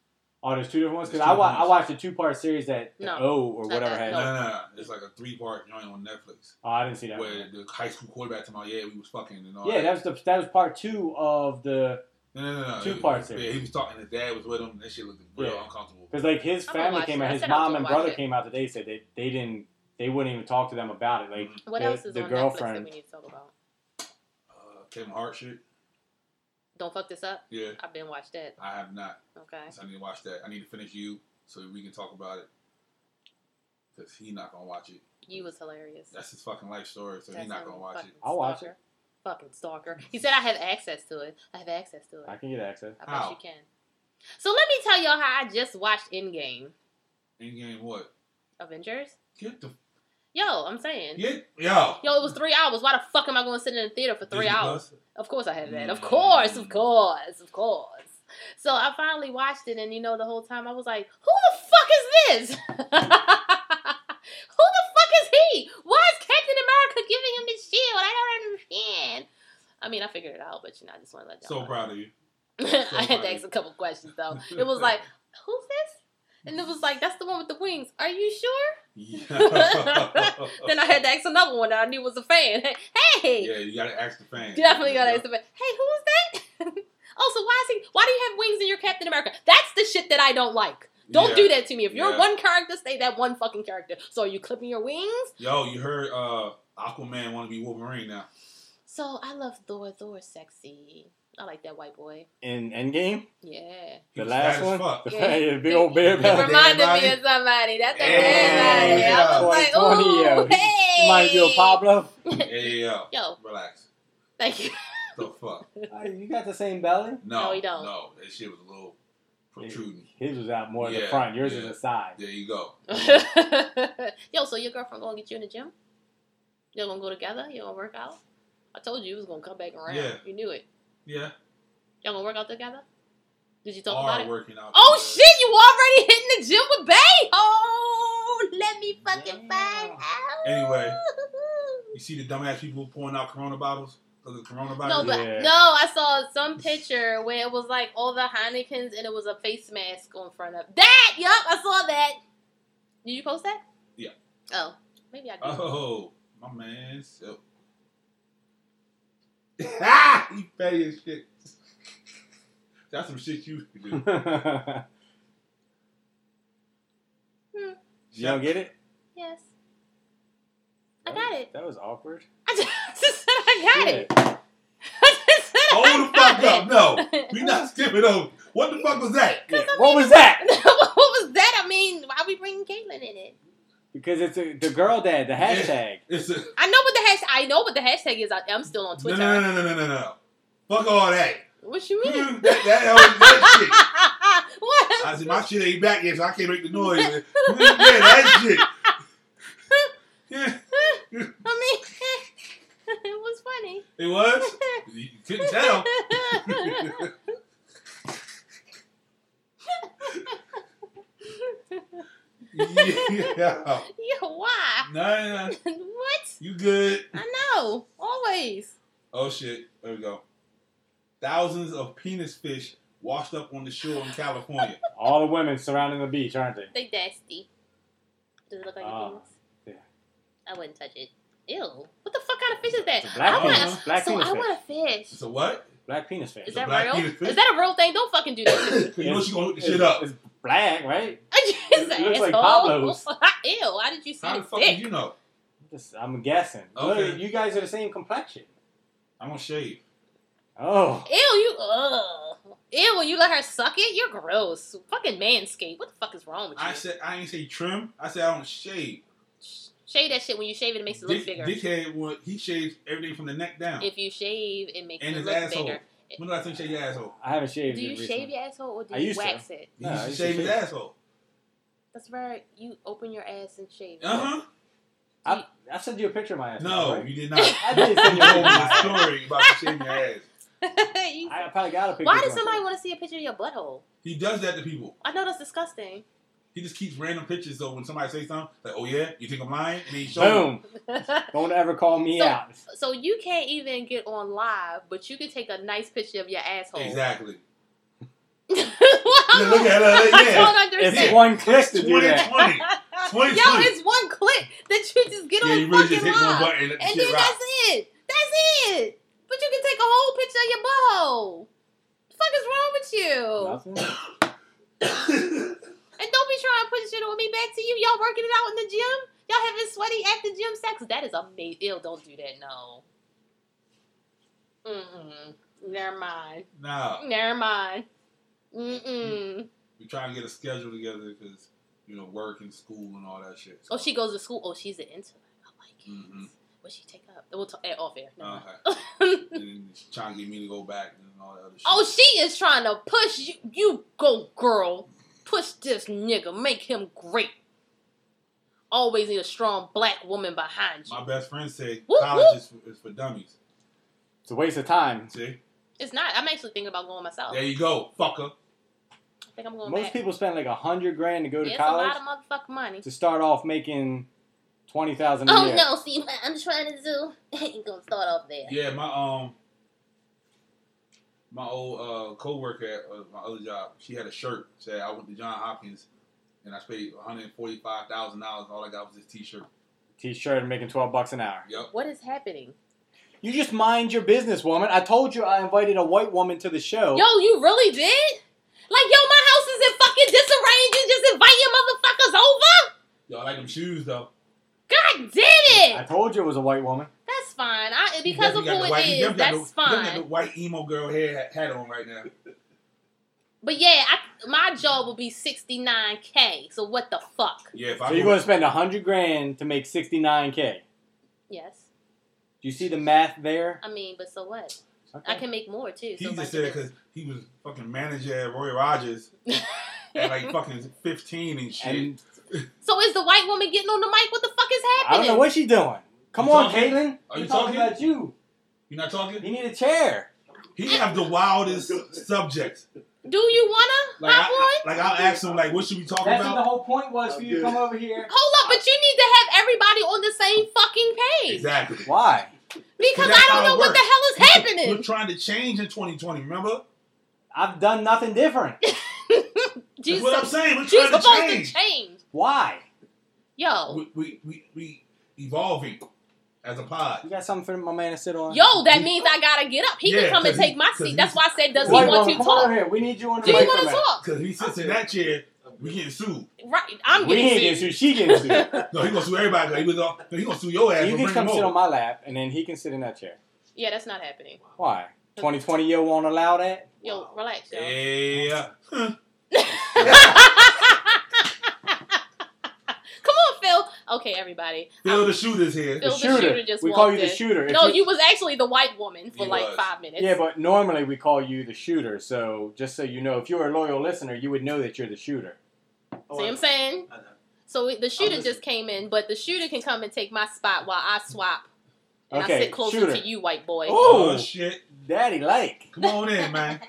Speaker 3: Oh, there's two different ones because
Speaker 4: There's
Speaker 3: I,
Speaker 4: two
Speaker 3: wa- I
Speaker 4: ones.
Speaker 3: watched a two part series that the
Speaker 2: No,
Speaker 3: O or
Speaker 2: not
Speaker 3: whatever
Speaker 2: that,
Speaker 3: had.
Speaker 4: No,
Speaker 2: No.
Speaker 4: no, no. It's like a three part joint on Netflix
Speaker 3: Oh, I didn't see that.
Speaker 4: where
Speaker 3: one.
Speaker 4: the high school quarterback talking about yeah we was fucking and all.
Speaker 3: Yeah, that
Speaker 4: that.
Speaker 3: was the that was part two of the
Speaker 4: no, no, no, no.
Speaker 3: two
Speaker 4: It-
Speaker 3: parts
Speaker 4: Yeah,
Speaker 3: there.
Speaker 4: he was talking. His dad was with him. That shit looked real
Speaker 3: Yeah.
Speaker 4: uncomfortable.
Speaker 3: because like his
Speaker 2: I'm gonna
Speaker 3: family
Speaker 2: watch
Speaker 3: came
Speaker 2: it.
Speaker 3: out,
Speaker 2: I
Speaker 3: his
Speaker 2: said I was
Speaker 3: mom
Speaker 2: gonna
Speaker 3: and
Speaker 2: watch
Speaker 3: brother
Speaker 2: it.
Speaker 3: came out today said they they didn't they wouldn't even talk to them about it.
Speaker 4: Mm-hmm.
Speaker 3: Like
Speaker 2: What
Speaker 3: the-
Speaker 2: else is
Speaker 3: the
Speaker 2: on Netflix that
Speaker 3: girlfriend.
Speaker 2: we need to talk about?
Speaker 4: Uh, Kevin Hart shit.
Speaker 2: Don't fuck this up.
Speaker 4: Yeah,
Speaker 2: I've been watched that.
Speaker 4: I have not.
Speaker 2: Okay.
Speaker 4: So I need to watch that. I need to finish you so we can talk about it. Cause he not gonna watch it.
Speaker 2: You was hilarious.
Speaker 4: That's his fucking life story. So
Speaker 2: That's
Speaker 4: he not
Speaker 2: him,
Speaker 4: gonna watch
Speaker 2: fucking
Speaker 4: it.
Speaker 3: I'll watch
Speaker 2: stalker. Fucking stalker. He said I have access to it. I have access to it.
Speaker 3: I can get access.
Speaker 2: I
Speaker 4: How?
Speaker 2: bet you can. So let me tell y'all how I just watched Endgame.
Speaker 4: Endgame what?
Speaker 2: Avengers?
Speaker 4: Get the
Speaker 2: Yo, I'm saying.
Speaker 4: get yo.
Speaker 2: Yo, it was three hours. Why the fuck am I going to sit in the theater for three
Speaker 4: Disney
Speaker 2: hours?
Speaker 4: Plus?
Speaker 2: Of course I had that. Of
Speaker 4: Mm.
Speaker 2: course, of course, of course. So I finally watched it, and you know, the whole time I was like, who the fuck is this? [LAUGHS] who the fuck is he? Why is Captain America giving him his shield? I don't understand. I mean, I figured it out, but you know, I just want to let y'all
Speaker 4: So
Speaker 2: [LAUGHS]
Speaker 4: proud of you.
Speaker 2: know. I had to ask a couple questions,
Speaker 4: [LAUGHS]
Speaker 2: though. It was like, who's this? And it was like, that's the one with the wings. Are you sure?
Speaker 4: Yeah.
Speaker 2: Then I had to ask another one that I knew was a fan. [LAUGHS] hey!
Speaker 4: Yeah, you gotta ask the fans.
Speaker 2: Definitely gotta ask the man, hey, who is that? [LAUGHS] also, why is he why do you have wings in your Captain America? That's the shit that I don't like. Don't
Speaker 4: Yeah.
Speaker 2: do that to me. If you're
Speaker 4: Yeah.
Speaker 2: one character, stay that one fucking character. So are you clipping your wings?
Speaker 4: Yo, you heard uh Aquaman wanna be Wolverine now.
Speaker 2: So I love Thor. Thor's sexy. I like that white boy.
Speaker 3: In Endgame,
Speaker 4: [LAUGHS]
Speaker 2: Yeah.
Speaker 4: He
Speaker 3: the
Speaker 4: was
Speaker 3: last
Speaker 4: fat as
Speaker 3: one,
Speaker 4: fuck.
Speaker 3: the
Speaker 2: Yeah.
Speaker 3: fat- yeah, big old bear
Speaker 4: He
Speaker 2: It
Speaker 4: Yeah,
Speaker 3: belly.
Speaker 4: reminded
Speaker 2: reminded me
Speaker 4: everybody.
Speaker 2: of somebody. That's a
Speaker 4: Yeah.
Speaker 2: dead body. I was like,
Speaker 3: Twenty, yeah.
Speaker 2: oh, hey.
Speaker 3: Reminds you of Pablo.
Speaker 4: Yeah, yeah,
Speaker 2: [LAUGHS]
Speaker 4: yeah.
Speaker 2: Yo,
Speaker 4: Relax.
Speaker 2: thank you. [LAUGHS]
Speaker 4: The fuck.
Speaker 3: Uh, you got the same belly.
Speaker 4: No,
Speaker 2: No, he don't.
Speaker 4: No, that shit was a little protruding.
Speaker 3: His was out more in the
Speaker 4: Yeah,
Speaker 3: front. Yours is
Speaker 4: yeah.
Speaker 3: the side.
Speaker 4: There you go.
Speaker 2: [LAUGHS] Yo, so your girlfriend gonna get you in the gym? Y'all gonna go together? Y'all gonna work out? I told you it was gonna come back around.
Speaker 4: Yeah.
Speaker 2: You knew it.
Speaker 4: Yeah.
Speaker 2: Y'all gonna work out together? Did you talk about
Speaker 4: Hard
Speaker 2: it?
Speaker 4: working out.
Speaker 2: Oh shit, you already hitting the gym with Bay! Oh, let me fucking find
Speaker 3: Yeah.
Speaker 2: out.
Speaker 4: Anyway. You see the dumbass people pouring out corona bottles? Because of
Speaker 2: [LAUGHS]
Speaker 4: coronavirus?
Speaker 2: No, but
Speaker 3: Yeah.
Speaker 2: no, I saw some picture where it was like all the Heinekens and it was a face mask on front of that. Yup, I saw that. Did you post that?
Speaker 4: Yeah.
Speaker 2: Oh, maybe I did.
Speaker 4: Oh, my man. So. [LAUGHS] Ha! He petty as shit. That's some shit you can do.
Speaker 3: [LAUGHS] You don't get it?
Speaker 2: Yes. I got it. [LAUGHS]
Speaker 3: That was awkward.
Speaker 2: I just said I got it. [LAUGHS]
Speaker 3: Yeah.
Speaker 2: I just said
Speaker 4: Hold
Speaker 2: I
Speaker 4: the
Speaker 2: [LAUGHS]
Speaker 4: fuck up.
Speaker 2: got
Speaker 4: No.
Speaker 2: it.
Speaker 4: We not skipping over. What the fuck was that?
Speaker 3: Yeah. What was that?
Speaker 2: [LAUGHS] what was that? I mean, why we bringing Caitlyn in it?
Speaker 3: Because it's a, the girl dad, the hashtag.
Speaker 4: It's a,
Speaker 2: I know what the hashtag. I know what the hashtag is. I, I'm still on
Speaker 4: no,
Speaker 2: Twitter.
Speaker 4: no, no, no, no, no, no. Fuck all that.
Speaker 2: What you
Speaker 4: that, [LAUGHS]
Speaker 2: mean? [LAUGHS]
Speaker 4: that, that, that shit.
Speaker 2: what?
Speaker 4: I said, my shit ain't back yet, so I can't make the noise. Mm, yeah, that shit. Yeah,
Speaker 2: I mean, [LAUGHS] it was funny.
Speaker 4: it was. You couldn't tell. Yeah.
Speaker 2: [LAUGHS] yeah, why? [LAUGHS]
Speaker 4: No, no, no.
Speaker 2: what?
Speaker 4: You good.
Speaker 2: I know. Always.
Speaker 4: Oh, shit. There we go. Thousands of penis fish washed up on the shore in California.
Speaker 3: All the women surrounding the beach, aren't they?
Speaker 2: They nasty. Does it look like
Speaker 3: Ah,
Speaker 2: a penis?
Speaker 3: yeah.
Speaker 2: I wouldn't touch it. Ew. What the fuck kind of fish is that?
Speaker 3: It's a black
Speaker 2: I want.
Speaker 3: penis. Black
Speaker 2: so
Speaker 3: penis
Speaker 2: I
Speaker 3: fish.
Speaker 2: want a fish.
Speaker 4: So what?
Speaker 3: Black penis fish.
Speaker 2: Is
Speaker 4: It's
Speaker 2: that
Speaker 4: a black
Speaker 2: real?
Speaker 4: penis fish.
Speaker 2: Is that a real thing? Don't fucking do that. to
Speaker 3: [LAUGHS]
Speaker 2: me.
Speaker 4: you know she gonna hook the
Speaker 3: It's-
Speaker 4: shit up.
Speaker 3: It's black, right?
Speaker 2: It's
Speaker 3: It
Speaker 2: an
Speaker 3: looks like
Speaker 2: asshole.
Speaker 3: Pablo's.
Speaker 2: "Oh, [LAUGHS] Ew, why did you see
Speaker 4: How the
Speaker 2: the
Speaker 4: fuck did
Speaker 2: dick?
Speaker 4: you know?
Speaker 3: Just, I'm guessing.
Speaker 4: Okay.
Speaker 3: Look, you guys are the same complexion.
Speaker 4: I'm gonna shave.
Speaker 3: Oh.
Speaker 2: Ew, you ugh. Ew, when you let her suck it, you're gross. Fucking manscape. What the fuck is wrong with you?
Speaker 4: I said I ain't say trim. I said I don't shave.
Speaker 2: Sh- shave that shit when you shave it, it makes it look
Speaker 4: Dick,
Speaker 2: bigger.
Speaker 4: dickhead, would, he shaves everything from the neck down.
Speaker 2: If you shave, it makes
Speaker 4: And
Speaker 2: it
Speaker 4: his
Speaker 2: look
Speaker 4: asshole.
Speaker 2: bigger.
Speaker 4: when did I think shave your asshole?
Speaker 3: I haven't shaved
Speaker 2: Do
Speaker 3: it
Speaker 2: you
Speaker 3: recently.
Speaker 2: shave your asshole or do
Speaker 3: I
Speaker 2: you
Speaker 3: used to.
Speaker 2: wax it?
Speaker 4: He
Speaker 3: No,
Speaker 4: used
Speaker 3: I
Speaker 4: to
Speaker 3: used to
Speaker 4: shave his
Speaker 3: shave.
Speaker 4: asshole.
Speaker 2: That's right. You open your ass and shave. it.
Speaker 4: Uh huh.
Speaker 3: I, I sent you a picture of my ass.
Speaker 4: No,
Speaker 3: right?
Speaker 4: you did
Speaker 3: [LAUGHS]
Speaker 4: not.
Speaker 3: I did send
Speaker 4: you
Speaker 3: you a picture
Speaker 4: told
Speaker 3: of my ass.
Speaker 4: [LAUGHS] me a story about you shaving your ass.
Speaker 2: [LAUGHS] You-
Speaker 3: I probably got a picture.
Speaker 2: why
Speaker 3: of
Speaker 2: does
Speaker 3: my-
Speaker 2: somebody want to see a picture of your butthole?
Speaker 4: He does that to people.
Speaker 2: I know that's disgusting. [LAUGHS]
Speaker 4: He just keeps random pictures though. When somebody says something, like, "Oh yeah, you think I'm lying?" and he shows.
Speaker 3: Boom! Don't ever call me
Speaker 2: So-
Speaker 3: out.
Speaker 2: so you can't even get on live, but you can take a nice picture of your asshole.
Speaker 4: Exactly.
Speaker 2: [LAUGHS] Wow.
Speaker 4: Yeah, look at her.
Speaker 2: I [LAUGHS]
Speaker 4: Yeah.
Speaker 2: don't understand.
Speaker 3: It's one click to do that.
Speaker 4: 2020. 20,
Speaker 2: [LAUGHS] Yo,
Speaker 4: 20.
Speaker 2: it's one click that you just get
Speaker 4: Yeah,
Speaker 2: on
Speaker 4: you really just
Speaker 2: fucking
Speaker 4: hit one
Speaker 2: live.
Speaker 4: button and let the
Speaker 2: and
Speaker 4: shit
Speaker 2: then
Speaker 4: rock.
Speaker 2: that's it. That's it. But you can take a whole picture of your butthole. The fuck is wrong with you?
Speaker 3: Nothing.
Speaker 2: And don't be trying to put shit on me back to you. Y'all working it out in the gym? Y'all having sweaty after gym sex? That is amazing. Ew, don't do that. No. Mm-mm. Never mind.
Speaker 4: nah,
Speaker 2: Never mind. Mm-mm.
Speaker 4: we trying to get a schedule together because you know work and school and all that shit.
Speaker 2: Oh, she goes to school. Oh, she's an introvert. I like it.
Speaker 4: Mhm.
Speaker 2: What she take up? We'll talk eh, off air. Never mind.
Speaker 4: Okay. uh, [LAUGHS] and then she's trying to get me to go back and all that other shit.
Speaker 2: Oh, she is trying to push you. You go, girl. Push this nigga. Make him great. Always need a strong black woman behind you.
Speaker 4: My best friend said
Speaker 2: Whoop,
Speaker 4: college is for, is for dummies.
Speaker 3: It's a waste of time.
Speaker 4: See,
Speaker 2: It's not. I'm actually thinking about going myself.
Speaker 4: there you go, fucker.
Speaker 2: I think I'm going
Speaker 3: Most
Speaker 2: back.
Speaker 3: people spend like a hundred grand to go to
Speaker 2: it's
Speaker 3: college
Speaker 2: a lot of motherfucking money.
Speaker 3: to start off making twenty thousand a
Speaker 2: Oh
Speaker 3: year.
Speaker 2: no, see [LAUGHS] what I'm trying to do. [LAUGHS] ain't gonna start off there.
Speaker 4: Yeah, my um, my old uh coworker at uh, my other job, she had a shirt said I went to John Hopkins, and I paid one hundred forty five thousand dollars. All I got was this T shirt.
Speaker 3: T-shirt and making twelve bucks an hour.
Speaker 4: Yep.
Speaker 2: What is happening?
Speaker 3: You just mind your business, woman. I told you I invited a white woman to the show.
Speaker 4: Oh.
Speaker 2: Yo, you really did? Like, yo, my house is in fucking disarray. and You just invite your motherfuckers over?
Speaker 4: Y'all like them shoes though?
Speaker 2: God damn
Speaker 3: I
Speaker 2: it!
Speaker 3: told you it was a white woman.
Speaker 2: That's fine. I,
Speaker 4: You
Speaker 2: because of who
Speaker 4: definitely got the
Speaker 2: it
Speaker 4: white- you
Speaker 2: is,
Speaker 4: definitely got
Speaker 2: that's
Speaker 4: the- you definitely got
Speaker 2: fine.
Speaker 4: The white emo girl hair hat on right now.
Speaker 2: But yeah, I, my job will be 69k. So what the fuck?
Speaker 4: Yeah, if
Speaker 3: So
Speaker 4: I
Speaker 3: you're
Speaker 4: go-
Speaker 3: going to spend a hundred grand to make sixty-nine k.
Speaker 2: Yes.
Speaker 3: Do you see the math there?
Speaker 2: I mean, but so what?
Speaker 3: Okay.
Speaker 2: I can make more too.
Speaker 4: Oh. he
Speaker 2: so
Speaker 4: just said [LAUGHS]
Speaker 2: like- [LAUGHS]
Speaker 4: because he was fucking manager at Roy Rogers at
Speaker 2: [LAUGHS]
Speaker 4: like fucking fifteen and shit.
Speaker 3: And
Speaker 2: so is the white woman getting on the mic? What the fuck is
Speaker 3: I
Speaker 2: happening?
Speaker 3: don't know what she's doing. Come
Speaker 4: You
Speaker 3: on,
Speaker 4: talking?
Speaker 3: Caitlin.
Speaker 4: Are you
Speaker 3: We're talking
Speaker 4: talking?
Speaker 3: about you?
Speaker 4: you not talking?
Speaker 3: You need a chair.
Speaker 4: He have the wildest subjects.
Speaker 2: Do you wanna
Speaker 4: Like,
Speaker 2: hop
Speaker 4: I,
Speaker 2: on?
Speaker 4: like I'll ask him, like, what should we talk
Speaker 3: That's what the
Speaker 4: about?
Speaker 3: whole point was for you to come over here.
Speaker 2: Hold up, but you need to have everybody on the same fucking page
Speaker 4: Exactly.
Speaker 3: [LAUGHS] Why?
Speaker 2: because
Speaker 4: That's
Speaker 2: I
Speaker 4: how
Speaker 2: don't
Speaker 4: it
Speaker 2: know what the
Speaker 4: works.
Speaker 2: hell is
Speaker 4: We're
Speaker 2: happening.
Speaker 4: trying to change in 2020. Remember?
Speaker 3: I've done nothing different.
Speaker 4: That's
Speaker 2: Jesus,
Speaker 4: what I'm saying. We're
Speaker 2: you
Speaker 4: trying
Speaker 2: supposed
Speaker 4: to change.
Speaker 2: to change,
Speaker 3: Why?
Speaker 2: yo,
Speaker 4: We, we we we evolving as a pod.
Speaker 3: You got something for my man to sit on?
Speaker 2: yo. That means I gotta get up. He
Speaker 4: Yeah,
Speaker 2: can come and
Speaker 4: 'cause he-
Speaker 2: take my
Speaker 4: 'cause
Speaker 2: seat. That's
Speaker 4: he's-
Speaker 2: why I said, does he
Speaker 3: White
Speaker 2: want
Speaker 3: woman,
Speaker 2: to
Speaker 3: come on over
Speaker 2: talk?
Speaker 3: here. We need you on the
Speaker 2: Do you
Speaker 3: mic
Speaker 2: want
Speaker 3: for
Speaker 2: to
Speaker 3: a minute.
Speaker 2: talk?
Speaker 4: Because he sits in that chair We getting sued.
Speaker 2: Right. I'm
Speaker 3: we
Speaker 2: getting
Speaker 3: ain't
Speaker 2: sued.
Speaker 3: getting sued. She [LAUGHS] getting sued.
Speaker 4: No, he gonna sue everybody. He was all, no, he gonna sue your
Speaker 3: you
Speaker 4: ass. for
Speaker 3: can
Speaker 4: bringing
Speaker 3: come
Speaker 4: him
Speaker 3: sit
Speaker 4: over.
Speaker 3: on my lap, and then he can sit in that chair.
Speaker 2: Yeah, that's not happening.
Speaker 3: Why? 2020 yo won't allow that.
Speaker 2: Yo, relax, yo.
Speaker 4: Yeah.
Speaker 2: Come on, Phil. Okay, everybody.
Speaker 4: Phil
Speaker 2: I'm-
Speaker 4: the shooter's here.
Speaker 2: Phil the shooter just
Speaker 3: we call
Speaker 2: walked
Speaker 3: you the
Speaker 2: in.
Speaker 3: shooter. If
Speaker 2: no, you was actually the white woman for
Speaker 4: He
Speaker 2: like
Speaker 4: was.
Speaker 2: five minutes.
Speaker 3: Yeah, but normally we call you the shooter. So just so you know, if you're a loyal listener, you would know that you're the shooter.
Speaker 2: See what I'm [CLEARS THROAT] saying?
Speaker 5: I know.
Speaker 2: So we- the shooter just
Speaker 5: listening.
Speaker 2: came in, but the shooter can come and take my spot while I swap. And I
Speaker 3: Okay,
Speaker 2: sit closer
Speaker 3: shooter.
Speaker 2: to you, white boy.
Speaker 3: Ooh.
Speaker 4: Oh, shit!
Speaker 3: Daddy like.
Speaker 4: Come on in, man.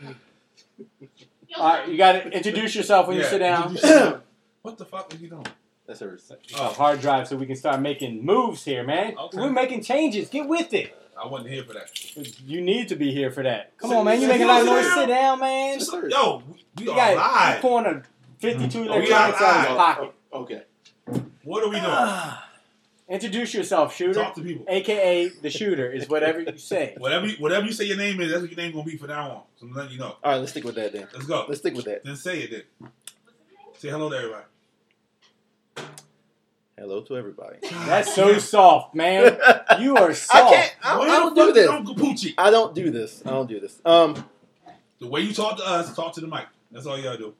Speaker 3: All right, you got to introduce yourself when you
Speaker 4: Yeah,
Speaker 3: sit down.
Speaker 4: introduce yourself. what the fuck are you doing?
Speaker 5: That's her. sec-
Speaker 3: Oh, hard drive, so we can start making moves here, man.
Speaker 4: Okay.
Speaker 3: We're making changes. Get with it.
Speaker 4: I wasn't here for that.
Speaker 3: You need to be here for that. Come
Speaker 5: Sit-
Speaker 3: on, man. You
Speaker 5: sit
Speaker 3: make a lot of
Speaker 4: down.
Speaker 3: noise. Sit down, man.
Speaker 5: Just- sir.
Speaker 4: Yo, we, we
Speaker 3: You
Speaker 4: are
Speaker 3: got you
Speaker 4: live.
Speaker 3: pouring a 52
Speaker 4: Oh, we
Speaker 3: electronics
Speaker 4: are
Speaker 3: out of his
Speaker 4: live.
Speaker 3: pocket.
Speaker 5: Oh, okay.
Speaker 4: What are we
Speaker 5: Ah,
Speaker 4: doing?
Speaker 3: [SIGHS] Introduce yourself, shooter.
Speaker 4: Talk to people.
Speaker 3: AKA the shooter is whatever you
Speaker 4: [LAUGHS]
Speaker 3: say.
Speaker 4: Whatever, you, whatever you say your name is, that's what your name gonna be from now on. So I'm letting you know.
Speaker 5: All right, let's stick with that then.
Speaker 4: Let's go.
Speaker 5: Let's stick with that.
Speaker 4: then say it then. Say hello to everybody.
Speaker 5: Hello to everybody.
Speaker 3: That's so
Speaker 5: [LAUGHS]
Speaker 3: soft, man. You are
Speaker 5: I
Speaker 3: soft.
Speaker 5: can't. I, don't- I don't do
Speaker 4: this.
Speaker 5: this.
Speaker 4: Don't Gucci.
Speaker 5: I don't do this. I don't do this. Um,
Speaker 4: The way you talk to us, talk to the mic. That's all
Speaker 5: [LAUGHS]
Speaker 4: y'all do.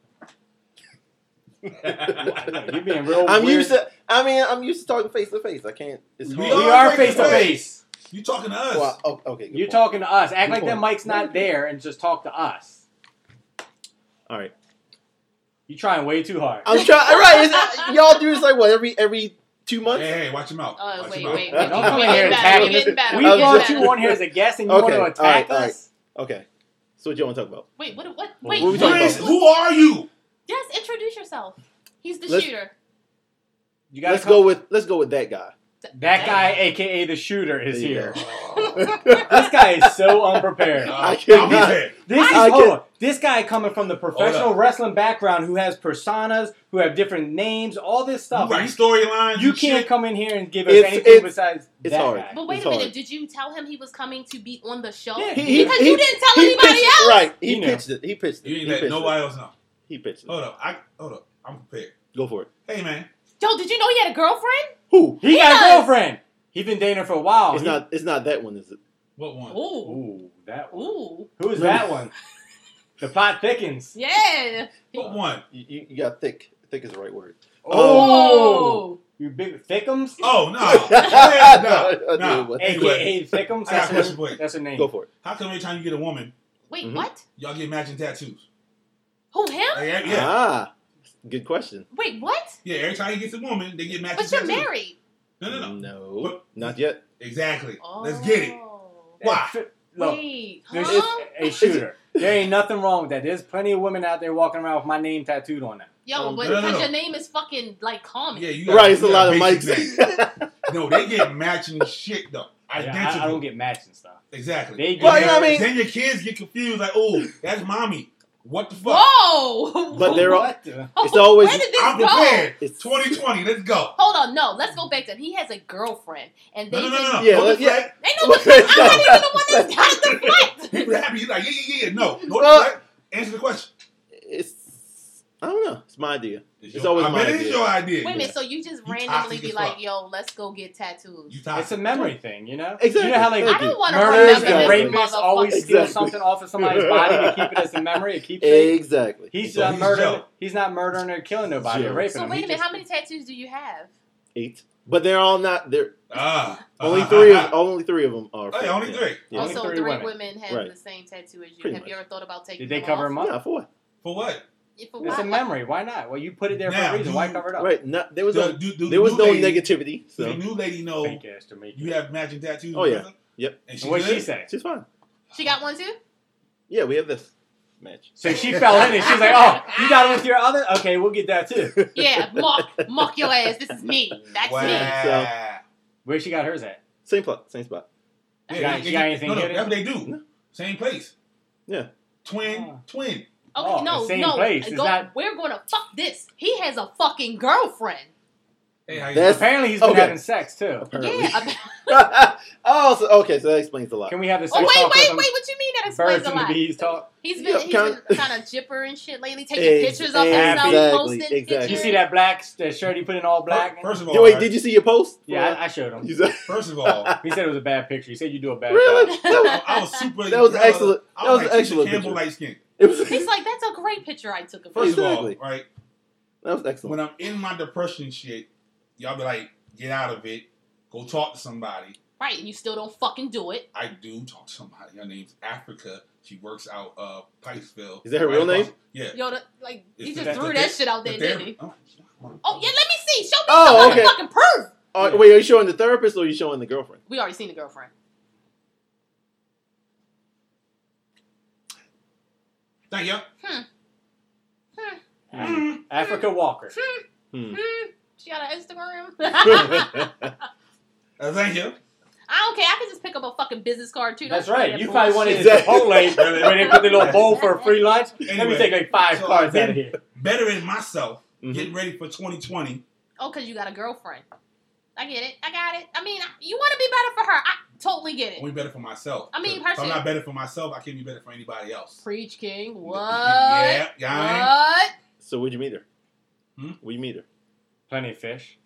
Speaker 3: You're being real.
Speaker 5: I'm
Speaker 3: weird.
Speaker 5: used to. I mean, I'm used to talking face to face. I can't. It's
Speaker 4: We
Speaker 3: We
Speaker 5: hard.
Speaker 3: are face to face.
Speaker 4: You talking to us?
Speaker 5: Well, oh, okay. good
Speaker 3: You're
Speaker 5: point.
Speaker 3: talking to us. Act
Speaker 5: Good
Speaker 3: like that
Speaker 5: point.
Speaker 3: mic's not there and just talk to us.
Speaker 5: All right.
Speaker 3: You're trying way too hard.
Speaker 5: I'm trying. Right. it's- uh, y'all do this like what every every two
Speaker 4: hey,
Speaker 5: months.
Speaker 4: hey, watch him out.
Speaker 2: Oh,
Speaker 4: watch
Speaker 2: wait,
Speaker 4: him out.
Speaker 2: wait, wait.
Speaker 5: Don't come
Speaker 2: We
Speaker 5: in here
Speaker 2: getting better,
Speaker 3: attacking
Speaker 2: we getting better,
Speaker 3: We
Speaker 2: we
Speaker 5: I'm
Speaker 2: getting
Speaker 3: brought
Speaker 5: just-
Speaker 3: you
Speaker 2: better.
Speaker 3: on here as a guest and you
Speaker 5: Okay,
Speaker 3: want to attack
Speaker 5: all right,
Speaker 3: us?
Speaker 5: Okay. So what you want to talk about?
Speaker 2: Wait, what? What?
Speaker 3: What
Speaker 2: Wait,
Speaker 5: we
Speaker 2: wait,
Speaker 5: talking
Speaker 4: Who
Speaker 5: about?
Speaker 4: is-
Speaker 2: wait,
Speaker 4: who are you?
Speaker 2: Yes, introduce yourself. He's the
Speaker 5: Let's-
Speaker 2: shooter.
Speaker 3: You gotta
Speaker 5: Let's
Speaker 3: come-
Speaker 5: go with let's go with that guy.
Speaker 3: that guy, aka the shooter, is
Speaker 5: There you
Speaker 3: here.
Speaker 5: go.
Speaker 3: This guy is so [LAUGHS] unprepared.
Speaker 4: Uh,
Speaker 5: I cannot-
Speaker 4: I'll be there.
Speaker 3: This is,
Speaker 5: I
Speaker 3: hold
Speaker 5: get-
Speaker 3: on. This guy coming from the professional
Speaker 4: Hold
Speaker 3: wrestling background who has personas, who have different names, all this
Speaker 4: You
Speaker 3: stuff.
Speaker 4: write
Speaker 3: You-
Speaker 4: storylines.
Speaker 3: You,
Speaker 4: and
Speaker 3: can't
Speaker 4: shit.
Speaker 3: come in here and give us
Speaker 5: It's-
Speaker 3: anything
Speaker 5: it's-
Speaker 3: besides
Speaker 5: it's
Speaker 3: that
Speaker 5: hard.
Speaker 3: guy.
Speaker 2: But wait
Speaker 5: It's
Speaker 2: a minute,
Speaker 5: hard.
Speaker 2: did you tell him he was coming to be on the show?
Speaker 3: Yeah.
Speaker 5: [LAUGHS] He-
Speaker 2: because
Speaker 5: he-
Speaker 2: you didn't tell
Speaker 5: He
Speaker 2: anybody
Speaker 5: pitched,
Speaker 2: else.
Speaker 5: right. He
Speaker 3: You know.
Speaker 5: pitched it. He pitched it.
Speaker 4: You
Speaker 5: he
Speaker 4: ain't
Speaker 5: pitched
Speaker 4: let
Speaker 5: it.
Speaker 4: nobody Oh. else know.
Speaker 5: He pitched it.
Speaker 4: Hold up. I hold up. I'm prepared.
Speaker 5: Go for it.
Speaker 4: Hey man.
Speaker 2: Yo, did you know he had a girlfriend?
Speaker 5: Who?
Speaker 3: He, got
Speaker 2: does.
Speaker 3: a girlfriend. He's been dating her for a
Speaker 4: Oh,
Speaker 3: while.
Speaker 5: It's
Speaker 3: He-
Speaker 5: not. It's not that one. Is it?
Speaker 4: What one?
Speaker 2: Ooh.
Speaker 3: Ooh, that one.
Speaker 2: Ooh.
Speaker 3: Who is that one? The plot
Speaker 2: [LAUGHS]
Speaker 3: thickens.
Speaker 2: Yeah.
Speaker 4: What one?
Speaker 5: You, you, you got thick. Thick is the right word.
Speaker 3: Oh, you big thickums.
Speaker 4: Oh
Speaker 5: [LAUGHS]
Speaker 4: no. Yeah,
Speaker 5: No,
Speaker 4: no,
Speaker 5: I
Speaker 4: no.
Speaker 5: knew it
Speaker 3: AKA Thickums.
Speaker 4: I got a
Speaker 3: That's,
Speaker 4: question
Speaker 3: her-
Speaker 4: for you.
Speaker 3: that's her name.
Speaker 5: Go for it.
Speaker 4: How come every time you get a woman,
Speaker 2: Wait,
Speaker 5: Mhm.
Speaker 2: what?
Speaker 4: y'all get matching tattoos?
Speaker 2: Who him?
Speaker 4: Like, every- yeah,
Speaker 5: Ah, good question.
Speaker 2: Wait, what?
Speaker 4: yeah. Every time he gets a woman, they get matching
Speaker 2: But you're
Speaker 4: tattoos.
Speaker 2: married.
Speaker 4: No, no, no. What?
Speaker 5: not yet.
Speaker 4: Exactly.
Speaker 2: Oh.
Speaker 4: Let's get it. Why?
Speaker 3: Fi- Look,
Speaker 2: Wait,
Speaker 3: there's
Speaker 2: huh?
Speaker 3: a shooter. There ain't nothing wrong with that. There's plenty of women out there walking around with my name tattooed on them.
Speaker 2: Yo,
Speaker 5: Um,
Speaker 2: but
Speaker 4: no, no,
Speaker 2: because
Speaker 4: no.
Speaker 2: your name is fucking like common.
Speaker 4: Yeah, you got,
Speaker 5: Right, it's a
Speaker 4: you
Speaker 5: lot
Speaker 4: got
Speaker 5: of
Speaker 4: basic match.
Speaker 5: mics.
Speaker 4: no, they get matching shit though.
Speaker 3: Yeah,
Speaker 4: Identical.
Speaker 3: I, I don't get matching stuff.
Speaker 4: exactly.
Speaker 3: They
Speaker 4: And
Speaker 3: get- Well,
Speaker 5: you know what I
Speaker 4: then-
Speaker 5: mean?
Speaker 4: Then your kids get confused, like, oh, that's mommy. What the fuck?
Speaker 2: Whoa! [LAUGHS]
Speaker 5: But they're all-
Speaker 3: What the-
Speaker 5: It's always-
Speaker 2: Where did this
Speaker 4: I'm
Speaker 2: go?
Speaker 4: prepared.
Speaker 5: [LAUGHS] It's-
Speaker 4: 2020. Let's go.
Speaker 2: Hold on, no. Let's go back to he has a girlfriend, and
Speaker 4: No,
Speaker 2: they
Speaker 4: no, no,
Speaker 2: didn't-
Speaker 4: no.
Speaker 5: Yeah,
Speaker 4: Don't
Speaker 5: let-
Speaker 4: deflect.
Speaker 2: They know what I'm not even the one
Speaker 5: [LAUGHS]
Speaker 2: that's got the flight.
Speaker 4: People happy. He's like, yeah, yeah, yeah. No, no.
Speaker 5: Well-
Speaker 4: deflect. Answer the question.
Speaker 5: It's I don't know. It's my idea.
Speaker 4: It's,
Speaker 5: always
Speaker 4: I
Speaker 5: my
Speaker 4: bet it is
Speaker 5: idea.
Speaker 4: your idea.
Speaker 2: Wait a minute. So you just
Speaker 4: You
Speaker 2: randomly
Speaker 4: toxic
Speaker 2: be
Speaker 4: as
Speaker 2: like,
Speaker 4: fuck.
Speaker 2: "Yo, let's go get tattoos."
Speaker 4: You talk.
Speaker 3: It's a memory thing, you know.
Speaker 5: Exactly.
Speaker 3: You know how like
Speaker 5: Thank
Speaker 2: I don't want to
Speaker 3: murderers
Speaker 2: remember
Speaker 5: Exactly.
Speaker 3: and
Speaker 2: this
Speaker 3: rapists always
Speaker 2: motherfucker.
Speaker 3: steal
Speaker 5: Exactly.
Speaker 3: something off of somebody's body to keep it as a memory. It keeps it.
Speaker 5: Exactly.
Speaker 3: He's
Speaker 4: So
Speaker 3: uh,
Speaker 4: he's
Speaker 3: murdering.
Speaker 4: Joe.
Speaker 3: He's not murdering or killing nobody
Speaker 5: Joe.
Speaker 3: or raping.
Speaker 2: So
Speaker 3: them.
Speaker 2: wait
Speaker 3: He
Speaker 2: a minute.
Speaker 3: just-
Speaker 2: How many tattoos do you have?
Speaker 5: eight, but they're all not. They're
Speaker 4: Ah,
Speaker 5: only
Speaker 4: ah,
Speaker 5: three.
Speaker 4: ah,
Speaker 5: Of, only three of them are.
Speaker 4: ah. Hey,
Speaker 5: fake,
Speaker 4: only
Speaker 5: yeah.
Speaker 4: three.
Speaker 5: Yeah.
Speaker 3: Only
Speaker 2: also,
Speaker 3: three
Speaker 2: three,
Speaker 3: women.
Speaker 2: women. have
Speaker 5: Right.
Speaker 2: the same tattoo as you.
Speaker 5: Pretty
Speaker 2: have you
Speaker 5: much.
Speaker 2: ever thought about taking?
Speaker 3: Did they
Speaker 2: them
Speaker 3: cover
Speaker 2: off?
Speaker 3: him up?
Speaker 5: Yeah, for what?
Speaker 4: For what?
Speaker 2: If- why-
Speaker 3: It's a memory. Why not? Well, you put it there for
Speaker 4: Now,
Speaker 3: a reason.
Speaker 4: do
Speaker 3: Why
Speaker 4: you-
Speaker 3: cover it up?
Speaker 5: Right. Not, there was
Speaker 4: The-
Speaker 5: no.
Speaker 4: do- do
Speaker 5: There was no
Speaker 4: new lady-
Speaker 5: negativity.
Speaker 4: do The
Speaker 5: So
Speaker 4: new lady know
Speaker 3: Fake ass to make
Speaker 4: you
Speaker 3: it.
Speaker 4: have matching tattoos.
Speaker 5: Oh, yeah.
Speaker 4: and
Speaker 5: Yep.
Speaker 4: And she
Speaker 3: What
Speaker 4: good?
Speaker 3: she say?
Speaker 5: she's fine.
Speaker 2: She got one too.
Speaker 5: Yeah, we have this match.
Speaker 3: So she fell in and she's like, "Oh, you got it with your other? Okay, we'll get that too."
Speaker 2: Yeah, mock, mock your ass. This is
Speaker 4: [LAUGHS]
Speaker 2: me. That's
Speaker 4: wow.
Speaker 2: me.
Speaker 3: Where she got hers at?
Speaker 5: [LAUGHS] Same plot. Same spot.
Speaker 3: She got- she got anything
Speaker 4: no, no,
Speaker 3: good?
Speaker 4: that's what they do.
Speaker 5: No.
Speaker 4: Same place.
Speaker 5: Yeah.
Speaker 4: Twin,
Speaker 3: Ah.
Speaker 4: twin.
Speaker 2: Okay,
Speaker 3: Oh,
Speaker 2: no,
Speaker 3: the same
Speaker 2: no.
Speaker 3: place. It's
Speaker 2: Go,
Speaker 3: not-
Speaker 2: We're gonna fuck this. He has a fucking girlfriend.
Speaker 4: Hey, how you
Speaker 5: That's-
Speaker 4: doing?
Speaker 3: Apparently, he's been
Speaker 5: Okay.
Speaker 3: having sex too.
Speaker 5: Apparently.
Speaker 3: [LAUGHS]
Speaker 2: Yeah.
Speaker 5: [LAUGHS] oh, so, okay. So that explains a lot.
Speaker 3: Can we have this?
Speaker 2: Oh wait,
Speaker 3: talk with
Speaker 2: wait,
Speaker 3: him?
Speaker 2: wait! What you mean that explains
Speaker 3: Birds
Speaker 2: a
Speaker 3: and the
Speaker 2: lot.
Speaker 3: bees talk.
Speaker 2: He's
Speaker 5: Yeah,
Speaker 2: been, he's
Speaker 5: kinda-
Speaker 2: been kind of jipper and shit lately, taking
Speaker 5: Ex-
Speaker 2: pictures of himself,
Speaker 3: exactly,
Speaker 2: posting
Speaker 5: exactly.
Speaker 2: pictures.
Speaker 3: You see that black that shirt he put in all black?
Speaker 4: First of all,
Speaker 5: Yo, wait,
Speaker 4: right,
Speaker 5: did you see your post?
Speaker 3: Yeah, I, I showed
Speaker 5: [LAUGHS]
Speaker 3: him.
Speaker 5: You said-
Speaker 4: first of all,
Speaker 3: He said it was a bad picture. He said you do a bad
Speaker 5: really?
Speaker 2: [LAUGHS]
Speaker 3: job.
Speaker 5: That was,
Speaker 4: I, I was [LAUGHS]
Speaker 5: [LAUGHS]
Speaker 4: super.
Speaker 5: that was
Speaker 4: proud of-
Speaker 5: excellent.
Speaker 4: I
Speaker 5: That was
Speaker 4: like, Tisha
Speaker 5: excellent.
Speaker 4: Campbell
Speaker 5: picture.
Speaker 4: light skin.
Speaker 5: It was, [LAUGHS] that
Speaker 2: He's like, that's a great picture I took of
Speaker 4: First
Speaker 2: him.
Speaker 5: Exactly.
Speaker 4: of all, right
Speaker 5: was excellent.
Speaker 4: when I'm in my depression shit, y'all be like, get out of it, go talk to somebody.
Speaker 2: Right, and you still don't fucking do it.
Speaker 4: I do talk to somebody. Her name's Africa. She works out uh Pikesville.
Speaker 5: Is that her real
Speaker 4: Right across-
Speaker 5: name?
Speaker 4: Yeah.
Speaker 2: Yo, the, like, he
Speaker 4: It's
Speaker 2: just
Speaker 4: the-
Speaker 2: threw
Speaker 4: the
Speaker 2: that
Speaker 4: ther-
Speaker 2: shit out
Speaker 4: the
Speaker 2: there,
Speaker 4: ther-
Speaker 2: didn't he?
Speaker 4: Oh,
Speaker 2: Oh, yeah, let me see. Show me
Speaker 5: [LAUGHS] Oh,
Speaker 2: some
Speaker 5: okay.
Speaker 2: fucking proof.
Speaker 5: Oh, wait, are you showing the therapist or are you showing the
Speaker 2: [LAUGHS]
Speaker 5: girlfriend? [LAUGHS]
Speaker 2: We already seen the girlfriend.
Speaker 4: Thank you.
Speaker 3: Mm.
Speaker 2: Mm-hmm.
Speaker 3: Africa Walker.
Speaker 5: Hmm.
Speaker 2: Hmm, she got an
Speaker 3: [LAUGHS]
Speaker 2: Instagram. [LAUGHS]
Speaker 5: Mm-hmm.
Speaker 4: Uh, thank you.
Speaker 2: I don't care. I can just pick up a fucking business card too. Don't
Speaker 3: That's
Speaker 2: show me
Speaker 3: right.
Speaker 2: that
Speaker 3: You probably
Speaker 2: bullshit.
Speaker 3: wanted
Speaker 5: Exactly.
Speaker 2: [LAUGHS]
Speaker 3: Chipotle where they put the little bowl for a free lunch. Let me
Speaker 4: Anyway,
Speaker 3: take like five
Speaker 4: so
Speaker 3: cards
Speaker 4: I've
Speaker 3: out of here.
Speaker 4: Bettering myself,
Speaker 5: Mhm.
Speaker 4: getting ready for 2020.
Speaker 2: Oh, because you got a girlfriend. I get it. I got it. I mean, I- you want to be better for her. I totally get
Speaker 4: I
Speaker 2: it.
Speaker 4: want to be better for myself.
Speaker 2: I mean,
Speaker 4: If I'm
Speaker 2: personally-
Speaker 4: not better for myself, I can't be better for anybody else.
Speaker 2: Preach, King. What?
Speaker 4: Yeah, yeah.
Speaker 2: What?
Speaker 5: So where'd you meet her?
Speaker 4: Hmm?
Speaker 5: Where'd you meet her?
Speaker 3: Plenty of fish.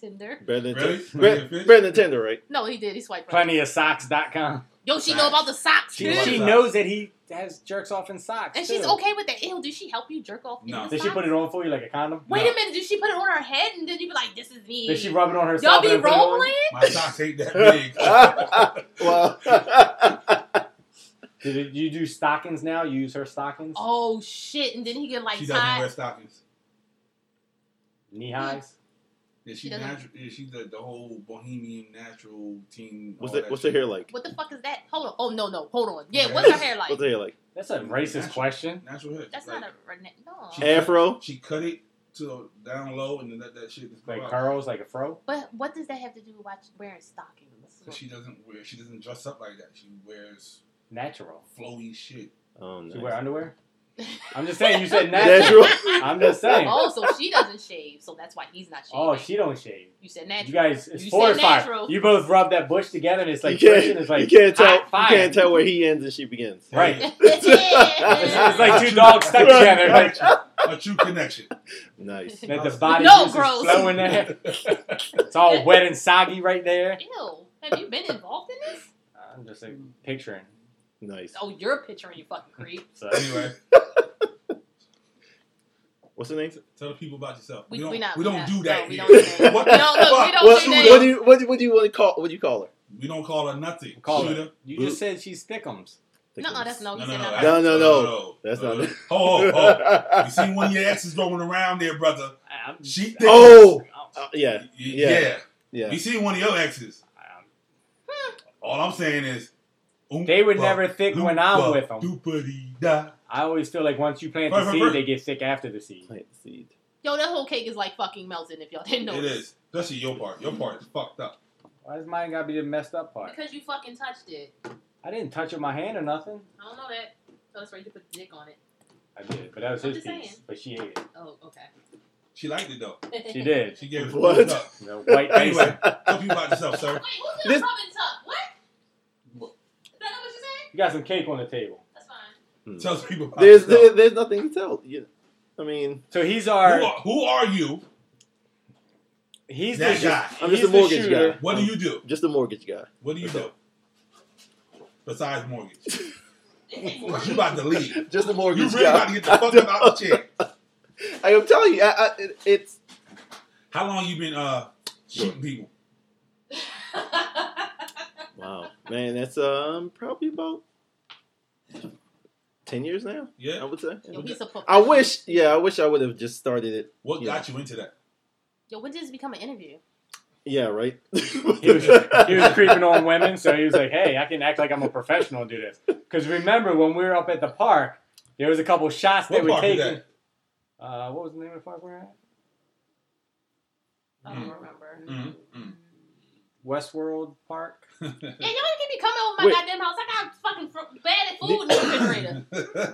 Speaker 2: Tinder.
Speaker 5: Better than
Speaker 4: Really?
Speaker 5: Tin-
Speaker 4: Plenty
Speaker 5: Better,
Speaker 4: of fish?
Speaker 5: better than Tinder, right?
Speaker 2: No, he did. He swiped right.
Speaker 3: Plenty of socks.com.
Speaker 2: Yo, she know about the socks
Speaker 3: She,
Speaker 2: too,
Speaker 4: loves
Speaker 3: she
Speaker 4: socks.
Speaker 3: knows that he has jerks off in socks.
Speaker 2: and she's
Speaker 3: too.
Speaker 2: okay with that. Ew, did she help you jerk off? in
Speaker 4: No.
Speaker 2: the
Speaker 3: Did she
Speaker 2: socks?
Speaker 3: put it on for you like a condom?
Speaker 2: Wait
Speaker 4: No.
Speaker 2: a minute. Did she put it on her head and then you be like, "This is me"?
Speaker 3: Did she rub it on herself?
Speaker 2: Y'all be
Speaker 3: and then put it
Speaker 2: role
Speaker 3: on?
Speaker 2: playing.
Speaker 4: My socks
Speaker 5: [LAUGHS]
Speaker 4: ain't that big. [LAUGHS]
Speaker 5: well, [LAUGHS]
Speaker 3: Did it- you do stockings now? You use her stockings?
Speaker 2: Oh shit! And then he get like
Speaker 4: she doesn't wear
Speaker 2: tied.
Speaker 4: stockings.
Speaker 2: [LAUGHS]
Speaker 3: Knee highs?
Speaker 4: Yeah, she
Speaker 2: She doesn't-
Speaker 4: natural. Yeah, she's the, the whole bohemian natural teen.
Speaker 5: what's
Speaker 4: all
Speaker 5: it?
Speaker 4: that
Speaker 5: What's her
Speaker 4: shit.
Speaker 5: hair like?
Speaker 2: What the fuck is that? Hold on. Oh no, no. Hold on. Yeah. What's her hair like?
Speaker 5: What's her hair like?
Speaker 3: That's a racist question.
Speaker 4: Natural hair.
Speaker 2: That's
Speaker 4: Like,
Speaker 2: not a redneck. No.
Speaker 4: She-
Speaker 5: Afro?
Speaker 4: She cut it to down low and then let that shit just go
Speaker 3: Like
Speaker 4: out.
Speaker 3: curls, like a fro?
Speaker 2: But what does that have to do with watch, wearing stockings?
Speaker 4: 'Cause she doesn't wear. She doesn't dress up like that. She wears
Speaker 3: Natural.
Speaker 4: flowy shit.
Speaker 5: Oh,
Speaker 3: You wear
Speaker 5: nice.
Speaker 2: [LAUGHS]
Speaker 3: underwear? I'm just saying, you said natural.
Speaker 5: Natural.
Speaker 3: [LAUGHS] I'm just saying.
Speaker 2: oh, so she doesn't shave, so that's why he's not shaving.
Speaker 3: Oh, she don't shave.
Speaker 2: You said natural.
Speaker 3: You guys, it's
Speaker 2: You
Speaker 3: four
Speaker 2: said
Speaker 3: and five.
Speaker 2: natural.
Speaker 3: You both rub that bush together, and it's like
Speaker 5: you
Speaker 3: friction,
Speaker 5: can't,
Speaker 3: It's like
Speaker 5: you can't tell.
Speaker 3: hot fire.
Speaker 5: You can't tell where he ends and she begins.
Speaker 2: [LAUGHS]
Speaker 3: Right.
Speaker 4: Hey,
Speaker 3: [LAUGHS] It's, it's like two dogs stuck together. Like
Speaker 4: A
Speaker 2: [LAUGHS]
Speaker 4: true connection.
Speaker 5: Nice.
Speaker 3: [LAUGHS] that the body
Speaker 2: No,
Speaker 3: juice
Speaker 2: gross.
Speaker 3: is flowing there. It's all wet and soggy right there.
Speaker 2: Ew. Have you
Speaker 3: [LAUGHS]
Speaker 2: been involved in this?
Speaker 3: I'm just
Speaker 2: Mm.
Speaker 3: like, picturing.
Speaker 5: Nice.
Speaker 2: Oh, you're picturing you fucking
Speaker 3: [LAUGHS]
Speaker 2: creep.
Speaker 3: So
Speaker 4: anyway,
Speaker 5: What's her name?
Speaker 4: [LAUGHS] tell the people about yourself.
Speaker 2: We-
Speaker 4: don't.
Speaker 2: we not-
Speaker 4: we
Speaker 2: we
Speaker 4: don't
Speaker 2: not-
Speaker 4: do that
Speaker 2: no, we
Speaker 4: here.
Speaker 2: don't
Speaker 4: [LAUGHS]
Speaker 2: do that.
Speaker 4: What
Speaker 2: We
Speaker 4: the
Speaker 2: don't- no, we
Speaker 4: fuck?
Speaker 2: don't
Speaker 5: What,
Speaker 2: say
Speaker 4: Shooter?
Speaker 2: that.
Speaker 5: what do you what do, what do you want to call what do you call her?
Speaker 4: We don't call her nothing.
Speaker 3: Call her.
Speaker 4: Shooter.
Speaker 3: you just said she's thickums.
Speaker 2: No, that's no.
Speaker 4: No,
Speaker 2: he
Speaker 4: no,
Speaker 2: said
Speaker 4: no.
Speaker 2: not
Speaker 5: No, no, no.
Speaker 4: no.
Speaker 5: That's
Speaker 4: Uh,
Speaker 5: not-
Speaker 4: Oh, oh, oh. You see one of your exes going around there, brother.
Speaker 3: I- I'm-
Speaker 4: She
Speaker 3: I'm-
Speaker 4: thick.
Speaker 5: Oh!
Speaker 3: I'm-
Speaker 5: [LAUGHS] Uh, yeah,
Speaker 4: Y-
Speaker 5: Yeah.
Speaker 4: yeah.
Speaker 5: yeah.
Speaker 4: You see one of your exes. All I'm saying is,
Speaker 3: They were never thick when I'm with them.
Speaker 4: them.
Speaker 3: I always feel like once you plant
Speaker 4: Right,
Speaker 3: the
Speaker 4: right,
Speaker 3: seed,
Speaker 4: right.
Speaker 3: they get thick after the seed.
Speaker 5: Plant the seed.
Speaker 2: Yo, that whole cake is like fucking melting. If y'all didn't know,
Speaker 4: It is, especially your part. Your part is fucked up.
Speaker 3: Why does mine gotta be the messed up part?
Speaker 2: because you fucking touched it.
Speaker 3: I didn't touch it with my hand or nothing.
Speaker 2: I don't know that. So that's right. You put the dick on it.
Speaker 3: I did, but that was
Speaker 2: I'm
Speaker 3: his
Speaker 2: just saying.
Speaker 3: piece. But she
Speaker 2: [LAUGHS]
Speaker 3: ate it.
Speaker 2: Oh, okay.
Speaker 4: She liked it though.
Speaker 2: [LAUGHS]
Speaker 3: She did.
Speaker 4: She gave it a
Speaker 5: What?
Speaker 4: thumbs up.
Speaker 3: The white face.
Speaker 5: [LAUGHS]
Speaker 4: Anyway, tell people about yourself, sir.
Speaker 2: Wait, who's doing
Speaker 5: This-
Speaker 2: rub and tuck? What?
Speaker 4: What?
Speaker 2: Is that not what you said?
Speaker 3: You got some cake on the table.
Speaker 2: That's fine.
Speaker 4: Tell people about
Speaker 5: There's there,
Speaker 4: yourself.
Speaker 5: there's nothing to tell. You, I mean,
Speaker 3: So he's
Speaker 4: Who
Speaker 3: our.
Speaker 4: are, who are you?
Speaker 3: He's
Speaker 4: That
Speaker 3: the,
Speaker 4: guy.
Speaker 5: I'm
Speaker 3: he's
Speaker 5: just a
Speaker 3: the
Speaker 5: mortgage
Speaker 3: shooter.
Speaker 5: guy.
Speaker 4: What do you do?
Speaker 5: Just a mortgage guy. [LAUGHS]
Speaker 4: What do you do? Besides mortgage,
Speaker 5: [LAUGHS]
Speaker 4: 'Cause you
Speaker 2: Wait,
Speaker 4: about to leave.
Speaker 5: Just a
Speaker 4: You
Speaker 5: mortgage
Speaker 4: really about
Speaker 5: guy.
Speaker 4: to get the fuck
Speaker 5: [LAUGHS]
Speaker 4: up out the chair.
Speaker 5: I am telling you, I, I, it, it's
Speaker 4: How long you been uh shooting people? [LAUGHS]
Speaker 5: wow, man. That's um probably about ten years now. I
Speaker 4: Yeah.
Speaker 5: would say.
Speaker 2: Yo, he's a
Speaker 5: I wish, yeah, I wish I would have just started it.
Speaker 4: What
Speaker 5: Yeah.
Speaker 4: got you into that?
Speaker 2: Yo, when did this become an interview?
Speaker 5: Yeah, right.
Speaker 3: He was, he
Speaker 5: [LAUGHS]
Speaker 3: was creeping on women, so he was like, "Hey, I can act like I'm a professional and do this." Because remember when we were up at the park, there was a couple shots
Speaker 4: What
Speaker 3: that were
Speaker 4: part is
Speaker 3: taken.
Speaker 4: that?
Speaker 3: Uh, what was the name of the park we were at?
Speaker 2: I don't
Speaker 4: Mm.
Speaker 2: remember.
Speaker 4: Mm, mm.
Speaker 3: Westworld Park.
Speaker 2: Yeah, y'all keep me coming over my
Speaker 5: Wait.
Speaker 2: goddamn house. I got fucking fr- bad at food in the
Speaker 4: [LAUGHS]
Speaker 2: refrigerator.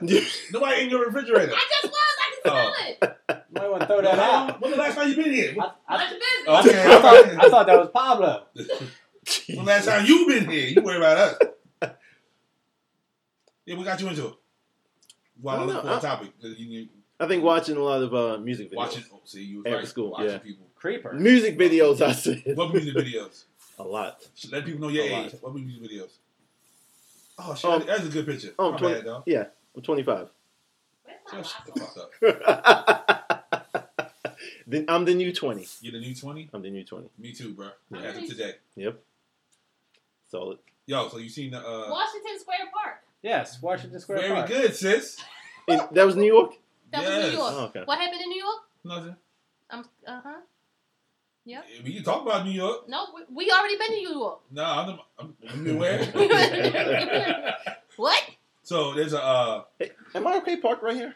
Speaker 5: [LAUGHS]
Speaker 4: Mm. Nobody in your refrigerator.
Speaker 2: I just was. I can smell
Speaker 4: Oh.
Speaker 2: it.
Speaker 3: Might want to throw that
Speaker 4: When
Speaker 3: out.
Speaker 4: the last time you been here?
Speaker 3: I, I,
Speaker 2: Mind your business.
Speaker 3: I,
Speaker 4: Okay.
Speaker 3: I thought, I thought that was Pablo.
Speaker 4: When the last time you been here? You worry about us. Yeah, we got you into it. While
Speaker 5: I
Speaker 4: I
Speaker 5: don't
Speaker 4: look
Speaker 5: know,
Speaker 4: for a
Speaker 5: I-
Speaker 4: topic, 'cause you
Speaker 5: I think watching a lot of uh, music videos.
Speaker 4: watching. Oh, see, you was
Speaker 5: After
Speaker 4: right.
Speaker 5: school,
Speaker 4: watching
Speaker 5: yeah.
Speaker 4: people.
Speaker 3: Creeper.
Speaker 5: Music videos, I said.
Speaker 4: What music videos?
Speaker 5: A lot.
Speaker 4: Let people know your
Speaker 5: A
Speaker 4: age.
Speaker 5: lot.
Speaker 4: What music videos? Oh shit,
Speaker 5: Um,
Speaker 4: that's a good picture.
Speaker 5: Oh,
Speaker 4: My
Speaker 5: I'm
Speaker 4: bad,
Speaker 5: 20,
Speaker 4: dog.
Speaker 5: yeah, I'm 25.
Speaker 4: Shut the fuck up.
Speaker 5: [LAUGHS] then I'm the new 20.
Speaker 4: You the new twenty?
Speaker 5: I'm the new 20.
Speaker 4: Me too, bro.
Speaker 2: Yeah.
Speaker 4: As of today.
Speaker 5: Yep. Solid.
Speaker 4: Yo, so you seen the uh,
Speaker 2: Washington Square Park.
Speaker 3: Yes, Washington Square
Speaker 4: very
Speaker 3: Park.
Speaker 4: good, sis.
Speaker 5: And that was New York?
Speaker 2: That was
Speaker 4: Yes.
Speaker 2: New York.
Speaker 5: Oh, okay.
Speaker 2: What happened in New York?
Speaker 4: Nothing.
Speaker 2: Um, uh huh. Yep.
Speaker 4: We can talk about New York.
Speaker 2: No, we, we already been to New York.
Speaker 4: No, I'm, I'm,
Speaker 5: [LAUGHS]
Speaker 4: I'm you aware.
Speaker 2: [LAUGHS]
Speaker 4: [LAUGHS]
Speaker 5: Yeah.
Speaker 2: What?
Speaker 4: so there's a uh,
Speaker 5: Am I okay parked right here?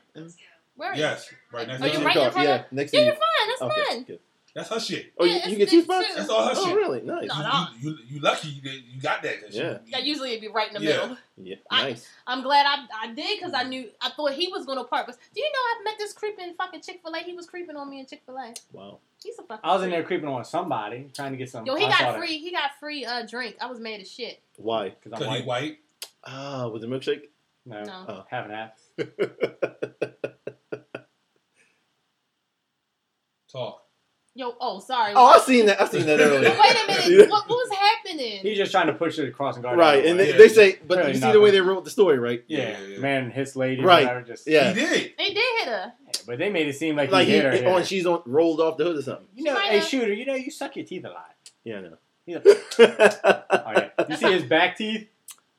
Speaker 2: Where are
Speaker 4: yes, right next
Speaker 2: Oh,
Speaker 4: to
Speaker 2: you're
Speaker 4: you.
Speaker 2: right in front
Speaker 5: yeah, next
Speaker 2: you?
Speaker 5: to
Speaker 2: Yeah,
Speaker 5: you.
Speaker 2: you're fine. That's
Speaker 5: okay,
Speaker 2: fine.
Speaker 5: good.
Speaker 4: That's her shit.
Speaker 5: Oh,
Speaker 2: Yeah,
Speaker 5: you, you get
Speaker 2: it's
Speaker 5: two
Speaker 2: big
Speaker 5: spots?
Speaker 2: too.
Speaker 4: That's all her
Speaker 5: Oh,
Speaker 4: shit.
Speaker 5: really? Nice.
Speaker 2: No,
Speaker 4: You,
Speaker 2: no.
Speaker 4: you, you, you lucky that you got that. that shit.
Speaker 2: That usually it'd be right in the
Speaker 4: Yeah.
Speaker 2: middle.
Speaker 5: Yeah,
Speaker 2: I-
Speaker 5: nice.
Speaker 2: I'm glad I, I did because I knew I thought he was gonna park. But do you know I've met this creeping fucking Chick Fil A? He was creeping on me in Chick Fil A.
Speaker 5: Wow.
Speaker 2: He's a fucking.
Speaker 3: I was in there
Speaker 2: creep.
Speaker 3: creeping on somebody, trying to get some.
Speaker 2: Yo, he
Speaker 3: I saw
Speaker 2: got
Speaker 3: that,
Speaker 2: free. He got free uh drink. I was mad as shit.
Speaker 5: Why?
Speaker 3: 'cause
Speaker 4: Cause
Speaker 3: I'm
Speaker 4: he
Speaker 3: white.
Speaker 4: white.
Speaker 5: Ah, with the milkshake?
Speaker 3: No,
Speaker 2: No.
Speaker 5: Oh.
Speaker 3: half and half.
Speaker 4: Talk.
Speaker 2: Yo, oh sorry.
Speaker 5: Oh, I've seen that. I've seen that
Speaker 2: But
Speaker 5: earlier.
Speaker 2: wait a
Speaker 5: [LAUGHS]
Speaker 2: minute. What, what was happening?
Speaker 3: He's just trying to push it across and guard.
Speaker 5: Right, and
Speaker 3: yeah,
Speaker 5: they,
Speaker 4: Yeah.
Speaker 5: they say, but
Speaker 3: Really
Speaker 5: you see
Speaker 3: not
Speaker 5: the way
Speaker 3: that.
Speaker 5: they wrote the story, right?
Speaker 3: yeah,
Speaker 4: Yeah, yeah.
Speaker 3: man, his lady,
Speaker 5: Right.
Speaker 3: whatever, just
Speaker 5: Yeah.
Speaker 4: He did.
Speaker 2: They did hit her.
Speaker 3: But they made it seem like,
Speaker 5: Like
Speaker 3: he
Speaker 5: he,
Speaker 3: hit her. hit
Speaker 5: on,
Speaker 3: her.
Speaker 5: she's on rolled off the hood or something.
Speaker 3: you know,
Speaker 2: Might
Speaker 3: hey
Speaker 2: have.
Speaker 3: shooter, you know you suck your teeth a lot.
Speaker 5: Yeah, I know. [LAUGHS]
Speaker 3: Yeah.
Speaker 5: that
Speaker 3: Oh, yeah. You see his back teeth?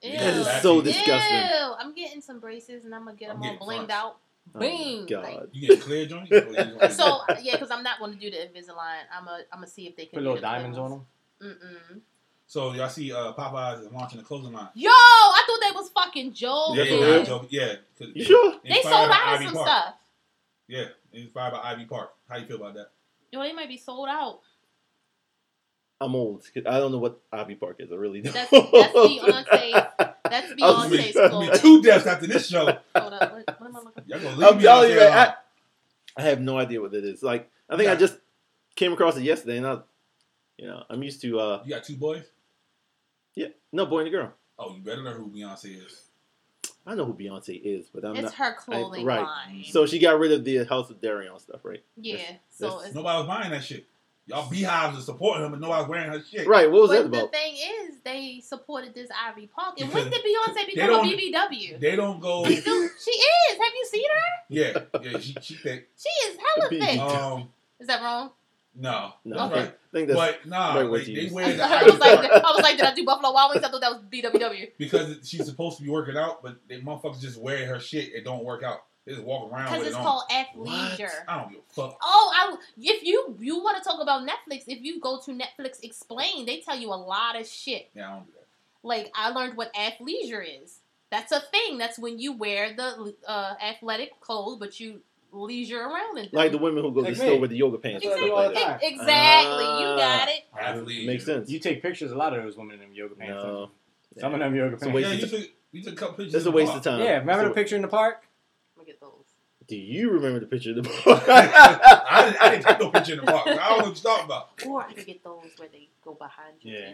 Speaker 2: Ew.
Speaker 5: is
Speaker 4: Yeah.
Speaker 5: so
Speaker 4: Ew.
Speaker 5: disgusting.
Speaker 2: Ew. I'm getting some braces and I'm gonna get
Speaker 4: I'm
Speaker 2: them all
Speaker 4: getting
Speaker 2: blinged
Speaker 4: fronts.
Speaker 2: out.
Speaker 5: Oh,
Speaker 2: Bing.
Speaker 5: God.
Speaker 4: You getting clear, Johnny? Or you [LAUGHS] gonna-
Speaker 2: So yeah, because I'm not gonna do the Invisalign. I'm a I'm gonna see if they can
Speaker 3: Put
Speaker 2: do
Speaker 3: little
Speaker 2: the clear
Speaker 3: diamonds on
Speaker 2: ones.
Speaker 3: them.
Speaker 2: Mm-mm.
Speaker 4: So y'all see uh, Popeyes is launching a clothing line.
Speaker 2: Yo, I thought they was fucking
Speaker 4: yeah,
Speaker 2: joking.
Speaker 5: for
Speaker 4: yeah,
Speaker 5: real?
Speaker 4: Joe- yeah. 'cause
Speaker 5: You sure?
Speaker 2: Oh. They
Speaker 4: inspired
Speaker 2: sold
Speaker 4: by
Speaker 2: out of
Speaker 4: Ivy
Speaker 2: some
Speaker 4: Park.
Speaker 2: stuff.
Speaker 4: Yeah, inspired by Ivy Park. How you feel about that?
Speaker 2: Yo, they might be sold out.
Speaker 5: I'm old. 'cause I don't know what Ivy Park is. I really don't.
Speaker 2: That's- that's
Speaker 5: [LAUGHS]
Speaker 2: Beyonce. That's
Speaker 5: was
Speaker 2: Beyonce's
Speaker 4: It's gonna be
Speaker 2: clothing.
Speaker 4: two deaths after this show.
Speaker 2: Hold up, what, what am I looking
Speaker 4: Y'all gonna leave
Speaker 5: I'm
Speaker 4: me out
Speaker 5: telling you,
Speaker 4: there.
Speaker 5: man,
Speaker 4: alone.
Speaker 5: I, I have no idea what it is. Like, I think I
Speaker 4: Yeah.
Speaker 5: just came across it yesterday, and I, you know, I'm used to, uh,
Speaker 4: You got two boys?
Speaker 5: yeah, no boy and a girl.
Speaker 4: Oh, you better know who Beyonce is.
Speaker 5: I know who Beyonce is, but I'm
Speaker 2: It's
Speaker 5: not.
Speaker 2: her clothing
Speaker 5: right.
Speaker 2: line.
Speaker 5: So she got rid of the House of Darion stuff, right?
Speaker 2: yeah,
Speaker 5: that's-
Speaker 2: so
Speaker 5: that's-
Speaker 2: it's,
Speaker 4: Nobody was buying that shit. Y'all beehives are supporting him, and nobody's wearing her shit.
Speaker 5: Right. What was that
Speaker 2: but the
Speaker 5: about?
Speaker 2: thing is, they supported this Ivy Park. And
Speaker 4: Because
Speaker 2: when did Beyonce become a
Speaker 4: don't-
Speaker 2: BBW?
Speaker 4: They don't go.
Speaker 2: She still, she is. Have you seen her?
Speaker 4: yeah, yeah, she, she
Speaker 2: [LAUGHS]
Speaker 4: think.
Speaker 2: She is hella
Speaker 5: B-
Speaker 2: thick.
Speaker 4: Um,
Speaker 2: is that
Speaker 4: [LAUGHS]
Speaker 2: wrong?
Speaker 4: no,
Speaker 5: No,
Speaker 4: That's
Speaker 2: Okay.
Speaker 5: I
Speaker 4: right.
Speaker 5: think that's
Speaker 4: But nah,
Speaker 5: right, what
Speaker 4: they,
Speaker 5: you
Speaker 4: they
Speaker 5: use. [LAUGHS]
Speaker 4: wear the
Speaker 2: I
Speaker 4: Ivy
Speaker 2: was like,
Speaker 4: Park
Speaker 2: I was like, did I do Buffalo Wild Wings? I thought that was BWW.
Speaker 4: because she's supposed to be working out, but they motherfuckers just wear her shit and don't work out. They just walk around
Speaker 2: Because
Speaker 4: with
Speaker 2: it's
Speaker 4: it on.
Speaker 2: called athleisure.
Speaker 4: I don't give a fuck.
Speaker 2: Oh, I, if you you want to talk about Netflix, if you go to Netflix Explain, they tell you a lot of shit.
Speaker 4: Yeah, I don't do that.
Speaker 2: Like I learned what athleisure is. That's a thing. That's when you wear the uh, athletic clothes, but you leisure around in them.
Speaker 5: like the women who go to
Speaker 3: Like
Speaker 5: the store
Speaker 3: me.
Speaker 5: with the yoga pants.
Speaker 3: That's
Speaker 5: and
Speaker 3: what I do
Speaker 5: stuff
Speaker 3: all
Speaker 5: like
Speaker 3: the
Speaker 5: that.
Speaker 3: time.
Speaker 2: Ex- Exactly.
Speaker 5: Ah.
Speaker 2: you got it.
Speaker 4: Athlete.
Speaker 5: Makes sense.
Speaker 3: You take pictures of a lot of those women in them yoga pants.
Speaker 5: No.
Speaker 3: don't you? Some of them yoga
Speaker 5: a
Speaker 3: pants.
Speaker 5: waste
Speaker 4: yeah,
Speaker 5: of
Speaker 4: you
Speaker 5: ti-
Speaker 4: took, you took a couple pictures.
Speaker 5: That's a
Speaker 4: in the
Speaker 5: waste
Speaker 4: park.
Speaker 5: of time.
Speaker 3: yeah, remember
Speaker 5: So-
Speaker 3: the picture in the park?
Speaker 2: Let me get those.
Speaker 5: Do you remember the
Speaker 3: [LAUGHS]
Speaker 5: picture of the
Speaker 4: I
Speaker 5: boy?
Speaker 4: didn't, I didn't take no picture in the park. I don't know what you're talking about.
Speaker 2: Or I could get those where they go behind you.
Speaker 3: Yeah.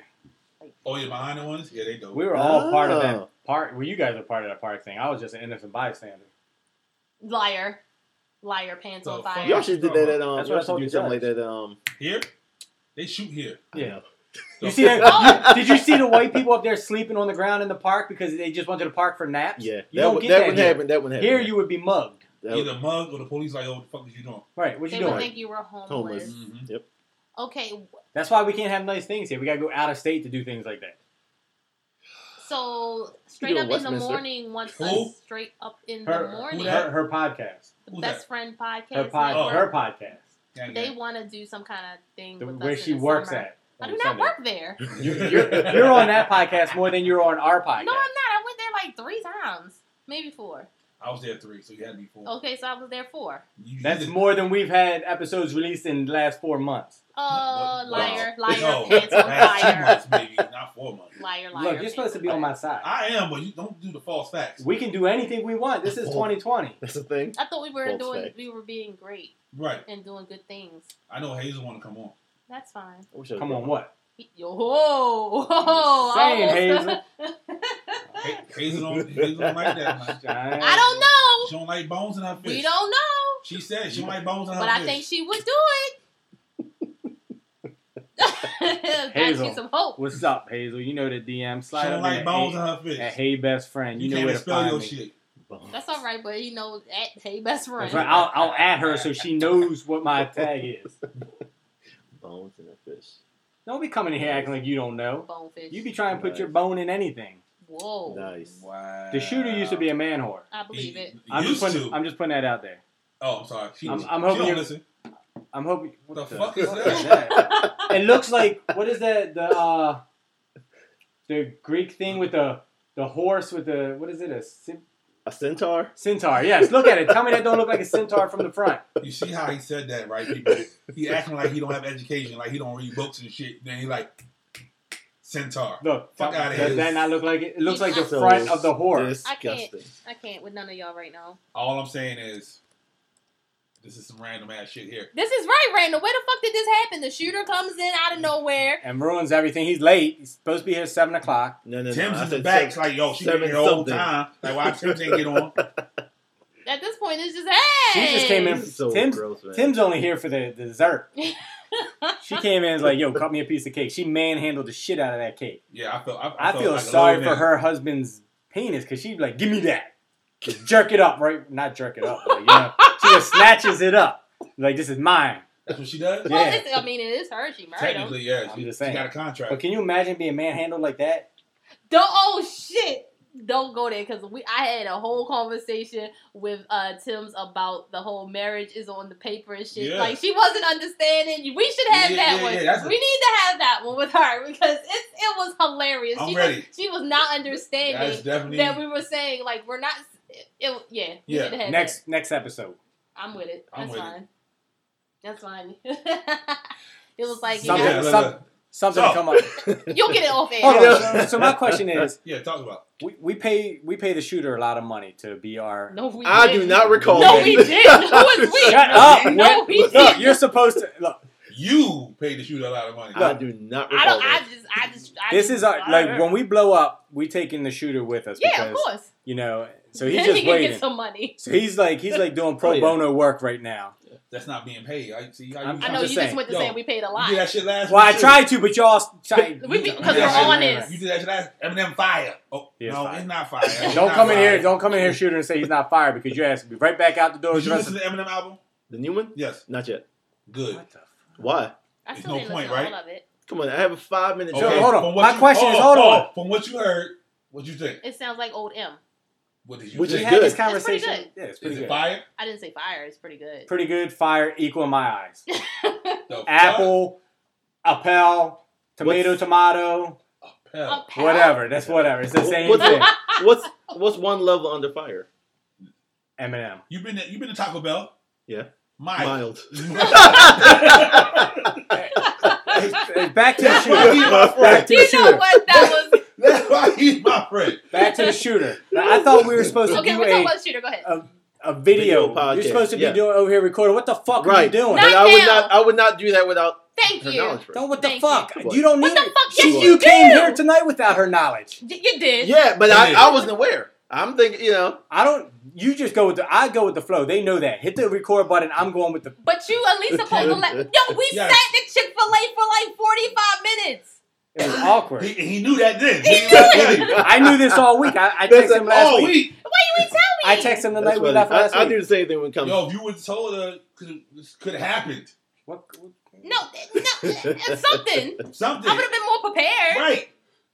Speaker 2: Like,
Speaker 4: Oh, yeah, behind the ones? Yeah, they do.
Speaker 3: We were all part of
Speaker 5: Oh.
Speaker 3: that park. Well, you guys were part of that park thing. I was just an innocent
Speaker 5: [LAUGHS]
Speaker 3: bystander.
Speaker 2: liar, liar, pants
Speaker 4: The
Speaker 2: on
Speaker 4: fuck?
Speaker 2: fire.
Speaker 5: Y'all should did that at um.
Speaker 3: That's
Speaker 5: Y'all
Speaker 3: what I
Speaker 5: should
Speaker 3: told
Speaker 5: do
Speaker 3: you
Speaker 5: something like
Speaker 3: guys.
Speaker 5: that. at, Um.
Speaker 4: Here? They shoot here.
Speaker 3: Yeah.
Speaker 5: I
Speaker 3: [LAUGHS]
Speaker 5: know.
Speaker 3: You see
Speaker 2: Oh!
Speaker 3: that? you- did you see the white people up there sleeping on the ground in the park because they just went to the park for naps?
Speaker 5: Yeah.
Speaker 3: You
Speaker 5: that
Speaker 3: don't
Speaker 5: one,
Speaker 3: get
Speaker 5: that
Speaker 3: that
Speaker 5: one
Speaker 3: here.
Speaker 5: happened. That one happened.
Speaker 3: Here you would be mugged.
Speaker 5: That was-
Speaker 4: Either mug or the police like, oh, what the fuck is you doing?
Speaker 3: Right, what you
Speaker 2: They
Speaker 3: doing?
Speaker 2: would think you were
Speaker 5: Homeless.
Speaker 2: homeless.
Speaker 4: Mhm.
Speaker 5: [LAUGHS]
Speaker 2: Okay,
Speaker 3: That's why we can't have nice things here. We gotta go out of state to do things like that.
Speaker 2: so straight
Speaker 5: doing
Speaker 2: up in the
Speaker 5: Westminster.
Speaker 2: morning once
Speaker 4: Who?
Speaker 2: us straight up in
Speaker 3: Her,
Speaker 2: the
Speaker 3: who
Speaker 2: morning.
Speaker 3: that- her, her podcast.
Speaker 2: the
Speaker 4: Who's
Speaker 2: best
Speaker 4: that?
Speaker 2: friend podcast.
Speaker 3: Her, pod,
Speaker 4: Oh.
Speaker 3: her
Speaker 2: network,
Speaker 3: podcast.
Speaker 4: Yeah, yeah.
Speaker 2: They [LAUGHS] want to do some kind of thing
Speaker 3: The-
Speaker 2: Mm-hmm. with
Speaker 3: where
Speaker 2: us in
Speaker 3: she
Speaker 2: the
Speaker 3: works
Speaker 2: summer.
Speaker 3: at.
Speaker 2: I
Speaker 3: on
Speaker 2: do not
Speaker 3: Sunday.
Speaker 2: work
Speaker 3: [LAUGHS]
Speaker 2: there.
Speaker 3: You- You're, you're on that podcast more than you're on our podcast.
Speaker 2: No, I'm not. I went there like three times, maybe four.
Speaker 4: I was there three, so you had me four.
Speaker 2: Okay, so I was there four.
Speaker 4: You-
Speaker 3: That's
Speaker 4: you-
Speaker 3: more than we've had episodes released in the last four months.
Speaker 2: Uh,
Speaker 4: No,
Speaker 2: liar,
Speaker 4: no.
Speaker 2: liar,
Speaker 4: No,
Speaker 3: [LAUGHS]
Speaker 2: pants on
Speaker 4: that's two
Speaker 2: fire,
Speaker 4: months, baby, not four months.
Speaker 2: liar, liar.
Speaker 3: Look, you're supposed to be on my side.
Speaker 4: I am, but you don't do the false facts.
Speaker 3: We can do anything we want. This is
Speaker 2: Oh.
Speaker 3: 2020.
Speaker 5: That's the thing.
Speaker 2: I thought we were
Speaker 5: False
Speaker 2: doing,
Speaker 5: fact.
Speaker 2: we were being great
Speaker 4: Right.
Speaker 2: and doing good things.
Speaker 4: I know Hazel want to come on.
Speaker 2: That's fine.
Speaker 5: I wish I
Speaker 3: Come on, what?
Speaker 2: Yo, ho, ho,
Speaker 3: Just saying,
Speaker 2: almost-
Speaker 4: Ha- Hazel don't, Hazel don't like that much.
Speaker 2: [LAUGHS] I don't know.
Speaker 4: She don't like bones in her fish.
Speaker 2: We don't know,
Speaker 4: She said she don't like bones in her
Speaker 2: but
Speaker 4: fish.
Speaker 2: I think she would do it. [LAUGHS] Got you
Speaker 3: Hazel.
Speaker 2: some hope.
Speaker 3: What's up, Hazel? You know the DM.
Speaker 4: she
Speaker 3: Slide
Speaker 4: don't
Speaker 3: up
Speaker 4: like
Speaker 3: in
Speaker 4: bones
Speaker 3: at,
Speaker 4: in her
Speaker 3: hey, at
Speaker 4: fish.
Speaker 3: Hey Best Friend. You, know
Speaker 4: can't
Speaker 3: where to
Speaker 4: spell
Speaker 3: find
Speaker 4: your
Speaker 3: me.
Speaker 4: shit.
Speaker 2: That's all right, but you know, at, hey, best friend.
Speaker 3: That's right. I'll, I'll add her
Speaker 2: [LAUGHS]
Speaker 3: so she knows what my tag is.
Speaker 5: Bones and a fish.
Speaker 3: Don't be coming in here acting like you don't know.
Speaker 2: Bonefish.
Speaker 3: You be trying to put
Speaker 5: Nice.
Speaker 3: your bone in anything.
Speaker 2: Whoa.
Speaker 5: Nice.
Speaker 4: Wow.
Speaker 3: The shooter used to be a man whore.
Speaker 2: I believe
Speaker 4: He-
Speaker 2: it.
Speaker 3: I'm just
Speaker 4: used
Speaker 3: putting.
Speaker 4: to.
Speaker 3: I'm just putting that out there.
Speaker 4: oh, I'm sorry. She,
Speaker 3: I'm-
Speaker 4: she,
Speaker 3: I'm hoping
Speaker 4: she don't
Speaker 3: you're-
Speaker 4: listen.
Speaker 3: I'm hoping.
Speaker 4: What the fuck is that?
Speaker 3: it looks like what is that? The uh, the Greek thing with the the horse with the what is it? A cin-
Speaker 5: A centaur?
Speaker 3: centaur? Yes. Look at it. Tell me that don't look like a centaur from the front.
Speaker 4: You see how he said that, right? People, he acting like he don't have education, like he don't read books and shit. Then he like centaur.
Speaker 3: Look.
Speaker 4: Fuck outta
Speaker 3: does
Speaker 4: here.
Speaker 3: that not look like it? It looks like the
Speaker 5: So
Speaker 3: front of the horse.
Speaker 2: I can't.
Speaker 5: Disgusting.
Speaker 2: I can't with none of y'all right now.
Speaker 4: All I'm saying is, this is some random ass shit here.
Speaker 2: This is right, Randall. Where the fuck did this happen? The shooter comes in out of nowhere.
Speaker 3: and ruins everything. He's late. He's supposed to be here at seven o'clock.
Speaker 5: No, no, no.
Speaker 4: Tim's
Speaker 5: I
Speaker 4: in the
Speaker 5: said
Speaker 4: back. It's
Speaker 5: seven-
Speaker 4: like, yo, she been
Speaker 5: seven
Speaker 4: here the whole
Speaker 5: something.
Speaker 4: time. Like, why Tim didn't get on?
Speaker 2: At this point, it's just hey.
Speaker 3: She just came in-
Speaker 5: This is so
Speaker 3: Tim's-
Speaker 5: gross, man.
Speaker 3: Tim's only here for the, the dessert. She came in and was like, "Yo, cut me a piece of cake." She manhandled the shit out of that cake.
Speaker 4: Yeah, I feel. I, I
Speaker 3: I
Speaker 4: felt
Speaker 3: feel
Speaker 4: like a
Speaker 3: sorry
Speaker 4: low
Speaker 3: for
Speaker 4: man.
Speaker 3: her husband's penis because she'd be like, "Give me that, Just jerk it up, right? Not jerk it up, but,
Speaker 2: [LAUGHS]
Speaker 3: you know, she just snatches it up. Like this is mine."
Speaker 4: That's what she does.
Speaker 3: Yeah.
Speaker 2: Well, it's, I mean, it is her. She married him.
Speaker 4: Technically, yeah,
Speaker 3: I'm
Speaker 4: she,
Speaker 3: just
Speaker 4: she
Speaker 3: saying.
Speaker 4: got a contract.
Speaker 3: But can you imagine being manhandled like that?
Speaker 2: Don't. Oh shit. Don't go there because we. I had a whole conversation with uh Tim's about the whole marriage is on the paper and shit.
Speaker 4: Yeah.
Speaker 2: Like she wasn't understanding. We should have
Speaker 4: Yeah,
Speaker 2: that
Speaker 4: yeah,
Speaker 2: one.
Speaker 4: yeah, that's a-
Speaker 2: we need to have that one with her because it it was hilarious.
Speaker 4: I'm
Speaker 2: she Was,
Speaker 4: ready.
Speaker 2: she was not
Speaker 4: That's
Speaker 2: understanding
Speaker 4: definitely.
Speaker 2: that we were saying like we're not. It, it- yeah. We
Speaker 4: Yeah.
Speaker 2: Need to have that.
Speaker 3: Next next episode,
Speaker 2: I'm with it. That's
Speaker 4: I'm with it.
Speaker 2: fine. That's fine. [LAUGHS] it was like you
Speaker 4: yeah,
Speaker 3: Something-
Speaker 2: know,
Speaker 4: look,
Speaker 3: some-
Speaker 4: look.
Speaker 3: something
Speaker 4: So-
Speaker 3: to come
Speaker 2: [LAUGHS]
Speaker 5: [LAUGHS]
Speaker 3: up.
Speaker 2: you'll get it off air.
Speaker 3: Hold
Speaker 5: Yeah.
Speaker 3: on. So my question is,
Speaker 4: yeah, talk about.
Speaker 3: we, we pay we pay the shooter a lot of money to be our.
Speaker 2: No, we
Speaker 5: I do
Speaker 2: didn't.
Speaker 5: not recall.
Speaker 2: No,
Speaker 5: that.
Speaker 2: we didn't. Who is
Speaker 5: [LAUGHS]
Speaker 2: we?
Speaker 3: Shut up!
Speaker 2: No,
Speaker 3: Whit.
Speaker 2: we
Speaker 3: [LAUGHS] look,
Speaker 2: didn't.
Speaker 3: you're supposed to look.
Speaker 4: it. You paid the shooter a lot of money.
Speaker 5: I do not
Speaker 2: I
Speaker 5: recall.
Speaker 2: don't. I
Speaker 5: that.
Speaker 2: just. I just. I
Speaker 3: This
Speaker 2: just,
Speaker 3: is our
Speaker 2: I
Speaker 3: like
Speaker 2: don't
Speaker 3: when
Speaker 2: know.
Speaker 3: we blow up, we taking the shooter with us.
Speaker 2: Yeah,
Speaker 3: because,
Speaker 2: of course.
Speaker 3: You know,
Speaker 2: [LAUGHS]
Speaker 3: so he's
Speaker 2: Then
Speaker 3: just
Speaker 2: he can
Speaker 3: waiting.
Speaker 2: get some money.
Speaker 3: So he's like he's like doing pro
Speaker 5: [LAUGHS] Oh, yeah.
Speaker 3: bono work right now.
Speaker 4: That's not being paid. I see. How you,
Speaker 3: I'm-
Speaker 2: I know you
Speaker 3: just
Speaker 2: just
Speaker 3: saying.
Speaker 2: went to
Speaker 4: Yo,
Speaker 2: saying we paid a lot.
Speaker 4: You did that shit last.
Speaker 3: Well, I
Speaker 4: week, too.
Speaker 3: tried to, but y'all s- tried.
Speaker 2: We- we-
Speaker 3: you-
Speaker 2: 'cause
Speaker 3: you-
Speaker 2: we're
Speaker 3: you-
Speaker 2: honest.
Speaker 4: You did that shit last. Eminem fire. Oh
Speaker 3: He is
Speaker 4: no,
Speaker 3: fire.
Speaker 4: it's not fire. It's
Speaker 3: Don't
Speaker 4: not
Speaker 3: come in
Speaker 4: fire.
Speaker 3: here. Don't come in here, shooter, and say he's not fired because your ass will be right back out the door.
Speaker 4: Did
Speaker 3: the
Speaker 4: you
Speaker 3: rest
Speaker 4: listen [LAUGHS]
Speaker 3: of-
Speaker 4: to the Eminem album?
Speaker 5: the new one?
Speaker 4: Yes.
Speaker 5: Not yet.
Speaker 4: Good.
Speaker 3: What the fuck?
Speaker 5: Why?
Speaker 2: I
Speaker 4: There's
Speaker 2: still
Speaker 4: no
Speaker 2: didn't listen
Speaker 4: point,
Speaker 2: to
Speaker 4: right?
Speaker 2: all of it.
Speaker 5: Come on, I have a five minute.
Speaker 3: So,
Speaker 5: drive.
Speaker 3: hold on.
Speaker 4: from what
Speaker 3: My question is, hold
Speaker 4: oh,
Speaker 3: on.
Speaker 4: oh, From what you heard, what you think?
Speaker 2: It sounds like old M.
Speaker 4: What did you
Speaker 5: Which
Speaker 3: We
Speaker 5: is
Speaker 4: think?
Speaker 3: had this
Speaker 5: good.
Speaker 2: It's pretty
Speaker 3: conversation. Yeah, it's pretty
Speaker 4: Is it
Speaker 3: good.
Speaker 4: fire?
Speaker 2: I didn't say fire. It's pretty good.
Speaker 3: Pretty good. Fire equal in my eyes.
Speaker 4: The fuck?
Speaker 3: Apple, appel, tomato,
Speaker 5: What's-
Speaker 3: tomato,
Speaker 4: Hell.
Speaker 2: A pal? [LAUGHS]
Speaker 3: whatever. That's whatever. It's the same
Speaker 5: What's-
Speaker 3: thing.
Speaker 5: What's what's one level under
Speaker 2: [LAUGHS]
Speaker 5: fire?
Speaker 3: Eminem.
Speaker 4: You been to, you been to Taco Bell?
Speaker 5: Yeah.
Speaker 4: Mild.
Speaker 5: Mild.
Speaker 3: Hey, Back [LAUGHS] to the
Speaker 4: That's why
Speaker 3: shooter. Back
Speaker 4: he's my friend.
Speaker 3: to the
Speaker 2: You know
Speaker 3: shooter.
Speaker 2: what? That
Speaker 3: [LAUGHS]
Speaker 2: was
Speaker 4: [LAUGHS] That's why he's my friend.
Speaker 3: Back to the shooter. Now, I thought we were supposed to
Speaker 2: okay.
Speaker 3: do
Speaker 2: We're talking
Speaker 3: a
Speaker 2: about the shooter. Go
Speaker 3: Uh,
Speaker 2: ahead.
Speaker 3: a video.
Speaker 5: Video podcast,
Speaker 3: You're supposed to be
Speaker 5: yeah.
Speaker 3: doing over here recording. What the fuck are you
Speaker 5: right.
Speaker 3: doing?
Speaker 5: But I would
Speaker 2: now.
Speaker 5: not. I would not do that without
Speaker 2: Thank
Speaker 5: her
Speaker 2: you.
Speaker 5: knowledge first.
Speaker 3: No, what the
Speaker 2: Thank
Speaker 3: fuck?
Speaker 5: you.
Speaker 3: You. don't need.
Speaker 2: What the fuck?
Speaker 5: She
Speaker 2: Yes,
Speaker 5: was.
Speaker 2: you
Speaker 3: you came here
Speaker 2: did.
Speaker 3: tonight without her knowledge.
Speaker 2: Y- You did.
Speaker 5: Yeah, but I,
Speaker 4: Yeah.
Speaker 5: I wasn't aware. I'm thinking, you
Speaker 2: [LAUGHS]
Speaker 5: know,
Speaker 3: I don't. You just go with the. I go with the flow. They know that. Hit the record button. I'm going with the.
Speaker 2: But you at least supposed to
Speaker 3: [LAUGHS]
Speaker 2: let. Yo, we
Speaker 4: Yes.
Speaker 2: sat at Chick Fil A for like forty five minutes.
Speaker 3: It was
Speaker 4: He,
Speaker 3: awkward.
Speaker 4: he knew that then.
Speaker 3: I knew this all week. I, I
Speaker 5: That's
Speaker 3: texted him
Speaker 5: like
Speaker 3: last
Speaker 5: all
Speaker 3: week.
Speaker 4: week.
Speaker 2: Why you ain't tell me?
Speaker 3: I texted him the
Speaker 5: that's
Speaker 3: night we
Speaker 5: funny.
Speaker 3: left
Speaker 5: I,
Speaker 3: last
Speaker 5: I do
Speaker 3: week.
Speaker 5: the same thing when it comes.
Speaker 4: Yo, if you would have told her, could this could
Speaker 3: [LAUGHS]
Speaker 4: have happened.
Speaker 3: What,
Speaker 2: No, no,
Speaker 3: [LAUGHS]
Speaker 2: something. I
Speaker 4: Something.
Speaker 2: would have been more prepared.
Speaker 4: Right.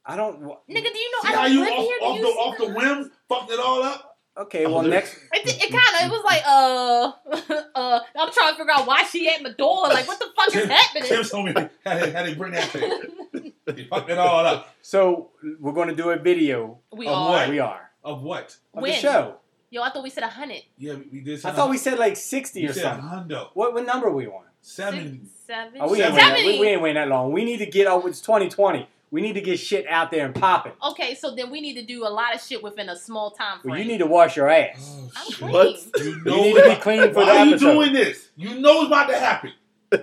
Speaker 3: I don't. wa-
Speaker 2: Nigga, do you know
Speaker 4: See
Speaker 2: I
Speaker 4: how
Speaker 2: don't
Speaker 4: you
Speaker 2: live
Speaker 4: off,
Speaker 2: here? Do
Speaker 4: off
Speaker 2: you
Speaker 4: the
Speaker 2: see
Speaker 4: off the whim fucked it all up?
Speaker 3: Okay.
Speaker 5: Oh,
Speaker 3: Well,
Speaker 5: there-
Speaker 3: next.
Speaker 2: It, it kind of it was like uh [LAUGHS] uh I'm trying to figure out why she at my door like what the fuck is
Speaker 4: [LAUGHS] Tim,
Speaker 2: happening?
Speaker 4: Tim told me how they, how they bring that thing. He fucked it all up.
Speaker 3: So we're going to do a video.
Speaker 2: We
Speaker 4: Oh,
Speaker 2: are
Speaker 4: boy.
Speaker 3: We are
Speaker 4: Of what?
Speaker 3: of
Speaker 2: When?
Speaker 3: the show.
Speaker 2: yo. I thought we said a hundred.
Speaker 4: Yeah, we- we did.
Speaker 3: I thought we said like sixty
Speaker 4: you
Speaker 3: or
Speaker 4: said
Speaker 3: something.
Speaker 4: Hundo.
Speaker 3: What, what number are we on?
Speaker 4: Seventy.
Speaker 2: Six, seven,
Speaker 3: Oh, we, ain't waiting that, we, we ain't waiting that long. We need to get. Oh, it's 2020. We need to get shit out there and popping.
Speaker 2: Okay, so then we need to do a lot of shit within a small time frame.
Speaker 3: Well, you need to wash your ass.
Speaker 4: Oh,
Speaker 2: I'm
Speaker 4: shit.
Speaker 2: clean. [LAUGHS]
Speaker 5: What?
Speaker 4: You
Speaker 3: You
Speaker 4: know
Speaker 3: need to be
Speaker 4: it.
Speaker 3: clean for
Speaker 4: Why
Speaker 3: the
Speaker 4: are you
Speaker 3: episode.
Speaker 4: doing this? You know it's about to happen.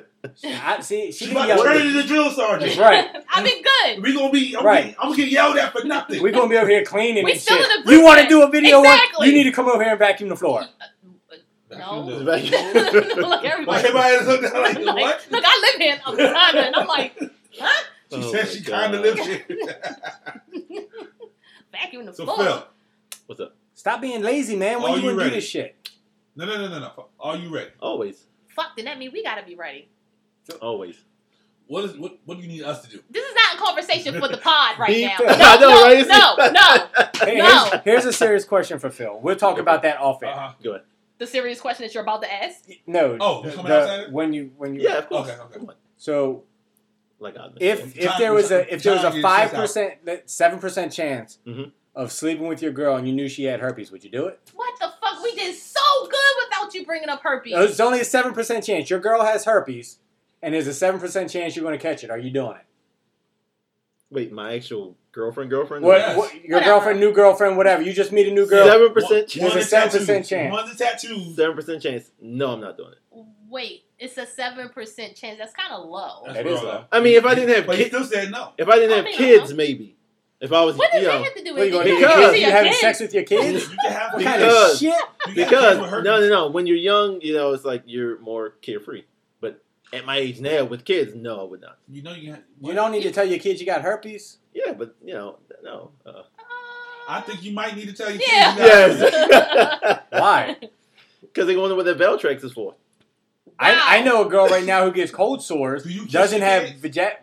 Speaker 3: [LAUGHS] I, see, she
Speaker 4: She's
Speaker 3: can
Speaker 4: about
Speaker 3: yell.
Speaker 4: to turn into the drill sergeant.
Speaker 3: Right.
Speaker 2: I've been good.
Speaker 4: We gonna be. I'm,
Speaker 3: Right.
Speaker 4: gonna, I'm gonna get yelled at for nothing.
Speaker 3: We're gonna be over here cleaning
Speaker 2: We
Speaker 3: and
Speaker 2: still
Speaker 3: shit.
Speaker 2: in the
Speaker 3: you want to
Speaker 2: blueprint.
Speaker 3: do a video one?
Speaker 2: Exactly.
Speaker 3: You need to come over here and vacuum
Speaker 2: [LAUGHS]
Speaker 3: the floor.
Speaker 2: No.
Speaker 5: Back in the-
Speaker 2: [LAUGHS] like
Speaker 4: like
Speaker 2: everybody.
Speaker 4: everybody else looked at her like,
Speaker 2: Like,
Speaker 4: what?
Speaker 2: Look, I live here in Okinawa, and I'm like
Speaker 4: She
Speaker 5: Oh my
Speaker 4: said she
Speaker 5: God.
Speaker 4: kind of lives here.
Speaker 2: vacuum the
Speaker 4: so
Speaker 2: floor.
Speaker 4: Phil,
Speaker 5: [LAUGHS] What's up?
Speaker 3: Stop being lazy, man. When
Speaker 4: Are
Speaker 3: you
Speaker 4: you
Speaker 3: gonna do
Speaker 4: ready?
Speaker 3: this shit?
Speaker 4: no, no, no, no, no. Are you ready?
Speaker 5: Always,
Speaker 2: Fuck, then that means we gotta be ready.
Speaker 5: always.
Speaker 4: What is what? What do you need us to do?
Speaker 2: This is not a conversation for the pod right
Speaker 5: Beep.
Speaker 2: now.
Speaker 5: [LAUGHS] I know,
Speaker 2: No,
Speaker 5: right? [LAUGHS]
Speaker 2: no, no, [LAUGHS] no.
Speaker 3: Hey,
Speaker 2: No.
Speaker 3: here's, here's a serious question for Phil. We'll talk about that off air.
Speaker 4: Uh-huh.
Speaker 2: The serious question that you're about to ask.
Speaker 3: No.
Speaker 4: Oh,
Speaker 3: the-
Speaker 4: we're coming outside?
Speaker 3: when you when you
Speaker 5: Yeah, of course.
Speaker 4: Okay, okay.
Speaker 5: Come on.
Speaker 3: so
Speaker 5: Like I
Speaker 3: if
Speaker 4: John-
Speaker 3: if there was a if there was
Speaker 4: John
Speaker 3: a
Speaker 4: gets
Speaker 3: five
Speaker 4: this
Speaker 3: percent seven percent chance
Speaker 2: Mm-hmm.
Speaker 5: Mhm.
Speaker 3: of sleeping with your girl and you knew she had herpes, would you do it?
Speaker 2: What the fuck? We did so good without you bringing up herpes.
Speaker 3: It's only a seven percent chance. Your girl has herpes, and there's a seven percent chance you're going to catch it. Are you doing it?
Speaker 5: wait, my actual girlfriend, girlfriend.
Speaker 3: What,
Speaker 4: Yes.
Speaker 3: what your
Speaker 2: Whatever.
Speaker 3: girlfriend, new girlfriend, whatever. You just meet a new girl.
Speaker 5: Seven percent.
Speaker 4: One-
Speaker 5: chance.
Speaker 3: There's a
Speaker 4: One of the
Speaker 3: 7%
Speaker 4: tattoos.
Speaker 3: chance.
Speaker 4: One of the tattoos.
Speaker 5: Seven percent chance. No, I'm not doing it.
Speaker 2: Wait, it's a seven percent chance. That's kind of low.
Speaker 4: That's
Speaker 3: That is
Speaker 4: wrong.
Speaker 3: low.
Speaker 5: I mean, if I didn't have
Speaker 4: But he
Speaker 5: kids,
Speaker 4: still said no.
Speaker 5: if I didn't
Speaker 2: I
Speaker 5: have
Speaker 2: mean,
Speaker 5: kids,
Speaker 2: uh-huh.
Speaker 5: maybe. If I was,
Speaker 2: What
Speaker 5: you
Speaker 2: does that
Speaker 5: know,
Speaker 2: have to do
Speaker 3: What,
Speaker 2: with
Speaker 3: you
Speaker 2: it?
Speaker 3: going to
Speaker 2: You
Speaker 3: eat
Speaker 5: Because-
Speaker 2: can't
Speaker 3: kids?
Speaker 2: see
Speaker 3: You
Speaker 2: your
Speaker 3: having
Speaker 2: kids.
Speaker 3: sex with your
Speaker 4: You
Speaker 3: kids?
Speaker 4: can have
Speaker 3: What
Speaker 4: kids.
Speaker 3: kind of
Speaker 5: Because-
Speaker 3: shit?
Speaker 4: You can have
Speaker 5: because
Speaker 4: kids with
Speaker 5: no,
Speaker 4: herpes.
Speaker 5: no, no. When you're young, you know, it's like you're more carefree. But at my age now, with kids, no, I would not.
Speaker 4: You know you. Have,
Speaker 3: You don't need to tell your kids you got
Speaker 4: [LAUGHS]
Speaker 3: herpes.
Speaker 5: Yeah, but you know, no. Uh,
Speaker 4: I think you might need to tell your kids.
Speaker 2: Yeah.
Speaker 4: you got herpes. [LAUGHS]
Speaker 5: yes, [LAUGHS]
Speaker 3: Why?
Speaker 5: because they wonder what that Valtrex is for.
Speaker 3: I, I know a girl right now who gets cold sores,
Speaker 4: Do you kiss
Speaker 3: doesn't
Speaker 4: your
Speaker 3: have
Speaker 4: kids?
Speaker 3: vagi-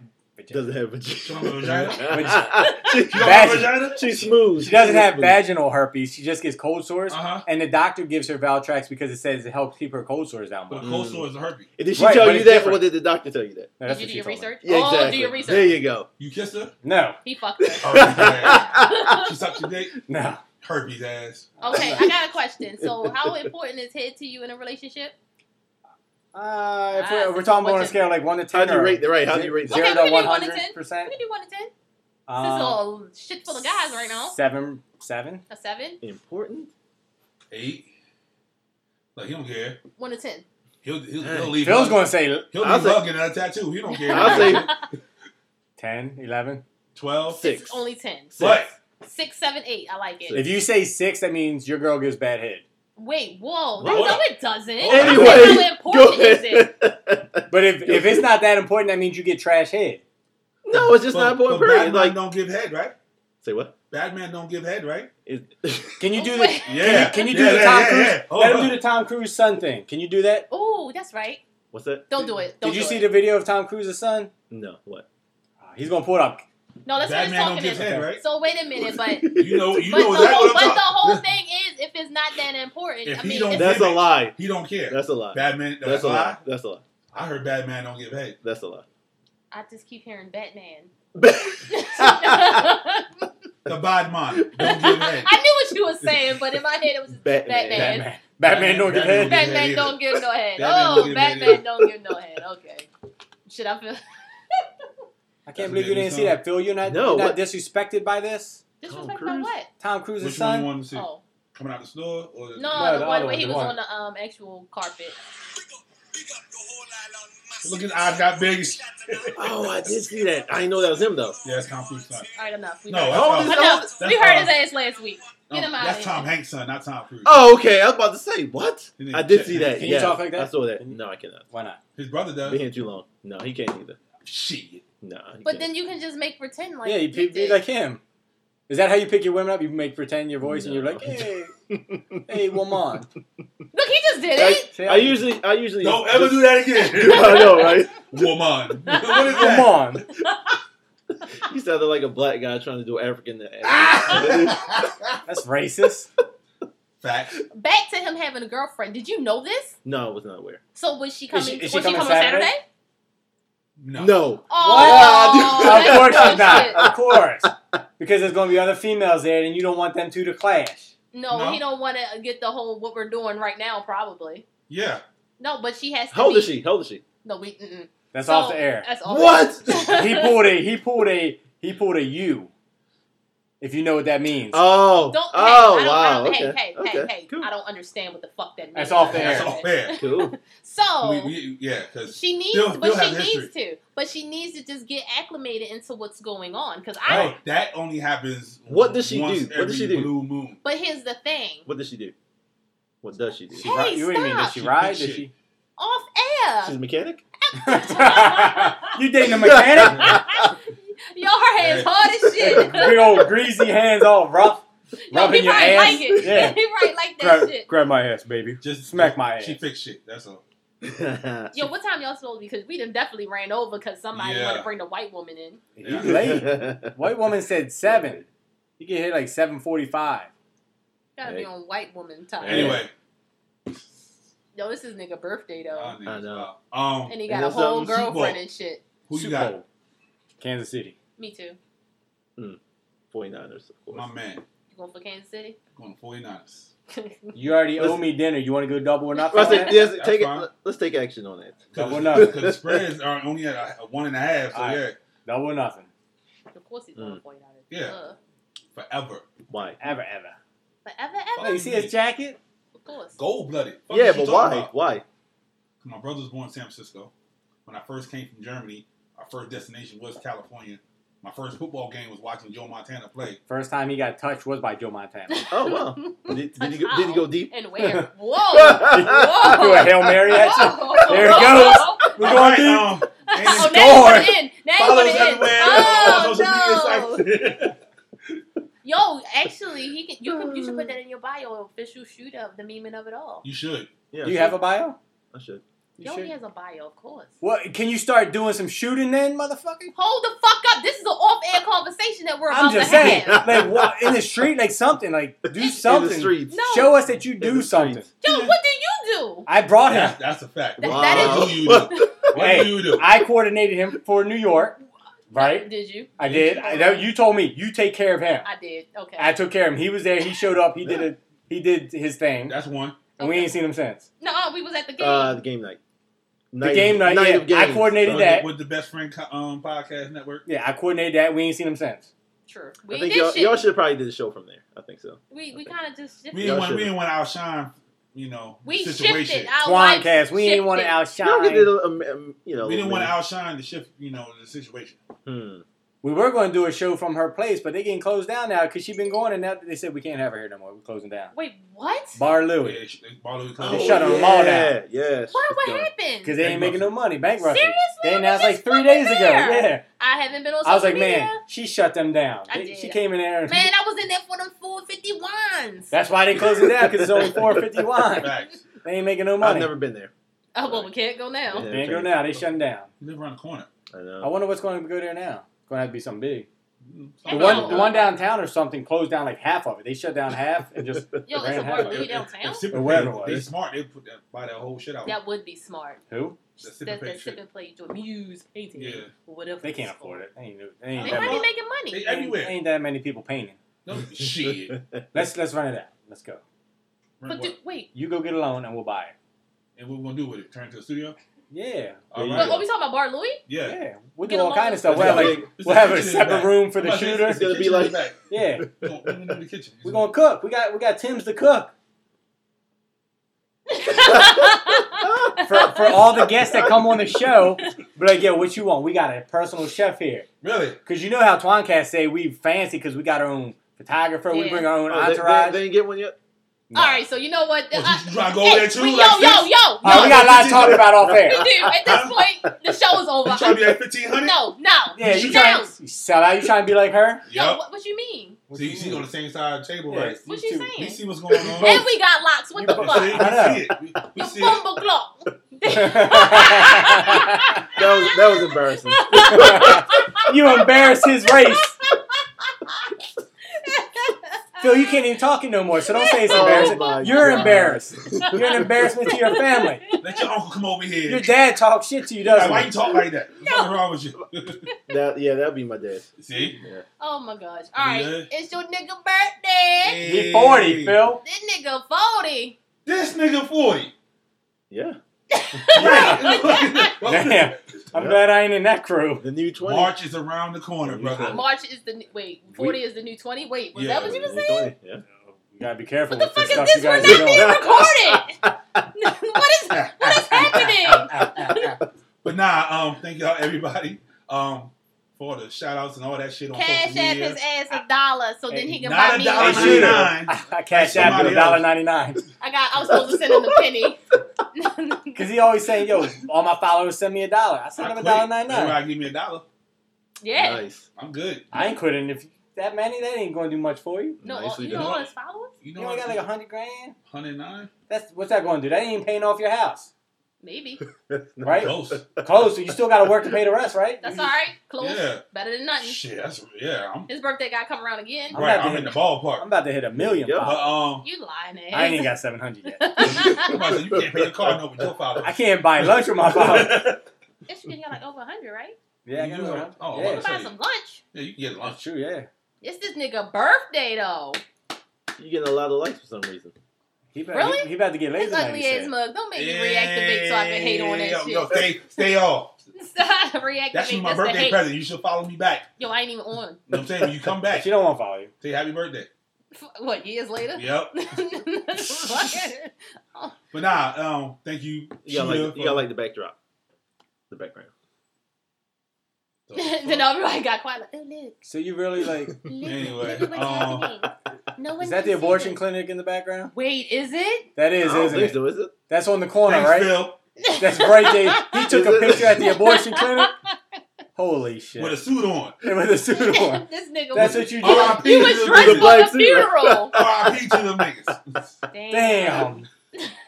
Speaker 5: Doesn't have
Speaker 4: don't have a
Speaker 5: vagina.
Speaker 3: vagina?
Speaker 5: [LAUGHS] she,
Speaker 4: You don't have a
Speaker 3: Vagi-
Speaker 4: vagina.
Speaker 5: she's smooth.
Speaker 3: She doesn't
Speaker 5: She's
Speaker 3: have
Speaker 5: smooth.
Speaker 3: vaginal herpes. She just gets cold sores.
Speaker 4: Uh huh.
Speaker 3: And the doctor gives her Valtrax because it says it helps keep her cold sores down. More.
Speaker 4: But a
Speaker 3: No,
Speaker 4: cold
Speaker 5: Mm.
Speaker 4: sore is a herpes.
Speaker 5: And Did she
Speaker 3: Right,
Speaker 5: tell
Speaker 3: but
Speaker 5: you
Speaker 3: it's
Speaker 5: that,
Speaker 3: different.
Speaker 5: or did the doctor tell you that?
Speaker 3: that's
Speaker 2: Did you
Speaker 3: what
Speaker 2: do
Speaker 3: she
Speaker 2: your
Speaker 3: told me.
Speaker 2: research?
Speaker 5: Yeah, exactly.
Speaker 2: Oh, do your research.
Speaker 5: There you go.
Speaker 4: You kissed
Speaker 5: [LAUGHS]
Speaker 4: her.
Speaker 3: No,
Speaker 2: He fucked her.
Speaker 4: Oh, yeah.
Speaker 3: [LAUGHS]
Speaker 4: she sucked your dick.
Speaker 3: no.
Speaker 4: Herpes ass.
Speaker 2: Okay, I got a question. So, how important is head to you in a relationship?
Speaker 3: Uh, if
Speaker 2: Ah,
Speaker 3: we're,
Speaker 2: so
Speaker 3: we're talking about on a
Speaker 2: what's it-
Speaker 3: scale like one to
Speaker 5: How
Speaker 3: ten.
Speaker 5: do you
Speaker 3: or
Speaker 5: rate that? Right? How do you rate
Speaker 3: Zero
Speaker 5: that?
Speaker 2: Okay, we
Speaker 3: to
Speaker 2: can do
Speaker 3: one
Speaker 2: one to
Speaker 3: hundred
Speaker 2: ten. We
Speaker 3: percent. Um,
Speaker 2: can do one to ten. This
Speaker 3: Uh,
Speaker 2: is all shit full of guys right now.
Speaker 3: Seven, seven.
Speaker 2: A seven,
Speaker 5: [LAUGHS] Important?
Speaker 4: Eight. Like he don't care.
Speaker 2: one to ten.
Speaker 4: He'll he'll,
Speaker 5: Dang.
Speaker 4: he'll leave.
Speaker 3: Phil's going
Speaker 4: going.
Speaker 3: to say
Speaker 4: He'll
Speaker 5: I'll
Speaker 4: leave
Speaker 5: say-
Speaker 4: love getting a tattoo. He don't care.
Speaker 5: I'll say-
Speaker 3: 10, 11.
Speaker 4: twelve.
Speaker 5: Six.
Speaker 2: It's only ten.
Speaker 5: Six.
Speaker 4: But
Speaker 2: Six, seven, eight. I like it.
Speaker 5: Six.
Speaker 3: If you say six, that means your girl gives bad head.
Speaker 2: Wait, whoa.
Speaker 4: Hold
Speaker 2: no,
Speaker 4: up.
Speaker 2: it doesn't.
Speaker 4: Hold up.
Speaker 5: Anyway,
Speaker 2: I said how
Speaker 5: [LAUGHS] go
Speaker 2: important is it?
Speaker 5: ahead.
Speaker 3: But if, if it's not that important, that means you get trash head.
Speaker 5: [LAUGHS] no, it's just
Speaker 4: but-
Speaker 5: not important.
Speaker 4: but
Speaker 5: Period.
Speaker 4: Batman
Speaker 5: Like,
Speaker 4: don't give head, right?
Speaker 5: say what?
Speaker 4: Batman don't give head, right?
Speaker 5: It-
Speaker 3: Can you do the?
Speaker 2: Oh, Wait.
Speaker 4: Yeah.
Speaker 3: Can you do
Speaker 4: Yeah,
Speaker 3: the
Speaker 4: yeah,
Speaker 3: Tom
Speaker 4: yeah,
Speaker 3: Cruise?
Speaker 4: yeah. Oh, Hold
Speaker 3: Let
Speaker 4: on.
Speaker 3: him do the Tom Cruise son thing. Can you do that?
Speaker 2: Oh, that's right.
Speaker 5: [LAUGHS] What's that?
Speaker 2: Don't do it. Don't
Speaker 3: Did you
Speaker 2: do
Speaker 3: see
Speaker 2: it.
Speaker 3: the video of Tom Cruise's son?
Speaker 5: No, what?
Speaker 3: Ah, He's gonna pull it up.
Speaker 2: No, that's
Speaker 4: Batman
Speaker 2: what
Speaker 4: don't
Speaker 2: it's
Speaker 4: give
Speaker 2: talking
Speaker 4: head,
Speaker 2: about.
Speaker 4: right?
Speaker 2: So wait a minute, but
Speaker 5: [LAUGHS]
Speaker 4: You know, you
Speaker 2: but,
Speaker 4: know
Speaker 2: the, whole, but
Speaker 4: exactly what I'm
Speaker 2: the whole
Speaker 4: talking.
Speaker 2: thing is, if it's not that important,
Speaker 4: If
Speaker 2: I
Speaker 4: he
Speaker 2: mean,
Speaker 4: don't
Speaker 2: it's-
Speaker 5: That's a
Speaker 3: [LAUGHS]
Speaker 5: lie.
Speaker 4: He don't care.
Speaker 5: That's a lie.
Speaker 4: Batman,
Speaker 5: That's a lie. That's a lie.
Speaker 4: I heard Batman don't give head.
Speaker 5: That's a
Speaker 2: [LAUGHS]
Speaker 5: lie. [LAUGHS]
Speaker 2: I just keep hearing Batman. [LAUGHS]
Speaker 5: Batman.
Speaker 4: The Batman don't
Speaker 2: [LAUGHS]
Speaker 4: give head.
Speaker 2: I knew what you were saying, but in my head it was just Batman.
Speaker 3: Batman. Batman don't get
Speaker 4: Batman.
Speaker 3: head.
Speaker 2: Batman don't give no head.
Speaker 4: Batman don't
Speaker 2: oh,
Speaker 4: give
Speaker 2: Batman
Speaker 4: head.
Speaker 2: don't give no head. Okay. Should I feel [LAUGHS]
Speaker 3: I
Speaker 4: That's
Speaker 3: can't believe you
Speaker 4: amazing
Speaker 3: didn't see
Speaker 4: song.
Speaker 3: that, Phil. You're not,
Speaker 5: No,
Speaker 3: you're not
Speaker 5: what-
Speaker 3: disrespected by this.
Speaker 2: disrespect by
Speaker 5: Cruise?
Speaker 2: what?
Speaker 3: Tom Cruise's
Speaker 4: Which one
Speaker 3: son.
Speaker 4: you want to see?
Speaker 2: Oh.
Speaker 4: Coming out the store or
Speaker 2: No,
Speaker 4: the-
Speaker 2: the,
Speaker 3: No,
Speaker 2: one
Speaker 3: the other
Speaker 2: where
Speaker 3: one,
Speaker 2: he
Speaker 3: the
Speaker 2: was
Speaker 3: one.
Speaker 2: on the um actual carpet.
Speaker 4: Look, his eyes got big.
Speaker 5: oh, I did see that. I didn't know that was him though.
Speaker 4: Yeah, it's Tom Cruise's son.
Speaker 2: Alright, enough. We
Speaker 4: No,
Speaker 2: heard-
Speaker 4: that's Tom-
Speaker 2: enough.
Speaker 4: that's
Speaker 2: we heard his
Speaker 4: Tom-
Speaker 2: ass last week. Get him
Speaker 4: No,
Speaker 2: out
Speaker 4: That's
Speaker 2: of
Speaker 4: Tom
Speaker 2: here.
Speaker 4: Hanks' son, not Tom Cruise.
Speaker 5: Oh, okay. I was about to say what?
Speaker 4: His name
Speaker 5: I
Speaker 4: is
Speaker 5: did
Speaker 4: Chet
Speaker 5: see
Speaker 4: Hanks.
Speaker 5: that.
Speaker 3: Can you
Speaker 5: yeah.
Speaker 3: talk like that? Mm-hmm.
Speaker 5: I saw that. No, I cannot.
Speaker 3: Why not?
Speaker 4: His brother
Speaker 5: Be
Speaker 4: does.
Speaker 5: here too long. No, he can't either.
Speaker 4: Shit.
Speaker 5: Nah. he
Speaker 2: But
Speaker 5: can't.
Speaker 2: then you can just make pretend like
Speaker 3: yeah, you
Speaker 2: did.
Speaker 3: pe- be like him. Is that how you pick your women up? You make pretend your voice, and you're
Speaker 5: No.
Speaker 3: like, hey, hey, woman.
Speaker 2: Look, he just did
Speaker 5: I,
Speaker 2: it.
Speaker 5: [LAUGHS]
Speaker 3: See,
Speaker 5: I usually, I usually
Speaker 4: Don't ever
Speaker 5: [LAUGHS]
Speaker 4: do
Speaker 5: just-
Speaker 4: that again.
Speaker 5: I know,
Speaker 2: [LAUGHS]
Speaker 5: right?
Speaker 4: [LAUGHS] Woman. [LAUGHS] what is that?
Speaker 3: Woman.
Speaker 5: He sounded like a black guy trying to do African.
Speaker 4: Ah!
Speaker 3: That's
Speaker 2: [LAUGHS]
Speaker 3: racist.
Speaker 4: [LAUGHS] Facts.
Speaker 2: Back to him having a girlfriend. Did you know this?
Speaker 5: [LAUGHS] no, it was not aware.
Speaker 2: So was she
Speaker 3: Is
Speaker 2: coming?
Speaker 3: she- is she
Speaker 2: was she
Speaker 3: coming
Speaker 2: coming Saturday?
Speaker 3: Saturday?
Speaker 4: No.
Speaker 5: No.
Speaker 2: Oh,
Speaker 5: What?
Speaker 3: of
Speaker 2: that's
Speaker 3: course she's
Speaker 2: bullshit.
Speaker 3: not. Of course. Because there's going to be other females there, and you don't want them two to clash.
Speaker 2: No,
Speaker 4: No?
Speaker 2: he don't want to get the whole what we're doing right now. Probably
Speaker 4: Yeah.
Speaker 2: no, but she has. To
Speaker 5: How old
Speaker 2: be-
Speaker 5: is she? How old is she?
Speaker 2: No, we. Mm-mm.
Speaker 3: That's
Speaker 2: So, uh,
Speaker 3: off the air.
Speaker 2: That's off
Speaker 3: [LAUGHS]
Speaker 5: What?
Speaker 2: The air.
Speaker 3: He pulled a. He pulled a. He pulled a you. If you know what that means.
Speaker 5: Oh.
Speaker 2: Don't.
Speaker 5: oh,
Speaker 2: hey, I
Speaker 5: wow.
Speaker 2: don't, I don't,
Speaker 5: okay.
Speaker 2: Hey, hey,
Speaker 5: okay.
Speaker 2: hey, hey.
Speaker 5: Cool.
Speaker 2: I don't understand what the fuck that means.
Speaker 3: That's off
Speaker 2: [LAUGHS]
Speaker 3: the air.
Speaker 4: That's all fair.
Speaker 5: cool.
Speaker 2: So
Speaker 4: We, we, yeah, because
Speaker 2: she needs,
Speaker 4: They'll-
Speaker 2: but
Speaker 4: they'll
Speaker 2: she
Speaker 4: have
Speaker 2: needs to, but she needs to just get acclimated into what's going on. Because I,
Speaker 4: hey, that only happens.
Speaker 5: What does she
Speaker 4: once
Speaker 5: do? What
Speaker 4: every
Speaker 5: does she do?
Speaker 4: Blue moon.
Speaker 2: but here's the thing:
Speaker 5: What does she do? What does she do?
Speaker 3: She
Speaker 2: Hey,
Speaker 3: ri- you what do you mean? Does
Speaker 2: stop.
Speaker 3: she ride? Does
Speaker 4: Shit.
Speaker 3: she?
Speaker 2: off
Speaker 5: She's
Speaker 2: air,
Speaker 5: a mechanic?
Speaker 3: [LAUGHS] you dating a mechanic?
Speaker 5: [LAUGHS]
Speaker 2: yo, her hands hard
Speaker 4: [LAUGHS]
Speaker 2: as shit.
Speaker 3: Big old greasy hands, all rough.
Speaker 2: yo,
Speaker 3: Rubbing
Speaker 2: he
Speaker 3: your
Speaker 2: probably
Speaker 3: ass.
Speaker 2: like it.
Speaker 3: Yeah.
Speaker 2: [LAUGHS] he probably like that
Speaker 3: Grab,
Speaker 2: shit.
Speaker 3: grab my ass, baby.
Speaker 4: Just
Speaker 3: Smack my ass.
Speaker 4: She fix shit. That's all.
Speaker 2: [LAUGHS] Yo, what time y'all supposed to be? Because we done definitely ran over because somebody
Speaker 4: Yeah.
Speaker 2: want to bring the white woman in.
Speaker 3: You
Speaker 5: [LAUGHS]
Speaker 3: late.
Speaker 4: [LAUGHS]
Speaker 3: White woman said seven. You get hit like seven forty-five.
Speaker 2: Gotta
Speaker 5: Hey.
Speaker 2: be on white woman time.
Speaker 5: Yeah.
Speaker 4: Anyway,
Speaker 2: Yo, this is nigga birthday though,
Speaker 4: I don't
Speaker 5: I know.
Speaker 4: Um,
Speaker 2: and he got
Speaker 5: And
Speaker 2: a
Speaker 5: that's
Speaker 2: whole
Speaker 5: something-
Speaker 2: girlfriend
Speaker 4: Well,
Speaker 2: and shit.
Speaker 4: who you
Speaker 3: Super
Speaker 4: got?
Speaker 3: Bowl. Kansas City.
Speaker 2: Me too.
Speaker 5: 49ers, of course.
Speaker 4: My man
Speaker 2: You going for Kansas City? [LAUGHS]
Speaker 4: going to 49ers.
Speaker 3: You already
Speaker 5: Let's-
Speaker 3: owe me dinner. You want to go double or nothing?
Speaker 5: Well, I
Speaker 3: on
Speaker 5: said,
Speaker 2: [LAUGHS]
Speaker 3: that?
Speaker 5: yes,
Speaker 4: That's
Speaker 5: take
Speaker 4: fine.
Speaker 5: it, let's take action on that.
Speaker 3: Double or
Speaker 4: Because
Speaker 3: nothing.
Speaker 4: the spreads are only at a, a one and a half. So
Speaker 3: All right.
Speaker 4: yeah,
Speaker 3: Double or nothing.
Speaker 2: of course he's going
Speaker 5: Mm.
Speaker 2: to 49ers.
Speaker 4: Yeah.
Speaker 2: Duh.
Speaker 4: forever.
Speaker 5: Why?
Speaker 3: Ever, ever.
Speaker 2: Forever,
Speaker 3: Oh,
Speaker 2: ever.
Speaker 3: you see his jacket?
Speaker 2: Of course.
Speaker 4: Gold blooded.
Speaker 5: yeah, but why? Why?
Speaker 4: My brother was born in San Francisco. When I first came from Germany, our first destination was California. My first football game was watching Joe Montana play.
Speaker 3: First time he got touched was by
Speaker 2: [LAUGHS]
Speaker 3: Joe Montana.
Speaker 5: Oh,
Speaker 4: [LAUGHS]
Speaker 5: wow. Did, did, you, go, did you go deep?
Speaker 2: And where? Whoa!
Speaker 3: Do a
Speaker 2: Whoa!
Speaker 3: Hail Mary at
Speaker 2: [LAUGHS]
Speaker 3: you?
Speaker 2: Whoa.
Speaker 3: There it goes. We're
Speaker 4: All
Speaker 3: going
Speaker 4: right,
Speaker 3: deep.
Speaker 4: um, and
Speaker 2: oh,
Speaker 3: Score.
Speaker 2: now you want to end. Now you
Speaker 4: follow
Speaker 2: want
Speaker 4: us
Speaker 2: to end.
Speaker 4: everywhere.
Speaker 2: Oh,
Speaker 4: on
Speaker 2: no.
Speaker 4: social media
Speaker 5: [LAUGHS]
Speaker 4: sites.
Speaker 2: Yo, actually, he can, you can you should put that in your bio. Official shoot up the memeing of it all.
Speaker 4: You should.
Speaker 5: Yeah,
Speaker 3: Do you
Speaker 5: I
Speaker 3: have
Speaker 5: should.
Speaker 3: a bio?
Speaker 5: I should.
Speaker 3: You
Speaker 2: Yo,
Speaker 3: sure?
Speaker 2: he has a bio, of course.
Speaker 3: What? Can you start doing some shooting then, motherfucker?
Speaker 2: Hold the fuck up. This is an off-air conversation that we're about
Speaker 3: I'm just
Speaker 2: to
Speaker 3: saying,
Speaker 2: have.
Speaker 3: like what in the street, like something, like
Speaker 5: [LAUGHS]
Speaker 3: do
Speaker 5: In the
Speaker 3: something.
Speaker 5: streets.
Speaker 2: No.
Speaker 3: Show us that you
Speaker 5: In
Speaker 3: do
Speaker 5: the
Speaker 3: something.
Speaker 5: streets.
Speaker 2: Yo, what do you do?
Speaker 3: I brought him.
Speaker 4: That's, that's a fact.
Speaker 2: That-
Speaker 4: what
Speaker 2: that
Speaker 4: do
Speaker 5: [LAUGHS] is-
Speaker 4: you do? What
Speaker 3: Hey,
Speaker 4: do you do?
Speaker 3: I coordinated him for New York, right?
Speaker 2: Did you?
Speaker 3: I did. I, that- you told me you take care of him.
Speaker 2: I did. Okay.
Speaker 3: I took care of him. He was there. He showed up. He did it. He did his thing,
Speaker 4: That's one.
Speaker 3: and we ain't seen him since.
Speaker 2: no, we was at the game.
Speaker 5: Uh, the game night.
Speaker 3: The game night, yeah,
Speaker 5: of
Speaker 3: I
Speaker 5: games.
Speaker 3: coordinated
Speaker 4: With
Speaker 3: that.
Speaker 4: the, with the best friend co- um, podcast network.
Speaker 3: Yeah, I coordinated that. We ain't seen him since.
Speaker 2: True. We
Speaker 5: I
Speaker 2: did
Speaker 5: think y'all,
Speaker 2: shit.
Speaker 5: y'all should probably did a show from there. I think so.
Speaker 2: we we kind of just shifted.
Speaker 4: We
Speaker 5: Y'all
Speaker 4: didn't want.
Speaker 5: should.
Speaker 4: We didn't want to outshine. You know,
Speaker 2: We
Speaker 4: situation.
Speaker 2: shifted. Our lives
Speaker 3: Twancast. We ain't want to
Speaker 2: shifted.
Speaker 5: Y'all could did
Speaker 3: outshine.
Speaker 5: a, um, um, you know.
Speaker 4: we didn't want to
Speaker 5: maybe-
Speaker 4: outshine the shift, you know, the situation.
Speaker 5: Hmm.
Speaker 3: We were going to do a show from her place, but they getting closed down now because she been going, and now they said we can't have her here no more. We're closing down.
Speaker 2: Wait, what?
Speaker 3: Bar
Speaker 4: Yeah,
Speaker 3: Louie.
Speaker 4: it's- it's all over the
Speaker 3: They
Speaker 4: country.
Speaker 3: shut 'em all
Speaker 5: yeah,
Speaker 3: down.
Speaker 5: Yes.
Speaker 2: Why?
Speaker 5: it's
Speaker 2: What
Speaker 5: gone.
Speaker 2: happened?
Speaker 3: Because they ain't making no money. Bankruptcy.
Speaker 2: Seriously?
Speaker 3: They
Speaker 2: I
Speaker 3: announced
Speaker 2: was
Speaker 3: like
Speaker 2: just
Speaker 3: three
Speaker 2: fucking
Speaker 3: days ago.
Speaker 2: there.
Speaker 3: Yeah.
Speaker 2: I haven't been on.
Speaker 3: I was like,
Speaker 2: social media.
Speaker 3: man, she shut them down.
Speaker 2: I
Speaker 3: They-
Speaker 2: did.
Speaker 3: She came in there. And
Speaker 2: man, I was in there for them four fifty ones.
Speaker 3: That's why they closed it down because it's only
Speaker 2: [LAUGHS]
Speaker 3: four fifty wine.
Speaker 4: [LAUGHS] Facts.
Speaker 3: They ain't making no
Speaker 5: I've
Speaker 3: money.
Speaker 5: never been there.
Speaker 2: oh well, we can't go now.
Speaker 5: Yeah.
Speaker 3: they ain't go now. They shutting down.
Speaker 4: You live around the corner.
Speaker 5: I
Speaker 3: I
Speaker 5: know.
Speaker 3: wonder what's going to go there now. It's going to have to be something big.
Speaker 4: Mm,
Speaker 3: The
Speaker 2: I
Speaker 3: one,
Speaker 2: know.
Speaker 3: the one downtown or something closed down like half of it. They shut down half
Speaker 5: [LAUGHS]
Speaker 3: and just [LAUGHS]
Speaker 2: Yo,
Speaker 3: Ran
Speaker 2: it's a
Speaker 3: half.
Speaker 2: bar Louis downtown.
Speaker 4: Sip and
Speaker 3: Or whatever
Speaker 4: Pay-
Speaker 3: it
Speaker 4: They
Speaker 3: was.
Speaker 4: smart. They put that, buy that whole shit out.
Speaker 2: That would be smart.
Speaker 3: who?
Speaker 4: The sip and
Speaker 2: That
Speaker 4: pay
Speaker 2: that sip
Speaker 4: shit.
Speaker 2: and play your muse painting.
Speaker 4: Yeah.
Speaker 2: Or whatever.
Speaker 3: They can't
Speaker 2: it's called.
Speaker 3: afford it. They ain't, they ain't,
Speaker 2: They
Speaker 3: that,
Speaker 2: might be
Speaker 3: many,
Speaker 2: making money.
Speaker 4: They- everywhere.
Speaker 3: ain't that many people painting.
Speaker 4: No
Speaker 3: [LAUGHS]
Speaker 4: shit.
Speaker 3: Let's let's run it out. Let's go.
Speaker 2: But do, wait,
Speaker 3: You go get a loan and we'll buy it.
Speaker 4: and what we gonna do with it? Turn it to a studio?
Speaker 3: Yeah.
Speaker 4: All
Speaker 5: Yeah.
Speaker 2: but
Speaker 4: right.
Speaker 2: are we talking about Bar Louis?
Speaker 3: [LAUGHS]
Speaker 4: yeah.
Speaker 3: Yeah. We'll
Speaker 2: Get
Speaker 3: do
Speaker 2: a
Speaker 3: all
Speaker 2: loan.
Speaker 3: kind of stuff.
Speaker 5: It's
Speaker 3: We'll
Speaker 5: got
Speaker 3: have, like,
Speaker 5: big-
Speaker 4: It's
Speaker 3: we'll
Speaker 4: the
Speaker 3: have a
Speaker 4: kitchen in the
Speaker 3: separate
Speaker 4: back.
Speaker 3: room for the
Speaker 4: I'm about to say,
Speaker 3: shooter.
Speaker 4: it's the
Speaker 5: It's gonna be
Speaker 4: kitchen in
Speaker 5: like-
Speaker 4: the back.
Speaker 3: Yeah.
Speaker 4: We're gonna- we're gonna do the kitchen.
Speaker 3: We're gonna cook. We got we got Tim's to cook. for, for all the guests that come on the show, be like, yo, what you want? We got a personal chef here.
Speaker 4: really. Oh,
Speaker 3: Because you know how Twancast say we fancy because we got our own photographer, we
Speaker 2: Yeah.
Speaker 3: bring our own
Speaker 5: Oh, they,
Speaker 3: entourage.
Speaker 5: they, they didn't get one yet.
Speaker 3: No.
Speaker 2: All right, so you know what?
Speaker 4: Well,
Speaker 2: I-
Speaker 4: you try to go over there too,
Speaker 2: we- Yo,
Speaker 4: like
Speaker 2: yo,
Speaker 4: this?
Speaker 2: yo,
Speaker 3: All right,
Speaker 2: yo.
Speaker 3: we got a lot to talk about off
Speaker 2: We [LAUGHS]
Speaker 3: air.
Speaker 2: do. At
Speaker 4: [LAUGHS]
Speaker 2: this point, the show is
Speaker 4: You trying to be
Speaker 2: over.
Speaker 4: at fifteen hundred?
Speaker 2: No, no.
Speaker 3: Yeah, you
Speaker 2: Down.
Speaker 3: trying you sell out? You trying to be like her?
Speaker 2: Yo,
Speaker 4: Yep.
Speaker 2: what, what you mean?
Speaker 4: So you [LAUGHS] see on the same side of the table, right?
Speaker 2: What you
Speaker 3: two-
Speaker 2: saying?
Speaker 4: We see what's going on.
Speaker 2: And we got locks. What the
Speaker 3: You-
Speaker 4: We see
Speaker 2: fuck?
Speaker 4: it.
Speaker 3: I
Speaker 4: We see it. We- We
Speaker 2: You
Speaker 4: see it.
Speaker 2: fumble clock.
Speaker 5: That was that was embarrassing.
Speaker 3: [LAUGHS] you embarrass his race. [LAUGHS] Phil, you can't even talk it no more, so don't say [LAUGHS] it's
Speaker 5: Oh
Speaker 3: embarrassing.
Speaker 5: my
Speaker 3: You're
Speaker 5: God. [LAUGHS]
Speaker 3: embarrassed. You're an embarrassment to your family.
Speaker 4: Let your uncle come over
Speaker 3: Your
Speaker 4: here.
Speaker 3: dad talks shit to you,
Speaker 4: Like,
Speaker 3: doesn't
Speaker 4: why
Speaker 3: he?
Speaker 4: you talk like that? What's wrong with you? [LAUGHS]
Speaker 5: That yeah, that'd be my dad.
Speaker 4: See?
Speaker 5: Yeah.
Speaker 2: [LAUGHS] Oh my gosh. All right,
Speaker 4: Yeah.
Speaker 2: it's your nigga birthday.
Speaker 3: He 40,
Speaker 4: Hey.
Speaker 3: Phil.
Speaker 2: This nigga 40. [LAUGHS]
Speaker 4: This nigga 40.
Speaker 5: Yeah.
Speaker 4: [LAUGHS]
Speaker 3: Damn. I'm glad I ain't in that crew.
Speaker 5: The new twenty.
Speaker 4: March is around the corner,
Speaker 5: Yeah.
Speaker 4: brother.
Speaker 2: March is the new, wait. Forty is the new twenty. Wait, was
Speaker 4: Yeah.
Speaker 2: that what you were
Speaker 5: New
Speaker 2: saying?
Speaker 5: 20, Yeah.
Speaker 3: You gotta be careful
Speaker 2: What the
Speaker 3: with the
Speaker 2: fuck is
Speaker 3: stuff
Speaker 2: this?
Speaker 3: you
Speaker 2: We're
Speaker 3: guys
Speaker 2: not
Speaker 3: are
Speaker 2: being
Speaker 3: doing.
Speaker 2: recorded. [LAUGHS] what is what is
Speaker 3: [LAUGHS]
Speaker 2: happening? [LAUGHS]
Speaker 4: But nah, um, thank y'all everybody um for the shout outs and all that shit on
Speaker 2: Cash
Speaker 4: social
Speaker 2: app
Speaker 4: media.
Speaker 2: his ass a dollar so then he can
Speaker 4: Not
Speaker 2: buy
Speaker 4: a
Speaker 2: me.
Speaker 4: dollar
Speaker 3: Hey,
Speaker 2: I
Speaker 3: shooter.
Speaker 4: $1.99.
Speaker 3: I cashed out for
Speaker 4: Somebody
Speaker 3: a
Speaker 4: else.
Speaker 3: dollar ninety nine.
Speaker 2: got. I was supposed to send him a penny.
Speaker 3: Cause he always saying, "Yo, all my followers send me a dollar." I
Speaker 4: I
Speaker 3: sent him a
Speaker 4: quit.
Speaker 3: dollar ninety nine.
Speaker 4: Everybody give me a dollar.
Speaker 2: [LAUGHS] yeah.
Speaker 4: [LAUGHS]
Speaker 5: Nice.
Speaker 4: I'm good.
Speaker 3: I ain't quitting. If that many, that ain't gonna do much for you.
Speaker 2: No,
Speaker 5: Nicely
Speaker 2: you know
Speaker 5: done.
Speaker 2: all his followers?
Speaker 4: You
Speaker 3: You
Speaker 4: know,
Speaker 3: only got like a hundred grand.
Speaker 4: hundred nine.
Speaker 3: That's what's that gonna do? That ain't even paying off your house,
Speaker 4: [LAUGHS]
Speaker 2: Maybe.
Speaker 3: [LAUGHS] right?
Speaker 4: Close.
Speaker 3: Close. So you still gotta work to pay the rest, right?
Speaker 2: That's
Speaker 3: You-
Speaker 2: all right. Close.
Speaker 4: Yeah.
Speaker 2: Better than nothing.
Speaker 4: Shit, that's yeah. I'm
Speaker 2: His birthday got come around again.
Speaker 3: I'm
Speaker 4: right.
Speaker 3: not
Speaker 4: I'm in
Speaker 3: doing-
Speaker 4: the ballpark.
Speaker 3: I'm about to hit a million.
Speaker 5: Yeah.
Speaker 4: But
Speaker 3: followers.
Speaker 4: um,
Speaker 2: You lying ass.
Speaker 3: I ain't even got seven hundred yet.
Speaker 2: [LAUGHS]
Speaker 4: somebody said you
Speaker 3: [LAUGHS]
Speaker 4: can't pay the car note with your father.
Speaker 3: I can't buy lunch with [LAUGHS] my father.
Speaker 2: It's been got like over 100, right?
Speaker 3: Yeah, I
Speaker 4: You
Speaker 3: got
Speaker 4: do
Speaker 3: one.
Speaker 4: have- oh,
Speaker 2: You
Speaker 3: yeah.
Speaker 4: what?
Speaker 2: buy some lunch.
Speaker 4: Yeah, you can get
Speaker 3: That's
Speaker 4: lunch.
Speaker 3: true. Yeah,
Speaker 2: It's this nigga birthday though.
Speaker 5: You getting a lot of likes for some reason.
Speaker 3: he about,
Speaker 2: Really?
Speaker 3: He, he about to get lazy.
Speaker 2: This
Speaker 3: tonight,
Speaker 2: ugly
Speaker 3: he
Speaker 2: ass
Speaker 3: said.
Speaker 2: mug. Don't make me reactivate so I can hate on
Speaker 4: Yeah,
Speaker 2: that
Speaker 4: Yo,
Speaker 2: shit.
Speaker 4: stay, stay off.
Speaker 2: [LAUGHS] Stop reactivate.
Speaker 4: That's you my
Speaker 2: just to
Speaker 4: birthday
Speaker 2: hate.
Speaker 4: present. You should follow me back.
Speaker 2: Yo, I ain't even on. [LAUGHS]
Speaker 4: You know what I'm saying? When you come back,
Speaker 3: She don't want to follow you.
Speaker 4: say happy birthday.
Speaker 2: F- What years later?
Speaker 4: Yep.
Speaker 2: [LAUGHS]
Speaker 4: [LAUGHS]
Speaker 2: What?
Speaker 4: But nah, um, thank you.
Speaker 5: You got
Speaker 4: Sheila,
Speaker 5: like you
Speaker 4: for-
Speaker 5: got like the backdrop, the background.
Speaker 2: [LAUGHS] then everybody got quiet. Like, oh, look,
Speaker 3: So you really
Speaker 2: [LAUGHS]
Speaker 3: like?
Speaker 2: look,
Speaker 4: [LAUGHS] Anyway,
Speaker 2: look what's
Speaker 4: um,
Speaker 2: happening. No one
Speaker 3: Is that
Speaker 2: can
Speaker 3: the
Speaker 2: see
Speaker 3: abortion
Speaker 2: this.
Speaker 3: clinic in the background?
Speaker 2: Wait, is it?
Speaker 4: [LAUGHS]
Speaker 2: [LAUGHS]
Speaker 3: That is,
Speaker 5: I don't
Speaker 3: isn't
Speaker 5: think
Speaker 3: it?
Speaker 5: so, is it?
Speaker 3: That's on the corner,
Speaker 4: Thanks,
Speaker 3: right?
Speaker 4: Phil.
Speaker 3: That's right there. He took
Speaker 5: Is
Speaker 3: a
Speaker 5: it?
Speaker 3: picture at the abortion clinic. Holy shit!
Speaker 4: With a suit on.
Speaker 3: [LAUGHS] With a suit
Speaker 2: [LAUGHS]
Speaker 3: on.
Speaker 2: this nigga
Speaker 3: That's
Speaker 2: was.
Speaker 3: what you do.
Speaker 4: RIP
Speaker 2: He
Speaker 4: to
Speaker 2: was
Speaker 4: them
Speaker 2: dressed
Speaker 5: The
Speaker 4: niggas.
Speaker 5: black
Speaker 2: for the
Speaker 5: suit.
Speaker 2: funeral.
Speaker 4: RIP to them
Speaker 5: [LAUGHS]
Speaker 4: niggas.
Speaker 2: Damn.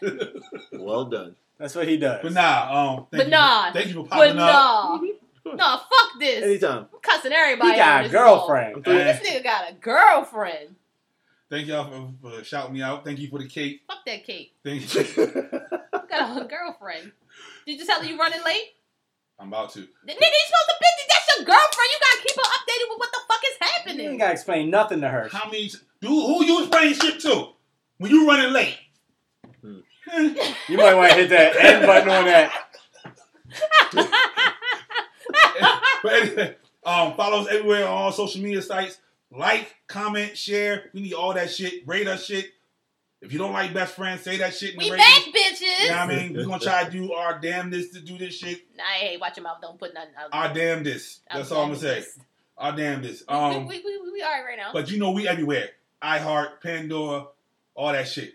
Speaker 3: Damn.
Speaker 5: Well done.
Speaker 3: That's what he does.
Speaker 4: But nah, um, thank
Speaker 2: But
Speaker 4: you,
Speaker 2: nah.
Speaker 4: Thank you for
Speaker 2: But
Speaker 4: popping up.
Speaker 2: nah.
Speaker 5: course.
Speaker 2: Nah, fuck this. [LAUGHS]
Speaker 5: Anytime.
Speaker 2: I'm cussing everybody. out
Speaker 3: he got a
Speaker 2: on this call.
Speaker 3: girlfriend.
Speaker 5: Uh,
Speaker 2: This
Speaker 4: And
Speaker 2: nigga got a girlfriend.
Speaker 4: thank y'all for, for shouting me out. Thank you for the cake.
Speaker 2: Fuck that cake.
Speaker 4: Thank you.
Speaker 5: [LAUGHS]
Speaker 2: You got a [LAUGHS] girlfriend. Did you tell her you running late?
Speaker 4: I'm about to.
Speaker 2: The nigga, you supposed to bitch. That's your girlfriend. You gotta keep her updated with what the fuck is
Speaker 3: You ain't
Speaker 2: happening.
Speaker 3: gotta explain nothing to her.
Speaker 4: How many? Dude, who you explaining shit to? When you running late?
Speaker 5: Hmm.
Speaker 4: [LAUGHS] Eh,
Speaker 3: You might want to hit that end button on that.
Speaker 4: but anyway, um, follow us everywhere on all social media sites. Like, comment, share. We need all that shit. Rate us shit. If you don't like best friends, say that shit. in the
Speaker 2: we
Speaker 4: ratings.
Speaker 2: back,
Speaker 4: You know
Speaker 2: bitches.
Speaker 4: what I mean? We're gonna try to do our damnness to do this shit.
Speaker 2: Nah, hey, watch your mouth. Don't put nothing out.
Speaker 4: Our damnness. That's all I'm gonna say. Our damnness. Um,
Speaker 2: we, we, we, we all right right now.
Speaker 4: but you know we everywhere. iHeart, Pandora, all that shit.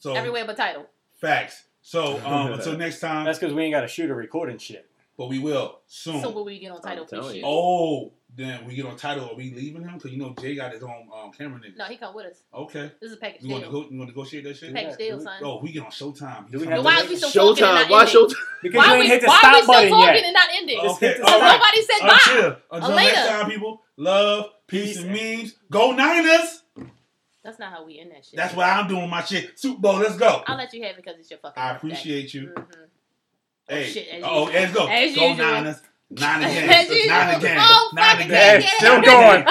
Speaker 4: So
Speaker 2: Everywhere but title.
Speaker 4: facts. So um, until next time,
Speaker 3: That's because we ain't got a shooter recording shit.
Speaker 4: but we will soon.
Speaker 2: So what we get on title?
Speaker 5: telling
Speaker 2: please
Speaker 5: you.
Speaker 2: shoot.
Speaker 4: oh, then we get on title. Are we leaving him? Cause you know Jay got his own um, camera nigga.
Speaker 2: No, he come with us.
Speaker 4: Okay.
Speaker 2: This is a package
Speaker 4: You want to
Speaker 2: deal.
Speaker 4: go? You want to negotiate that shit?
Speaker 3: Hey.
Speaker 2: Package deal,
Speaker 3: Do
Speaker 2: son.
Speaker 4: Oh, we get on Showtime. He
Speaker 3: Do we have
Speaker 4: come
Speaker 2: Then
Speaker 4: to-
Speaker 2: why
Speaker 3: to-
Speaker 2: we still talking and
Speaker 5: Showtime.
Speaker 2: not
Speaker 5: Why
Speaker 2: ending?
Speaker 5: showtime?
Speaker 3: Because you
Speaker 2: Why
Speaker 3: ain't
Speaker 2: we,
Speaker 3: hit the
Speaker 2: why
Speaker 3: stop
Speaker 2: we still
Speaker 3: button
Speaker 2: talking
Speaker 3: yet.
Speaker 2: and not ending?
Speaker 3: Just hit the
Speaker 4: Okay,
Speaker 2: Because
Speaker 4: all right.
Speaker 3: stop.
Speaker 2: nobody said bye.
Speaker 4: Until, until next
Speaker 2: Later.
Speaker 4: time, people. Love, peace,
Speaker 3: Peace
Speaker 4: and
Speaker 3: and-
Speaker 4: memes. Go Niners.
Speaker 2: That's not how we end that shit.
Speaker 4: That's why I'm doing my shit. Super Bowl, let's go.
Speaker 2: I'll let you have it because it's your fucking
Speaker 4: I
Speaker 2: birthday.
Speaker 4: appreciate you.
Speaker 2: Mhm.
Speaker 4: Hey,
Speaker 2: shit, as
Speaker 4: oh,
Speaker 2: usual.
Speaker 4: let's go.
Speaker 2: As
Speaker 4: go
Speaker 2: usual. [LAUGHS]
Speaker 4: Niners. Nine again.
Speaker 2: As usual.
Speaker 4: Nine again.
Speaker 2: Oh,
Speaker 4: Nine
Speaker 2: fucking
Speaker 4: again.
Speaker 2: yeah.
Speaker 3: Still going.